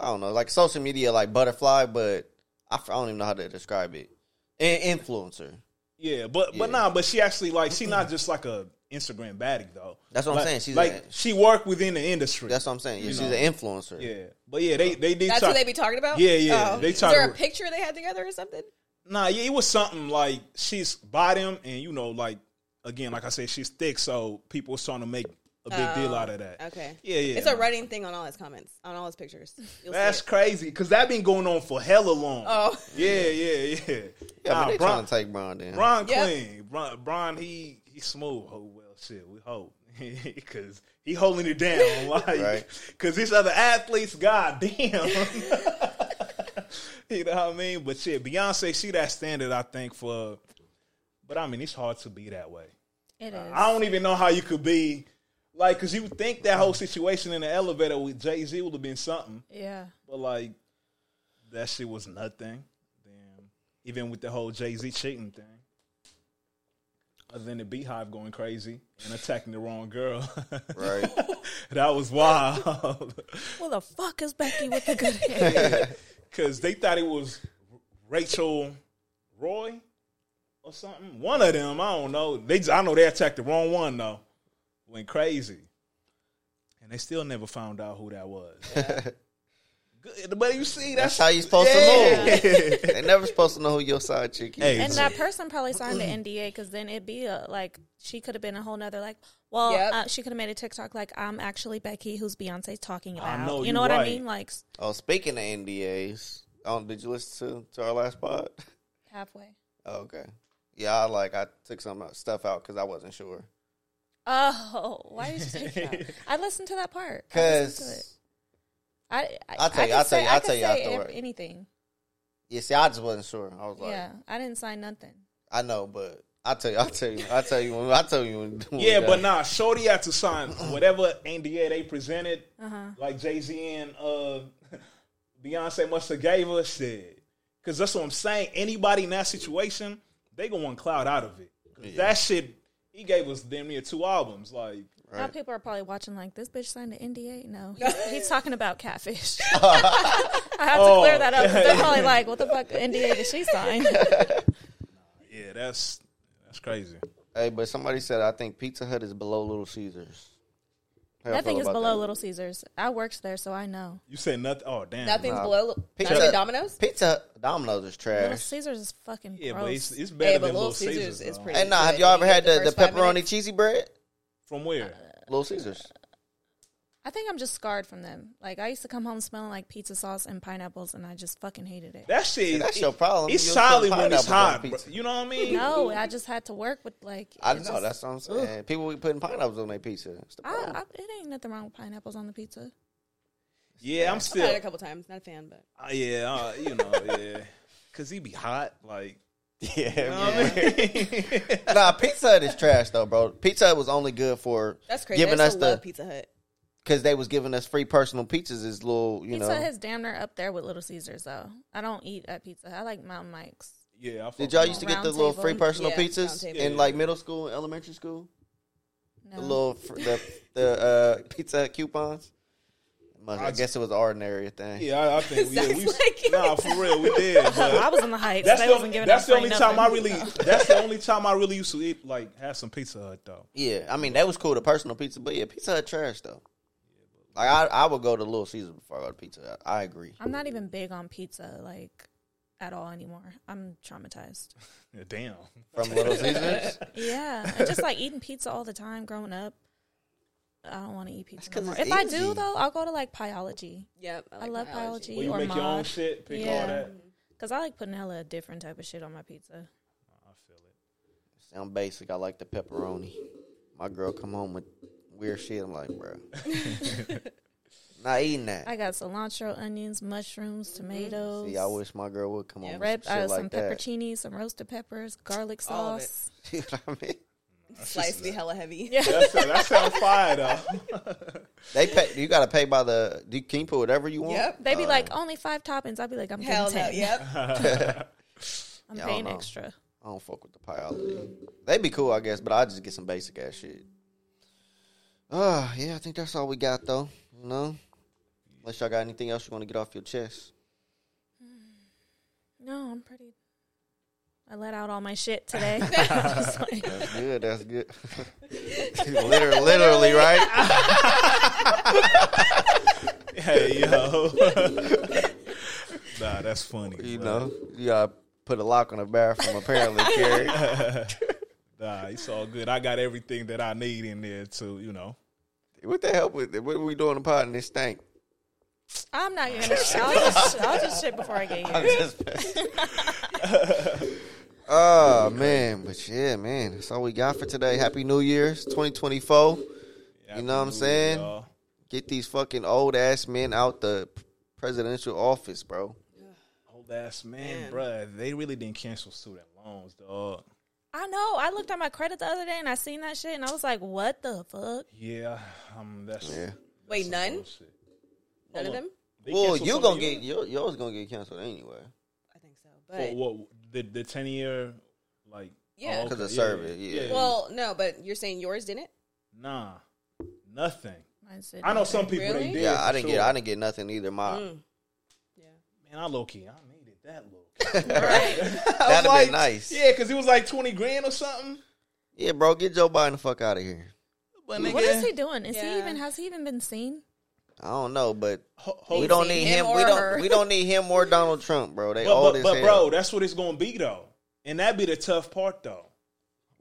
A: I don't know, like social media, like butterfly, but I, f- I don't even know how to describe it. In- influencer.
B: Yeah, but
A: Yeah.
B: but nah, but she actually like she not just like a Instagram baddie though.
A: That's what I'm
B: like,
A: saying. She's
B: like
A: a-
B: she worked within the industry.
A: That's what I'm saying. Yeah, she's
B: know.
A: an influencer.
B: yeah, but yeah, they they did.
D: That's
B: try-
D: what they be talking about?
B: Yeah, yeah,
D: Oh.
B: they
D: is
B: try
D: there
B: to-
D: a picture they had together or something?
B: Nah, yeah, it was something like she's by them, and you know, like again, like I said, she's thick, so people was trying to make a big deal out of that.
D: Oh, Okay.
B: Yeah, yeah.
D: It's a running thing on all his comments, on all his pictures. You'll see
B: That's
D: it.
B: crazy because that been going on for hella long.
D: Oh.
B: yeah, yeah, yeah.
A: Yeah,
B: nah,
A: but they
B: Bron,
A: trying to take Bron down.
B: Bron
D: Yep.
B: clean. Bron, Bron, he he smooth. Oh well, shit. We hope because he holding it down, like
A: Right.
B: because these other athletes, goddamn. you know what I mean? But shit, Beyonce, she that standard, I think for. But I mean, it's hard to be that way.
C: It is.
B: I don't even know how you could be like because you would think that whole situation in the elevator with Jay Z would have been something,
C: yeah.
B: but like that shit was nothing. Damn, even with the whole Jay Z cheating thing. Other than the beehive going crazy and attacking the wrong girl,
A: Right.
B: that was wild.
C: Well, the fuck is Becky with the good hair?
B: Because they thought it was Rachel Roy or something. One of them, I don't know. They just, I know they attacked the wrong one though. Went crazy. And they still never found out who that was. Good, but you see, that's,
A: That's how you supposed to
B: to
A: They never supposed to know who your side chick is.
B: Hey,
C: And that person probably signed
A: Mm.
C: an NDA because then it'd be a, like she could have been a whole nother like. Well,
D: Yep.
C: uh, she could have made a TikTok like I'm actually Becky, who's Beyonce talking about.
B: know,
C: you
B: you
C: know what
B: right.
C: I mean? Like s-
A: Oh, speaking of NDAs, oh, did you listen to, to our last pod?
C: halfway.
A: Oh, okay. Yeah, I like I took some stuff out because I wasn't sure.
C: Oh, why did you take that? I listened to that part. I listened to it.
A: Cause
C: I, I,
A: I'll tell
C: I
A: you,
C: can
A: I'll tell
C: say-
A: you,
C: I
A: I'll
C: can
A: tell you
C: say
A: afterward.
C: ev- Anything.
A: yeah, see, I just wasn't sure. I was like,
C: yeah, I didn't sign nothing.
A: I know, but I tell you, I tell you, I tell you, when, I tell you. When, when we
B: Yeah, but
A: done.
B: nah, Shorty had to sign whatever NDA they presented,
D: Uh-huh.
B: like Jay Z and uh, Beyonce must have gave us shit. Because that's what I'm saying. Anybody in that situation, they gonna want cloud out of it. 'Cause That shit, he gave us damn near two albums. Like,
C: Now people are probably watching like this bitch signed an NDA. No, he's, he's talking about catfish. I have to clear that up.
A: Oh.
C: 'cause They're probably like, what the fuck NDA did she sign?
B: yeah, that's that's crazy.
A: Hey, but somebody said I think Pizza Hut is below Little Caesars. How y'all
C: that thing
A: feel
C: is
A: about
C: below
A: that?
C: Little Caesars. I worked there, so I know.
B: You said nothing. Oh damn,
D: Nothing's below.
A: Pizza
D: Nothing
A: Hut-
D: Domino's.
A: Pizza Hut- Domino's is
C: Little
A: trash.
C: Caesars is fucking
B: Yeah,
C: gross.
B: but it's, it's better
D: Hey,
B: than
D: but
B: Little
D: Little
B: Caesars.
D: Caesars is
B: though.
D: pretty.
A: Hey, nah, have
D: good.
A: y'all ever
D: You get
A: had the, the
D: first five
A: pepperoni
D: minutes.
A: cheesy bread?
B: From where?
D: uh,
A: Little Caesars.
C: I think I'm just scarred from them. Like I used to come home smelling like pizza sauce and pineapples, and I just fucking hated it.
B: That shit.
A: That's your problem.
B: It's
A: You'll
B: solid
A: put
B: when it's
A: pineapples on
B: hot. Bro.
A: pizza.
B: You know what I mean?
C: no, I just had to work with like.
A: I
C: it
A: know
C: just-
A: that's what I'm saying. People be putting pineapples on their pizza. It's the
C: I,
A: problem.
C: I, it ain't nothing wrong with pineapples on the pizza.
B: Yeah, I'm
D: I've had it
B: still.
D: a couple times. Not a fan, but
B: Uh, yeah, uh, you know, yeah. Cause he be hot, like
A: yeah, nah, Pizza Hut is trash though, bro. Pizza Hut was only good for
D: that's crazy.
A: giving
D: I
A: us
D: still love
A: the
D: Pizza Hut.
A: because they was giving us free personal pizzas. Is little, you
C: Pizza
A: know.
C: Hut's damn near up there with Little Caesars though. I don't eat at Pizza Hut. I like Mountain Mike's.
B: yeah. I
A: Did
B: fuck
A: y'all
B: with
A: used to
B: him.
A: get the
C: Round
A: little free
C: table.
A: personal
D: Yeah, round
A: pizzas
D: table.
A: in like middle school, and elementary school?
C: No.
A: The little fr- the the uh, Pizza Hut coupons. Must- I guess it was an ordinary thing.
B: Yeah, I, I think yeah, we.
D: Sounds like it.
B: nah, for real, we did.
C: Well, I
B: But
C: was in the heights.
B: that's
C: they
B: the,
C: wasn't giving
B: that's
C: out
B: the
C: free
B: only time I
C: nothing.
B: really. That's the only time I really used to eat like have some Pizza Hut though.
A: Yeah, I mean that was cool, the personal pizza, but yeah, Pizza Hut trash though. Like I, I would go to Little Caesars before I go to Pizza Hut. I agree.
C: I'm not even big on pizza like at all anymore. I'm traumatized.
B: Yeah, damn.
A: From Little Caesars,
C: Yeah, and just like eating pizza all the time growing up. I don't want to eat pizza
A: 'cause
C: anymore.
A: it's
C: If I
A: easy.
C: do though, I'll go to like Pyology
D: Yep,
C: I
D: like
C: love
D: biology.
C: biology.
B: Well, you
C: or
B: make your own
C: mod.
B: shit, pick all
C: Yeah.
B: that.
C: because I like putting hella different type of shit on my pizza.
A: sound basic. I like the pepperoni. My girl come home with weird shit. I'm like, bro, not eating that.
C: I got cilantro, onions, mushrooms, tomatoes.
A: See, I wish my girl would come home with
C: red,
A: some
C: uh,
A: shit
C: some
A: like that.
C: peppercini, some roasted peppers, garlic
D: All of it.
C: sauce.
A: You know what I mean?
D: Slice be hella heavy.
B: That's, that sounds fire though.
A: They pay. You gotta pay by the. You can you put whatever you want.
D: Yep.
C: They'd be like, only five toppings. I'd be like, I'm
D: Hell
C: getting
D: no.
C: 10.
D: Yep.
C: I'm
A: Yeah, I don't
C: paying
A: know.
C: extra.
A: I don't fuck with the pyology. They'd be cool, I guess, but I just get some basic ass shit. Uh, yeah, I think that's all we got though. You know, unless y'all got anything else you want to get off your chest.
C: No, I'm pretty. I let out all my shit today. I was like,
A: That's good. That's good. literally, literally, right?
B: hey yo. nah, that's funny.
A: You
B: but-
A: know, you gotta put a lock on the bathroom. Apparently, Carrie.
B: Nah, it's all good. I got everything that I need in there to, you know.
A: What the hell? With it? What are we doing about in this stank?
C: I'm not even. I'll just, I'll just shit before I get here.
A: Oh man, but yeah, man, that's all we got for today. Happy New Year's, 2024. You know what I'm saying?
B: Y'all.
A: Get these fucking old ass men out the presidential office, bro.
B: Old ass man, bruh. They really didn't cancel student loans, dog.
C: I know. I looked at my credit the other day and I seen that shit and I was like, what the fuck?
B: Yeah, um, that's
A: Yeah.
D: Wait, none?
B: bullshit.
D: None of them.
B: They
A: Well,
B: canceled
A: you
B: some
A: gonna
B: of
A: get
B: yours?
A: your, yours gonna get canceled anyway
D: I think so.
B: Well,
D: But
B: well, the the ten year, like oh,
D: Yeah.
A: because of service. Yeah,
D: well, no. But you're saying yours didn't.
B: nah, nothing.
C: Mine said,
B: I know some people
D: Really?
B: they did.
A: yeah. I
B: for
A: didn't
B: sure. Mm.
A: get I didn't get nothing either. My
D: Mm. Yeah.
B: Man, I low key, I needed that look?
A: That'd have
B: like,
A: been nice. Yeah.
B: Yeah, because it was like 20 grand or something.
A: bro, get Joe Biden the fuck out of here.
B: But
C: What
B: nigga,
C: is he doing? Is he
D: Yeah.
C: even has he even been seen?
A: I don't know, but
B: ho- ho-
A: we don't
D: see
A: need
D: him
A: him. we
D: or
A: don't.
D: her.
A: We don't need him or Donald Trump, bro. They
B: but,
A: old
B: but,
A: as
B: but
A: hell.
B: bro, that's what it's going to be, though. And that'd be the tough part, though.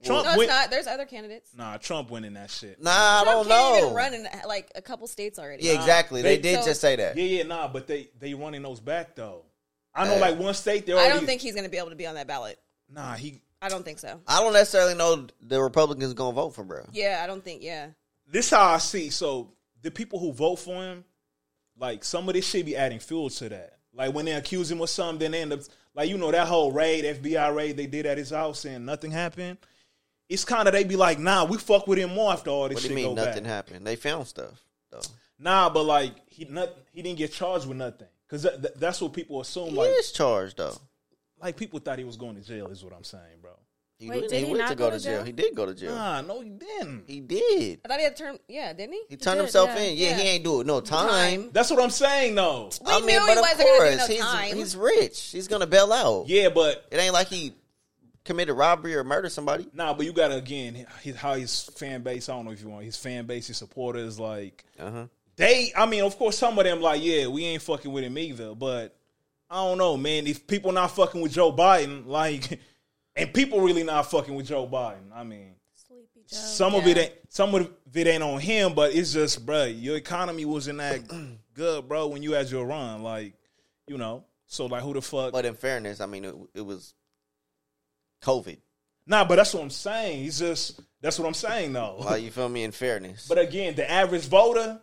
B: Trump
D: No, it's
B: win-
D: not. There's other candidates.
B: Nah, Trump winning that shit.
A: nah, I don't
D: Trump can't
A: know.
D: even run in like a couple states already.
A: yeah, exactly. They,
B: They-
A: did
D: so-
A: just say that.
B: Yeah, yeah, nah, but they they running those back though. I know,
A: Uh,
B: like one state they're
D: I
B: already.
D: don't think he's going to be able to be on that ballot.
B: Nah, he.
D: I don't think so.
A: I don't necessarily know the Republicans gonna vote for, bro.
D: Yeah, I don't think. Yeah,
B: This how I see. So the people who vote for him, like some of this shit, be adding fuel to that. Like when they accuse him of something, then they end up like you know that whole raid, FBI raid they did at his house and nothing happened. It's kind of they be like, nah, we fuck with him more after all this
A: What do
B: shit
A: you
B: go
A: mean nothing
B: back.
A: happened? They found stuff though.
B: Nah, but like he not, he didn't get charged with nothing because that's what people assume.
A: He
B: Like
A: is charged though.
B: like people thought he was going to jail is what I'm saying, bro.
A: He,
C: Wait,
A: went-
C: did
A: he
C: he
A: went
C: not
A: to go to jail. He did go to jail.
B: Nah, no, he didn't.
A: He did.
D: I thought he had term. Yeah, didn't he?
A: He turned
C: did,
A: himself
C: yeah,
A: in. Yeah, he
D: yeah.
A: ain't do it no time.
B: That's what I'm saying, though.
D: We knew he wasn't gonna do no
A: he's,
D: time.
A: he's rich. He's gonna bail out.
B: Yeah, but
A: It ain't like he committed robbery or murdered somebody.
B: nah, but you gotta again his, how his fan base. I don't know if you want his fan base, his supporters, like
A: Uh huh.
B: they. I mean, of course, some of them like, yeah, we ain't fucking with him either. But I don't know, man. If people not fucking with Joe Biden, like, and people really not fucking with Joe Biden, I mean.
C: Sleepy Joe.
B: Some of it ain't some of it ain't on him, but it's just, bruh, your economy wasn't that good, bro, when you had your run, like, you know. So like, who the fuck?
A: But in fairness, I mean, it, it was COVID.
B: Nah, but that's what I'm saying. He's just that's what I'm saying though.
A: Like you feel me? In fairness,
B: but again, the average voter,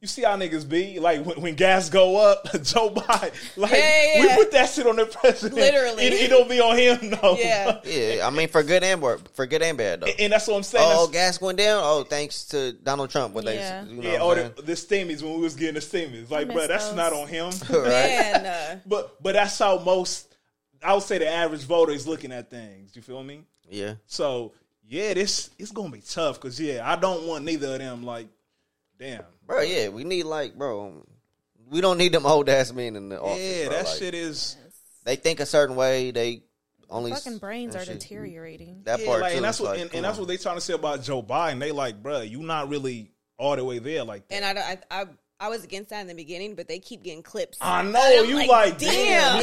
B: you see how niggas be like when, when gas go up, Joe Biden. Like
D: Yeah, yeah, yeah.
B: we put that shit on the president.
D: Literally.
B: it, it don't be on him though.
D: Yeah.
A: yeah, I mean, for good and bad, for good and bad though.
B: uh, and that's what I'm saying.
A: oh,
B: That's-
A: gas went down. Oh, thanks to Donald Trump. What
C: Yeah.
A: they, you know,
B: yeah,
A: what
B: all
A: I'm
B: the, the stimmies when we was getting the stimmies, like,
C: miss
B: bro, that's
C: those.
B: not on him.
A: saying? right?
D: And uh,
B: but but that's how most, I would say, the average voter is looking at things. You feel me?
A: Yeah.
B: So yeah, this it's gonna be tough because yeah, I don't want neither of them. Like, damn,
A: bro. Yeah, we need like, bro. We don't need them old ass men in the office.
B: yeah,
A: bro.
B: that
A: Like,
B: shit is
A: They think a certain way. They only
C: Fucking brains
A: and
C: are
A: shit.
C: deteriorating.
A: That
B: yeah,
A: part
B: like,
A: too.
B: and that's
A: It's
B: what
A: like,
B: and,
A: come
B: and that's
A: on.
B: what they trying to say about Joe Biden. They like, bruh, you not really all the way there like that.
D: and I, don't- I I I was against that in the beginning, but they keep getting clips.
B: I know you like,
D: like,
B: damn,
D: damn.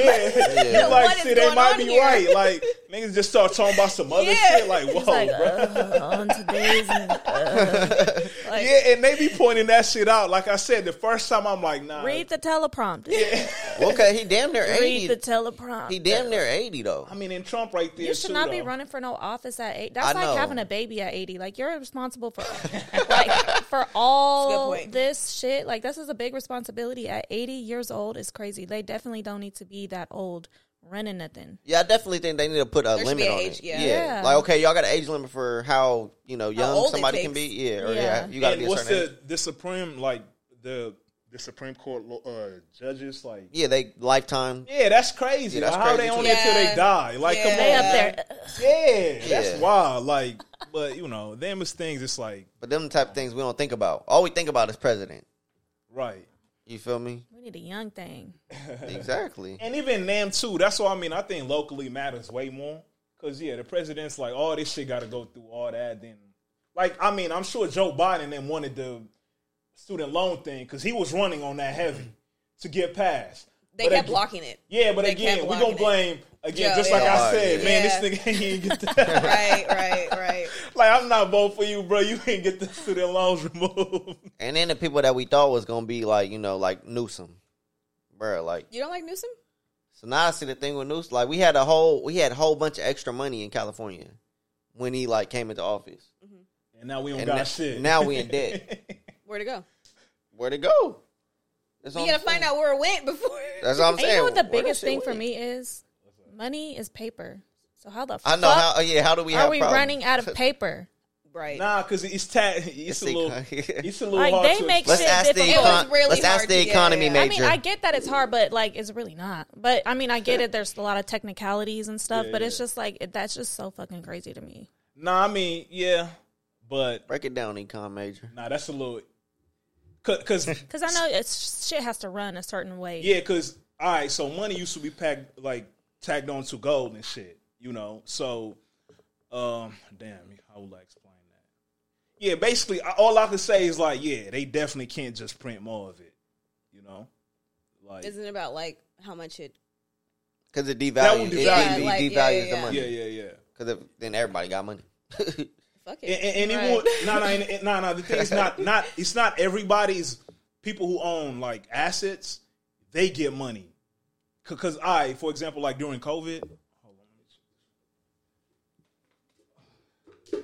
B: yeah. you
D: What
B: like,
D: is
B: see, they
D: going
B: might
D: on
B: be
D: here?
B: right. Like niggas just start talking about some other
D: Yeah.
B: shit. Like, whoa,
C: like,
B: bruh.
C: uh, on today's uh, like,
B: yeah, and they be pointing that shit out. Like I said, the first time I'm like, nah.
C: read the teleprompter.
A: Okay, he damn near
C: Read
A: eighty.
C: the teleprompter.
A: he damn near eighty though.
B: I mean, and Trump right there.
C: You should
B: too,
C: not be
B: though.
C: running for no office at eight. That's
A: I
C: like
A: know.
C: having a baby at eighty. Like you're responsible for like for all
D: That's a good point.
C: this shit. Like this is a big responsibility at eighty years old. Is crazy. They definitely don't need to be that old running nothing.
A: Yeah, I definitely think they need to put a
D: should
A: limit
D: be an
A: on
D: age,
A: it.
D: yeah.
C: Yeah.
A: like okay, y'all got an age limit for how you know young
D: old it
A: somebody can be.
D: takes.
A: Yeah, or yeah,
C: Yeah.
A: you got to
B: And
A: be a
B: what's
A: certain age.
B: the the Supreme like the the Supreme Court lo- uh, judges like?
A: Yeah, they lifetime.
B: Yeah, that's crazy.
A: Yeah, that's
B: Like, how
A: crazy,
B: they
A: too.
B: on it till they
D: Yeah.
B: die? Like, come on,
D: Yeah.
C: They up there. uh,
B: Yeah,
A: Yeah.
B: that's wild. Like, but you know, them is things. It's like
A: But them type of things we don't think about. All we think about is president.
B: right,
A: You feel me?
C: We need a young thing.
A: exactly.
B: and even them too. That's what I mean. I think locally matters way more because yeah, the president's like, all this shit got to go through all that. Then, like, I mean, I'm sure Joe Biden then wanted the student loan thing because he was running on that heavy to get passed.
D: they
B: But
D: kept
B: ag-
D: blocking it.
B: Yeah, but
D: They
B: again,
D: kept
B: we gonna
D: blocking it.
B: blame again.
D: Joe,
B: just like I
A: yeah.
B: said,
A: Yeah.
B: man,
D: Yeah.
B: this nigga he ain't get that.
D: Right, right, right.
B: Like I'm not voting for you, bro. You ain't get the student loans removed.
A: And then the people that we thought was gonna be like, you know, like Newsom, bro. Like,
D: You don't like Newsom?
A: so now I see the thing with Newsom. Like, we had a whole, we had a whole bunch of extra money in California when he like came into office.
B: And now we don't
A: And
B: got
A: now-
B: shit.
A: now we in debt.
D: Where to go?
A: Where to go? That's
D: You
A: all
D: gotta
A: I'm
D: find
A: saying.
D: out where it went before.
A: That's what I'm
C: And you
A: saying.
C: know what
A: Where
C: the
A: that
C: biggest
A: shit
C: thing for
A: went?
C: me is? Money is paper. So how the
A: I know
C: fuck
A: how. oh, Yeah, how do we?
C: are
A: have
C: we
A: problems?
C: running out of paper?
D: right.
B: nah, because it's ta-
A: It's
B: it's, a little
A: econ-
B: it's a little
C: Like
B: hard
C: they
B: to
C: make
A: Let's
C: shit
A: ask the
C: difficult.
D: It was
A: econ-
D: really
A: Let's ask
D: hard
A: the
D: to- yeah,
A: economy
D: yeah.
A: major.
C: I mean, I get that it's hard, but like it's really not. But I mean, I get it. There's a lot of technicalities and stuff, but it's just like it, that's just so fucking crazy to me.
B: Nah, I mean yeah, but
A: Break it down, econ major.
B: nah, that's a little because
C: Because I know it's shit has to run a certain way.
B: yeah, because all right, so money used to be packed like tagged on to gold and shit, you know. So, um, damn, how would I explain that? Yeah, basically, I- all I can say is like, yeah, they definitely can't just print more of it, you know. Like,
D: Isn't it about like how much it?
A: Because it devalues,
B: That would
A: it, it,
B: devalue.
A: de-
D: Yeah, like,
A: devalues
D: yeah, yeah,
A: the
D: yeah.
A: money.
B: yeah, yeah, yeah.
A: Because then everybody got money.
D: Fuck it.
B: and, and, and
D: Right.
B: it won't. No, no, and- and- no, no. The thing's not not. It's not everybody's people who own like assets. They get money because I, for example, like during COVID. hold on, let me-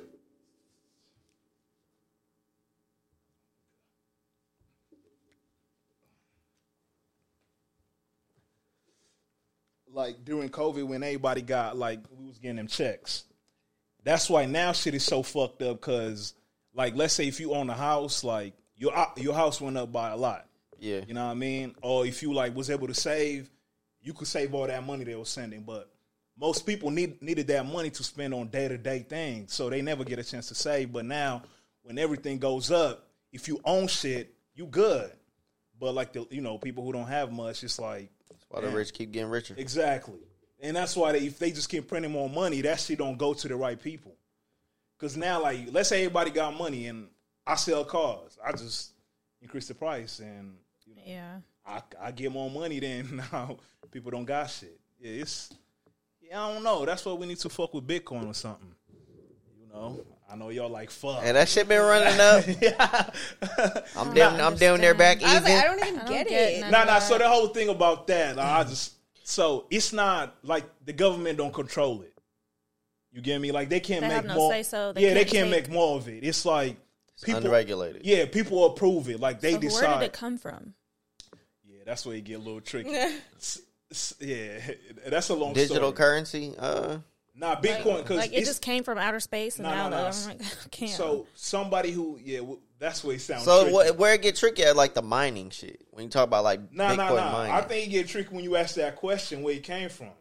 B: Like during COVID, when everybody got like we was getting them checks, that's why now shit is so fucked up because like let's say if you own a house like your your house went up by a lot
A: yeah.
B: you know what i mean or if you like was able to save you could save all that money they were sending but most people need needed that money to spend on day-to-day things so they never get a chance to save but now when everything goes up if you own shit you good but like the you know people who don't have much it's like
A: While the rich keep getting richer.
B: Exactly. And that's why they, if they just keep printing more money, that shit don't go to the right people. Cause now, like, let's say everybody got money and I sell cars, I just increase the price and you know,
C: Yeah.
B: I, I get more money than now people don't got shit. Yeah, it's yeah, I don't know. That's why we need to fuck with Bitcoin or something. You know, I know y'all like fuck.
A: And that shit been running up. I'm down. I'm down there back
D: I
A: even.
D: was like, I don't even
C: don't
D: get,
C: get
D: it.
C: none.
B: Nah, nah. So the whole thing about that, like, I just so it's not like the government don't control it. You get me? Like they can't
C: They
B: make
C: have no
B: more.
C: say-so, they
B: yeah, they
C: can't
B: can't
C: take-
B: make more of it. It's like people
A: unregulated.
B: Yeah, people approve it. Like they
C: But where
B: decide.
C: did it come from?
B: yeah, that's where it get a little tricky. S- s- yeah, that's a long
A: Digital
B: story.
A: currency. Uh,
B: Nah, Bitcoin because
C: Like it just came from outer space, and
B: Nah, nah,
C: now
B: nah.
C: the- I'm like, I can't.
B: so somebody who yeah, w- that's where it sounds.
A: so
B: tricky.
A: wh- where it get tricky at like the mining shit when you talk about like
B: No,
A: Bitcoin
B: no, no.
A: mining.
B: I think it get tricky when you ask that question where it came from.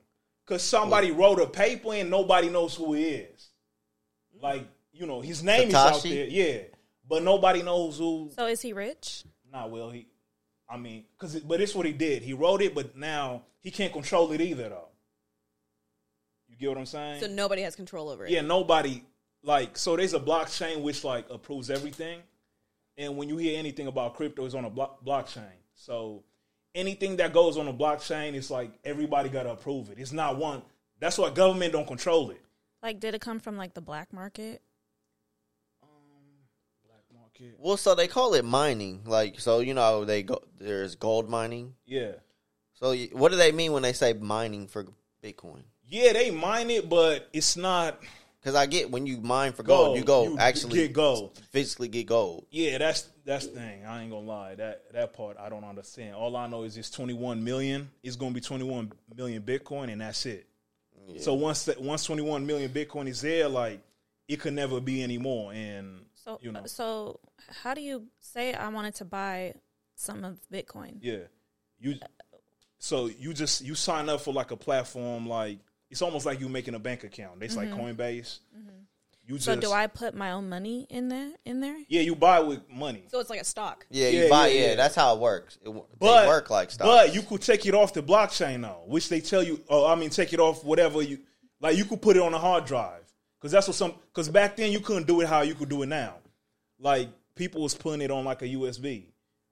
B: Cause somebody wrote a paper and nobody knows who he is. Like, you know, his name is out
A: Takashi?
B: there, yeah. But nobody knows who
C: so is he rich?
B: nah well he I mean, cause it, but it's what he did. He wrote it, but now he can't control it either though. You get what I'm saying?
D: So nobody has control over it.
B: yeah, nobody like so there's a blockchain which like approves everything. And when you hear anything about crypto it's on a blo- blockchain. So anything that goes on a blockchain it's like everybody got to approve it. It's not one that's why government don't control it.
C: Like, did it come from like the black market?
A: well, so they call it mining. Like so, you know, they go there's gold mining.
B: Yeah.
A: So y- what do they mean when they say mining for Bitcoin?
B: Yeah, they mine it but it's not
A: Because I get when you mine for gold,
B: gold.
A: you go
B: You
A: actually
B: get gold.
A: physically get gold.
B: Yeah, that's that's the thing. I ain't gonna lie. That that part I don't understand. All I know is it's twenty one million. It's gonna be twenty one million Bitcoin, and that's it. So once that once twenty one million Bitcoin is there, like it could never be anymore. And
C: So,
B: you know,
C: so how do you say I wanted to buy some of Bitcoin?
B: yeah, you. So you just you sign up for like a platform. Like it's almost like you making a bank account. It's like Coinbase. You just
C: Mm-hmm. so, do I put my own money in there? In there?
B: Yeah, you buy with money.
D: So it's like a stock.
A: Yeah, you
B: Yeah,
A: buy.
B: yeah,
A: Yeah,
B: yeah.
A: that's how it works. It, wo-
B: But
A: they work like stock.
B: But you could take it off the blockchain though, which they tell you. Oh, I mean, take it off whatever you like. You could put it on a hard drive because that's what some. Because back then you couldn't do it how you could do it now. Like people was putting it on like a USB,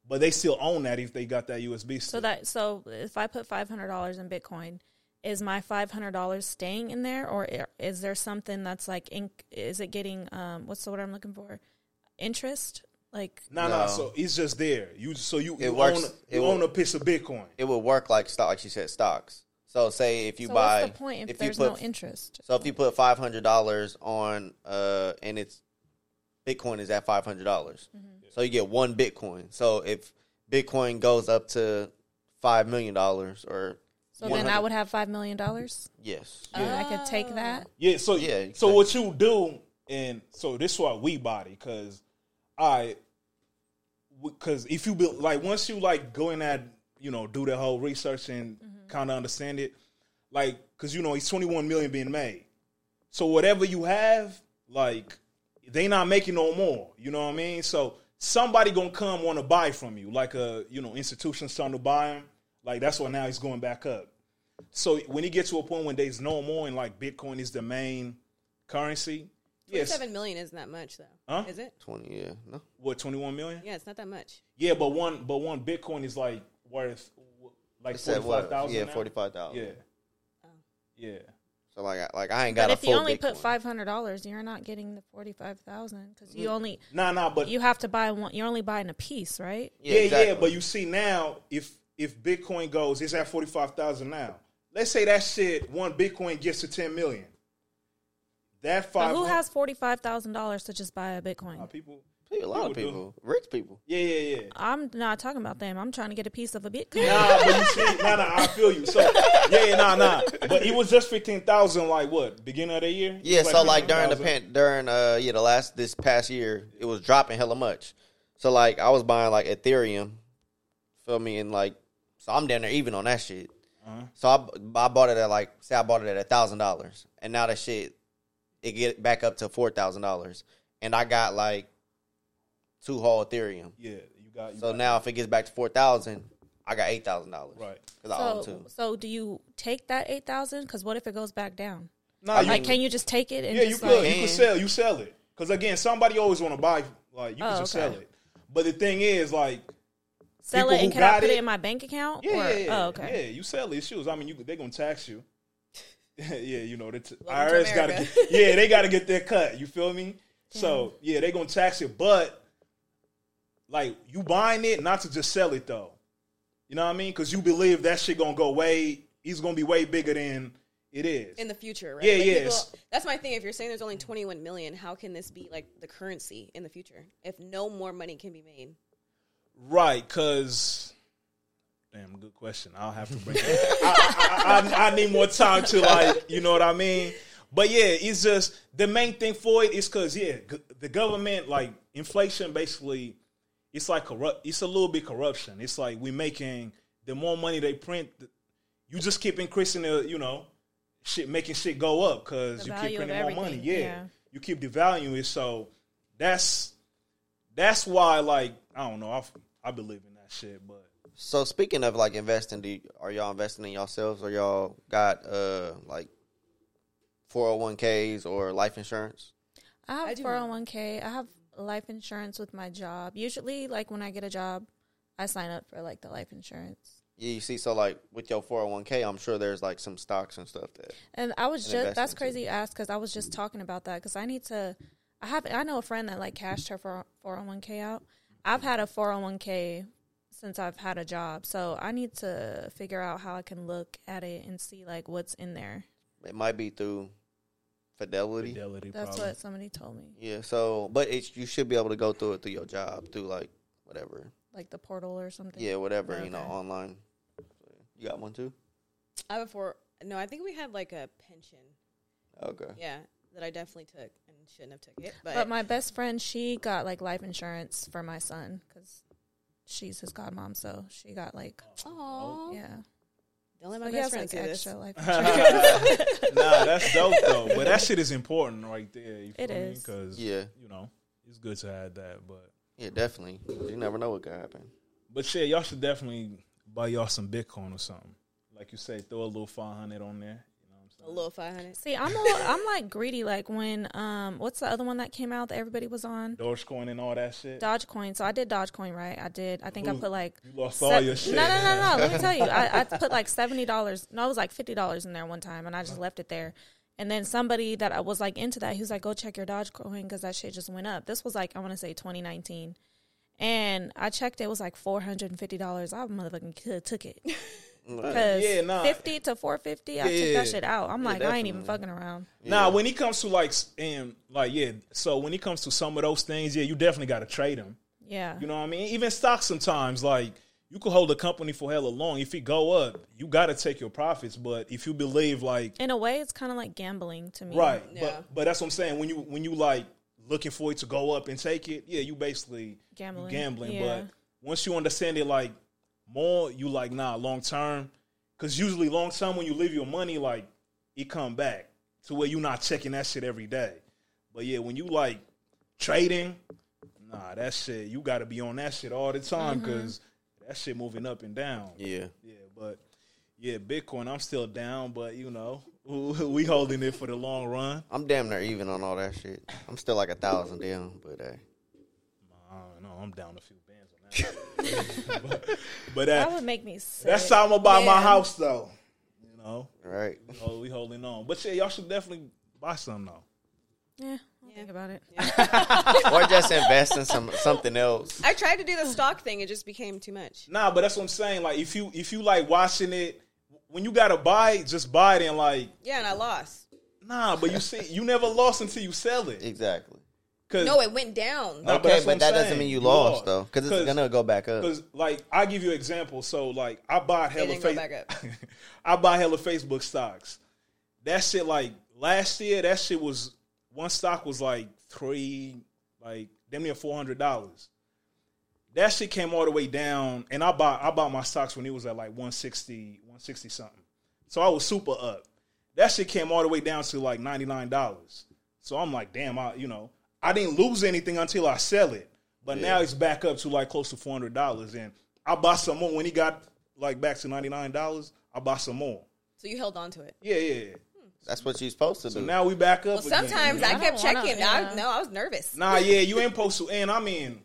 B: but they still own that if they got that USB.
C: So
B: Still.
C: that so if I put five hundred dollars in Bitcoin, is my five hundred dollars staying in there, or i- is there something that's like in, is it getting um what's the word I'm looking for interest like
B: no, no,
A: No.
B: So it's just there. You so you,
A: It
B: you
A: works-
B: own
A: it
B: you
A: wo-
B: own a piece of Bitcoin.
A: it would work like stock, like she said, stocks. So say if you
C: so
A: buy,
C: what's the point
A: you
C: if, there's
A: put,
C: no interest?
A: So if you put five hundred dollars on, uh, and it's Bitcoin is at five hundred dollars,
C: Mm-hmm.
A: so you get one Bitcoin. So if Bitcoin goes up to five million dollars, or
C: So then I would have five million dollars.
A: yes,
C: and I could take that.
B: Yeah, so
A: Yeah,
B: yeah,
A: you
B: so
A: can-
B: what you do, and so this why we body because I, because if you build like once you like go in that you know do the whole research and kind of understand it, like because you know it's twenty one million being made, so whatever you have, like they not making no more. You know what I mean? So somebody gonna come want to buy from you, like a you know institution starting to buy them. Like that's why now he's going back up. So when he gets to a point when there's no more and like Bitcoin is the main currency, yes,
D: Twenty-seven million isn't that much though,
B: Huh?
D: is it?
A: Twenty, yeah, no.
B: what twenty one million?
D: Yeah, it's not that much.
B: Yeah, but one but one Bitcoin is like worth w- like
A: It's at
B: forty
A: what?
B: five thousand.
A: Yeah, forty five thousand.
B: Yeah, yeah.
A: So like, I, like I ain't got
C: But
A: a
C: if
A: full
C: you only
A: Bitcoin.
C: put five hundred dollars, you're not getting the forty five thousand because
A: Mm-hmm.
C: you only
B: Nah, nah. But
C: you have to buy one. You're only buying a piece, right?
B: yeah, yeah,
A: exactly.
B: But you see now, if if Bitcoin goes, it's at forty five thousand now. Let's say that shit one Bitcoin gets to ten million. That
C: But
B: five.
C: who has forty five thousand dollars to just buy a Bitcoin?
B: people?
A: a lot of
B: do.
A: people, rich people.
B: Yeah, yeah, yeah.
C: I'm not talking about them. I'm trying to get a piece of a Bitcoin.
B: Nah, but you see, nah, nah, I feel you. So yeah, yeah, nah, nah. But it was just fifteen thousand, like what beginning of the year? It
A: Yeah,
B: was
A: so like during the
B: 15,000.
A: pan, during uh yeah the last this past year it was dropping hella much. So like I was buying like Ethereum, feel me, and like so I'm down there even on that shit.
B: Uh-huh.
A: So I, b- I bought it at like say I bought it at a thousand dollars, and now that shit it get back up to four thousand dollars, and I got like two whole Ethereum.
B: Yeah, you got. You
A: So
B: got-
A: now if it gets back to four thousand, I got eight thousand dollars.
B: Right.
A: because I own
C: So,
A: two.
C: so do you take that eight thousand? Because what if it goes back down?
B: nah,
C: Like, can you just take it? And
B: Yeah, you
C: just
B: could.
C: Like,
B: you could sell. You sell it. Because again, somebody always want to buy. Like you can
C: Oh,
B: just
C: okay.
B: sell it. But the thing is, like,
C: sell
B: people
C: it,
B: who
C: and can I
B: got
C: put it,
B: it-
C: in my bank account?
B: yeah,
C: Or-
B: yeah, yeah,
C: Oh, okay.
B: yeah, you sell these shoes. I mean, you they're gonna tax you. yeah, you know, the t-
D: Welcome to
B: IRS got to
D: America.
B: get. Yeah, they got to get their cut. You feel me? So yeah, they gonna tax it, but like you buying it not to just sell it though. You know what I mean? Because you believe that shit gonna go way. He's gonna be way bigger than it is.
D: In the future, right?
B: Yeah,
D: Like,
B: yeah,
D: people-
B: it's-
D: that's my thing. If you're saying there's only 21 million, how can this be like the currency in the future if no more money can be made?
B: Right, because damn, good question. I'll have to bring. I, I, I, I need more time to like, you know what I mean. But yeah, it's just the main thing for it is because yeah, g- the government like inflation basically, it's like corrupt. It's a little bit corruption. It's like we making the more money they print, th- you just keep increasing the you know, shit making shit go up because
C: The
B: you
C: value
B: keep
C: of
B: printing more money.
C: everything,
B: Yeah.
C: yeah.
B: you keep devaluing it. So that's that's why like I don't know. I f- I believe in that shit, but
A: So speaking of like investing, do you, are y'all investing in yourselves or y'all got uh like 401ks or life insurance?
C: I
D: I
C: have
D: do
C: four hundred one k. I have life insurance with my job. Usually, like when I get a job, I sign up for like the life insurance.
A: Yeah, you see, so like with your 401k, I'm sure there's like some stocks and stuff that
C: And I was
A: an
C: just that's
A: investment, Mm-hmm.
C: crazy you asked because I was just talking about that because I need to. I have I know a friend that like cashed her four hundred one k out. I've had a four hundred one k since I've had a job, so I need to figure out how I can look at it and see like what's in there.
A: it might be through Fidelity.
B: fidelity.
C: That's
B: probably.
C: what somebody told me,
A: Yeah, so but it's you should be able to go through it through your job through like whatever.
C: like the portal or something.
A: Yeah, whatever you know
C: Okay.
A: online. You got one too?
D: I have a four. No, I think we had like a pension.
A: Okay.
D: Yeah, that I definitely took and shouldn't have took it. But,
C: But my best friend, she got like life insurance for my son because she's his godmom, so she got like
D: Aw.
C: yeah,
D: Oh. don't let
C: So
D: my
C: he has
D: best friend
C: like
D: see this.
C: extra life insurance.
B: nah, that's dope though. But that shit is important right there. You feel
C: It
B: me?
C: is.
B: Because
A: Yeah.
B: you know, it's good to have that. But
A: Yeah, definitely. You never know what could happen.
B: but shit, y'all should definitely buy y'all some Bitcoin or something. Like you say, throw a little five hundred on there. You know what I'm saying?
D: A little 500.
C: See, I'm a, I'm like greedy. Like when um, what's the other one that came out that everybody was on?
B: Dogecoin and all that shit.
C: Dogecoin. So I did Dogecoin, right? I did. I think I
B: Ooh,
C: put like
B: you lost all your shit.
C: No, no, no, no. Let me tell you, I, I put like seventy dollars. No, it was like fifty dollars in there one time, and I just left it there. And then somebody that I was like into that, he was like, "Go check your Dogecoin because that shit just went up." This was like I want to say 2019, and I checked. It was like four hundred and fifty dollars. I motherfucking could took it because
B: Yeah, nah.
C: fifty to four fifty, I took
B: Yeah.
C: that shit out. I'm like, I ain't even fucking around.
B: Nah, when it comes to like s- and like yeah, so when it comes to some of those things, yeah, you definitely got to trade them.
C: Yeah,
B: You know what I mean? Even stocks sometimes, like you could hold a company for hella long. If it go up, you gotta take your profits. But if you believe like
C: in a way, it's kind of like gambling to me.
B: right,
D: Yeah.
B: but but that's what I'm saying. When you when you like looking for it to go up and take it, yeah, you basically
C: Gambling.
B: You gambling.
C: Yeah.
B: But once you understand it like more, you like nah long term. Cause usually long term when you leave your money, like it come back to where you not checking that shit every day. But yeah, when you like trading, nah, that shit you got to be on that shit all the time because that shit moving up and down.
A: Yeah.
B: Yeah, But yeah, Bitcoin, I'm still down, but you know, we holding it for the long run.
A: I'm damn near even on all that shit. I'm still like a thousand down, but uh,
B: I don't know, I'm down a few bands on that. but that,
C: That would make me sick.
B: that's how I'm gonna buy my
D: Man.
B: house, though. You know,
A: all right.
B: oh, we holding on. But yeah, y'all should definitely buy some though.
C: Yeah, I'll think about it.
A: or just invest in some something else.
D: I tried to do the stock thing. It just became too much.
B: Nah, but that's what I'm saying. Like if you if you like watching it, when you gotta buy it, just buy it and like
D: Yeah, and I lost.
B: nah. But you see, you never lost until you sell it.
A: Exactly.
B: Cause,
D: No, it went down.
B: Nah,
A: Okay,
B: that's what
A: but
B: I'm
A: that doesn't
B: saying.
A: mean you lost though, because it's
B: 'Cause-
A: gonna go back up.
B: Because like I give you an example. So like I bought hella
D: didn't go
B: face-
D: back up.
B: I buy hella Facebook stocks. That shit like last year, that shit was one stock was like three, like damn near four hundred dollars. That shit came all the way down, and I bought I bought my stocks when it was at like 160, 160 something. So I was super up. That shit came all the way down to like ninety nine dollars. So I'm like, damn, I you know, I didn't lose anything until I sell it. But now it's back up to like close to four hundred dollars, and I bought some more when he got like back to ninety nine dollars. I bought some more.
D: So you held on to it.
B: Yeah, yeah. yeah.
A: That's what you're supposed to do.
B: So now we back up.
D: Well, sometimes I
B: again.
D: kept
C: wanna-
D: checking.
C: yeah.
D: I, no, I was nervous.
B: nah, yeah, you ain't supposed to. And I mean,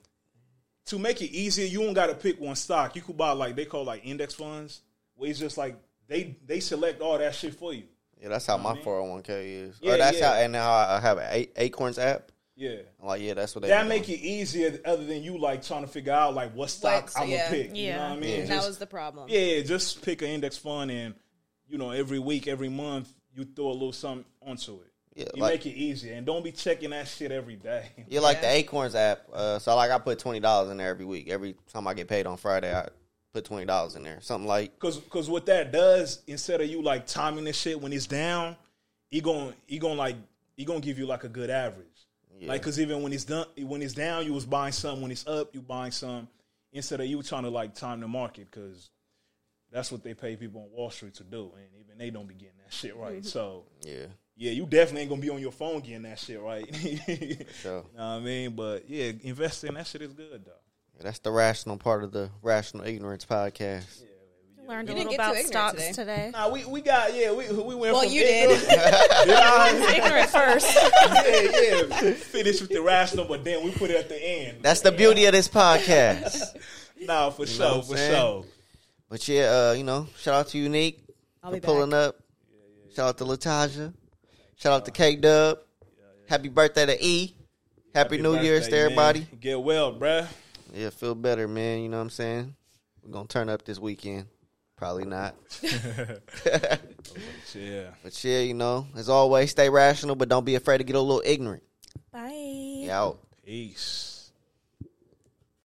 B: to make it easier, you don't got to pick one stock. You could buy like they call like index funds, where it's just like they they select all that shit for you.
A: yeah, that's how my 401k is.
B: Yeah,
A: or that's
B: yeah.
A: how and how I have an A- Acorns app.
B: Yeah.
A: I'm like, yeah, that's what they
B: That
A: do.
B: make it easier, other than you like trying to figure out like what stock
D: so
B: I'm
D: yeah.
B: gonna pick. You know
C: Yeah.
B: what I mean?
D: And
B: Just-
D: that was the problem.
B: Yeah, yeah, just pick an index fund and you know every week, every month you throw a little something onto it.
A: Yeah,
B: you
A: like-
B: make it easier and don't be checking that shit every day.
A: Yeah, like the Acorns app. Uh, so like I put twenty dollars in there every week. Every time I get paid on Friday, I put twenty dollars in there. Something like
B: Cause, cause what that does instead of you like timing this shit when it's down, he gon' he gon' like he gonna give you like a good average. Like cause even when it's done when it's down, you was buying some. When it's up, you buying some. Instead of you trying to like time the market, cause that's what they pay people on Wall Street to do, and even they don't be getting that shit right.
A: Mm-hmm.
B: So
A: yeah,
B: yeah, you definitely ain't gonna be on your phone getting that shit right.
A: sure.
B: Know what I mean, but yeah, investing that shit is good though.
A: that's the rational part of the rational ignorance podcast.
C: Learned a little
D: didn't get too
C: about
D: ignorant
C: stocks
D: today.
C: today.
B: Nah, we, we got yeah, we we went
D: Well,
B: from
D: you
B: ignorant- Did I?
C: ignorant first.
B: yeah, yeah. Finish with the rational, but then we put it at the end.
A: That's the beauty of this podcast.
B: nah,
A: know
B: for
A: what
B: sure,
A: I'm
B: for sure.
A: saying? but yeah, uh, you know, shout out to Unique
D: I'll
A: for
D: be
A: pulling up. Shout out to Latasha. Shout out to K Dub. Happy birthday to E. Happy, New Year's to
B: Birthday,
A: everybody.
B: man. Get well, bruh.
A: Yeah, feel better, man. You know what I'm saying? We're gonna turn up this weekend. Probably not.
B: Yeah.
A: But yeah, you know, as always, stay rational, but don't be afraid to get a little ignorant.
C: Bye.
A: Out.
B: Peace.